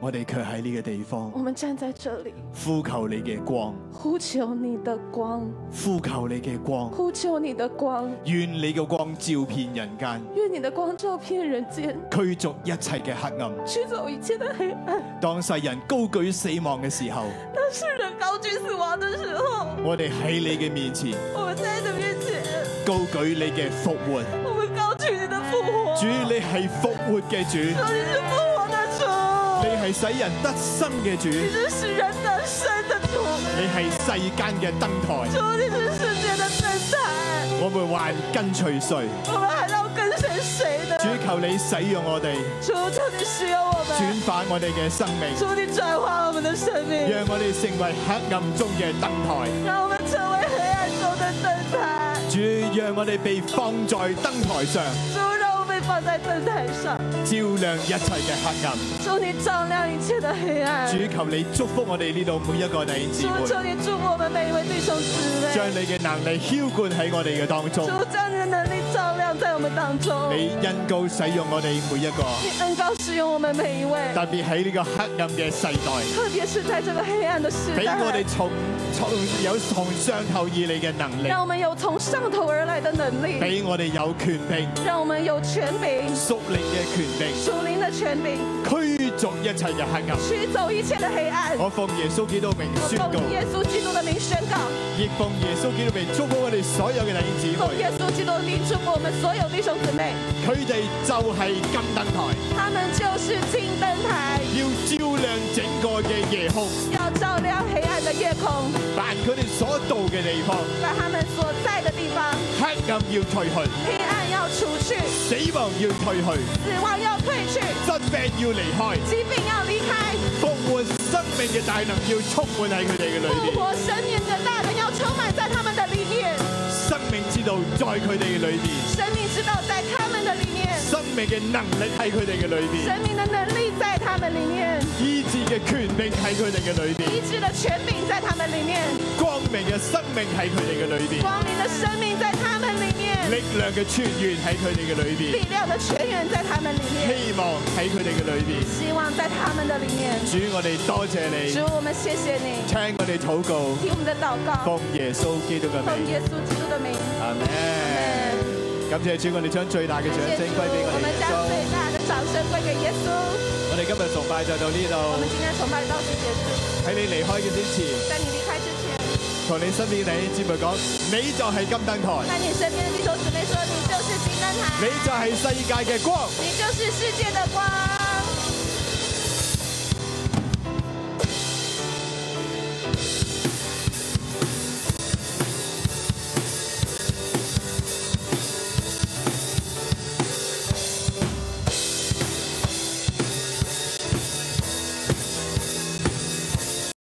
[SPEAKER 13] 我哋卻喺呢個地方
[SPEAKER 14] 我们站在这里，
[SPEAKER 13] 呼求你嘅光，
[SPEAKER 14] 呼求你的光，
[SPEAKER 13] 呼求你嘅光，
[SPEAKER 14] 呼求你的光，
[SPEAKER 13] 願你嘅光照遍人間，
[SPEAKER 14] 愿你的光照遍人间，
[SPEAKER 13] 驅逐一切嘅黑暗。
[SPEAKER 14] 驱走一切的黑暗。
[SPEAKER 13] 當世人高舉死亡嘅時候，
[SPEAKER 14] 当世人高举死亡的时候，
[SPEAKER 13] 我哋喺你嘅面前
[SPEAKER 14] 我们在你的面前，
[SPEAKER 13] 高舉你嘅復活。
[SPEAKER 14] 我们高举你的复活，
[SPEAKER 13] 主，你係復活嘅主，
[SPEAKER 14] 主你是复活的主，
[SPEAKER 13] 你係使人得生嘅主，
[SPEAKER 14] 你是使人得生的主，
[SPEAKER 13] 你係世間嘅燈台。
[SPEAKER 14] 主你是世界的灯台。
[SPEAKER 13] 我們還跟隨誰？
[SPEAKER 14] 我们还要跟随谁呢？
[SPEAKER 13] 主求你使用我哋，
[SPEAKER 14] 主，求你使用我
[SPEAKER 13] 轉
[SPEAKER 14] 们，
[SPEAKER 13] 化我哋嘅生命，
[SPEAKER 14] 主，你转化我们的生
[SPEAKER 13] 讓
[SPEAKER 14] 命，
[SPEAKER 13] 我哋成為黑暗中嘅燈台。
[SPEAKER 14] 让我们成为黑暗中的灯台。
[SPEAKER 13] 主，讓我哋被放在燈台上，
[SPEAKER 14] 主，让我们被放在灯台上，
[SPEAKER 13] 照亮一切嘅黑暗。
[SPEAKER 14] 主，你照亮一切的黑暗。
[SPEAKER 13] 主，求你祝福我哋呢度每一個弟兄姊
[SPEAKER 14] 主，求
[SPEAKER 13] 妹，
[SPEAKER 14] 你祝福我们每一位弟兄姊
[SPEAKER 13] 將你
[SPEAKER 14] 妹。
[SPEAKER 13] 嘅能力浇灌喺我哋嘅當中。
[SPEAKER 14] 主，将你的能力照亮在我们当中。
[SPEAKER 13] 你恩高使用我哋每一個，
[SPEAKER 14] 你恩高使用我们每一位，
[SPEAKER 13] 特別喺呢個黑暗嘅世代，
[SPEAKER 14] 特别是在这个黑暗的时
[SPEAKER 13] 俾
[SPEAKER 14] 代。
[SPEAKER 13] 我哋從從有從上頭以嚟嘅能力，
[SPEAKER 14] 让我们有从上头而来的能力，
[SPEAKER 13] 俾我哋有權柄。
[SPEAKER 14] 让我们有权柄，
[SPEAKER 13] 属灵嘅權柄，
[SPEAKER 14] 属灵的权柄。
[SPEAKER 13] 驅逐一切嘅黑暗。
[SPEAKER 14] 驱走一切的黑暗。
[SPEAKER 13] 我奉耶穌基督名
[SPEAKER 14] 我
[SPEAKER 13] 宣告，
[SPEAKER 14] 奉耶穌基督的名宣告，
[SPEAKER 13] 亦奉耶穌基督名祝福我哋所有嘅弟兄姊
[SPEAKER 14] 奉耶
[SPEAKER 13] 妹，
[SPEAKER 14] 穌基督的名祝福我们所有弟兄姊妹，
[SPEAKER 13] 佢哋就係金燈台，
[SPEAKER 14] 他们就是金灯台，
[SPEAKER 13] 要照亮整個嘅夜空，
[SPEAKER 14] 要照亮黑暗的夜空，
[SPEAKER 13] 凡佢哋所到嘅地方，
[SPEAKER 14] 把他们所在的地方
[SPEAKER 13] 黑暗要退去，
[SPEAKER 14] 黑暗要除去，
[SPEAKER 13] 死亡要退去，
[SPEAKER 14] 死亡要退去，
[SPEAKER 13] 疾病要離開，
[SPEAKER 14] 疾病要离开，
[SPEAKER 13] 復活生命嘅大能要充滿喺佢哋嘅裏
[SPEAKER 14] 复
[SPEAKER 13] 面，
[SPEAKER 14] 活生命的大能要充满在他们的里面，
[SPEAKER 13] 生命之道在佢哋嘅裏面，
[SPEAKER 14] 生命之道在他们的里面，
[SPEAKER 13] 生命嘅能力喺佢哋嘅裏面。
[SPEAKER 14] 生命的能力在他们里面，
[SPEAKER 13] 醫治嘅權柄喺佢哋嘅裏邊，
[SPEAKER 14] 医治的权柄在他们里面，
[SPEAKER 13] 光明嘅生命喺佢哋嘅裏邊，
[SPEAKER 14] 光明的生命在他们里面。
[SPEAKER 13] 力量嘅泉源喺佢哋嘅裏
[SPEAKER 14] 力
[SPEAKER 13] 邊，
[SPEAKER 14] 量的泉源在他们里面，
[SPEAKER 13] 希望喺佢哋嘅裏邊。
[SPEAKER 14] 希望在他们的里面。
[SPEAKER 13] 主，我哋多謝你，
[SPEAKER 14] 主，我们谢谢你，
[SPEAKER 13] 聽我哋禱告，
[SPEAKER 14] 听我们的祷告，
[SPEAKER 13] 奉耶穌基督嘅
[SPEAKER 14] 奉
[SPEAKER 13] 名，
[SPEAKER 14] 耶稣基督的名。
[SPEAKER 13] 阿門。感謝主，我哋將最大嘅掌
[SPEAKER 14] 谢谢
[SPEAKER 13] 聲
[SPEAKER 14] 主，
[SPEAKER 13] 歸俾
[SPEAKER 14] 我
[SPEAKER 13] 我哋
[SPEAKER 14] 们
[SPEAKER 13] 耶
[SPEAKER 14] 将最
[SPEAKER 13] 穌。
[SPEAKER 14] 大的掌声归给耶稣。
[SPEAKER 13] 我哋今日崇拜就到呢
[SPEAKER 14] 我们
[SPEAKER 13] 度，
[SPEAKER 14] 今天崇拜到此结束，
[SPEAKER 13] 喺你離開嘅之前，
[SPEAKER 14] 在你离开之前，
[SPEAKER 13] 同你身邊嘅弟兄姊妹講：你就係金燈台，
[SPEAKER 14] 在你身边的弟兄姊妹说，你就是金灯
[SPEAKER 13] 你
[SPEAKER 14] 台，
[SPEAKER 13] 就係世界嘅光。
[SPEAKER 14] 你就是世界的光。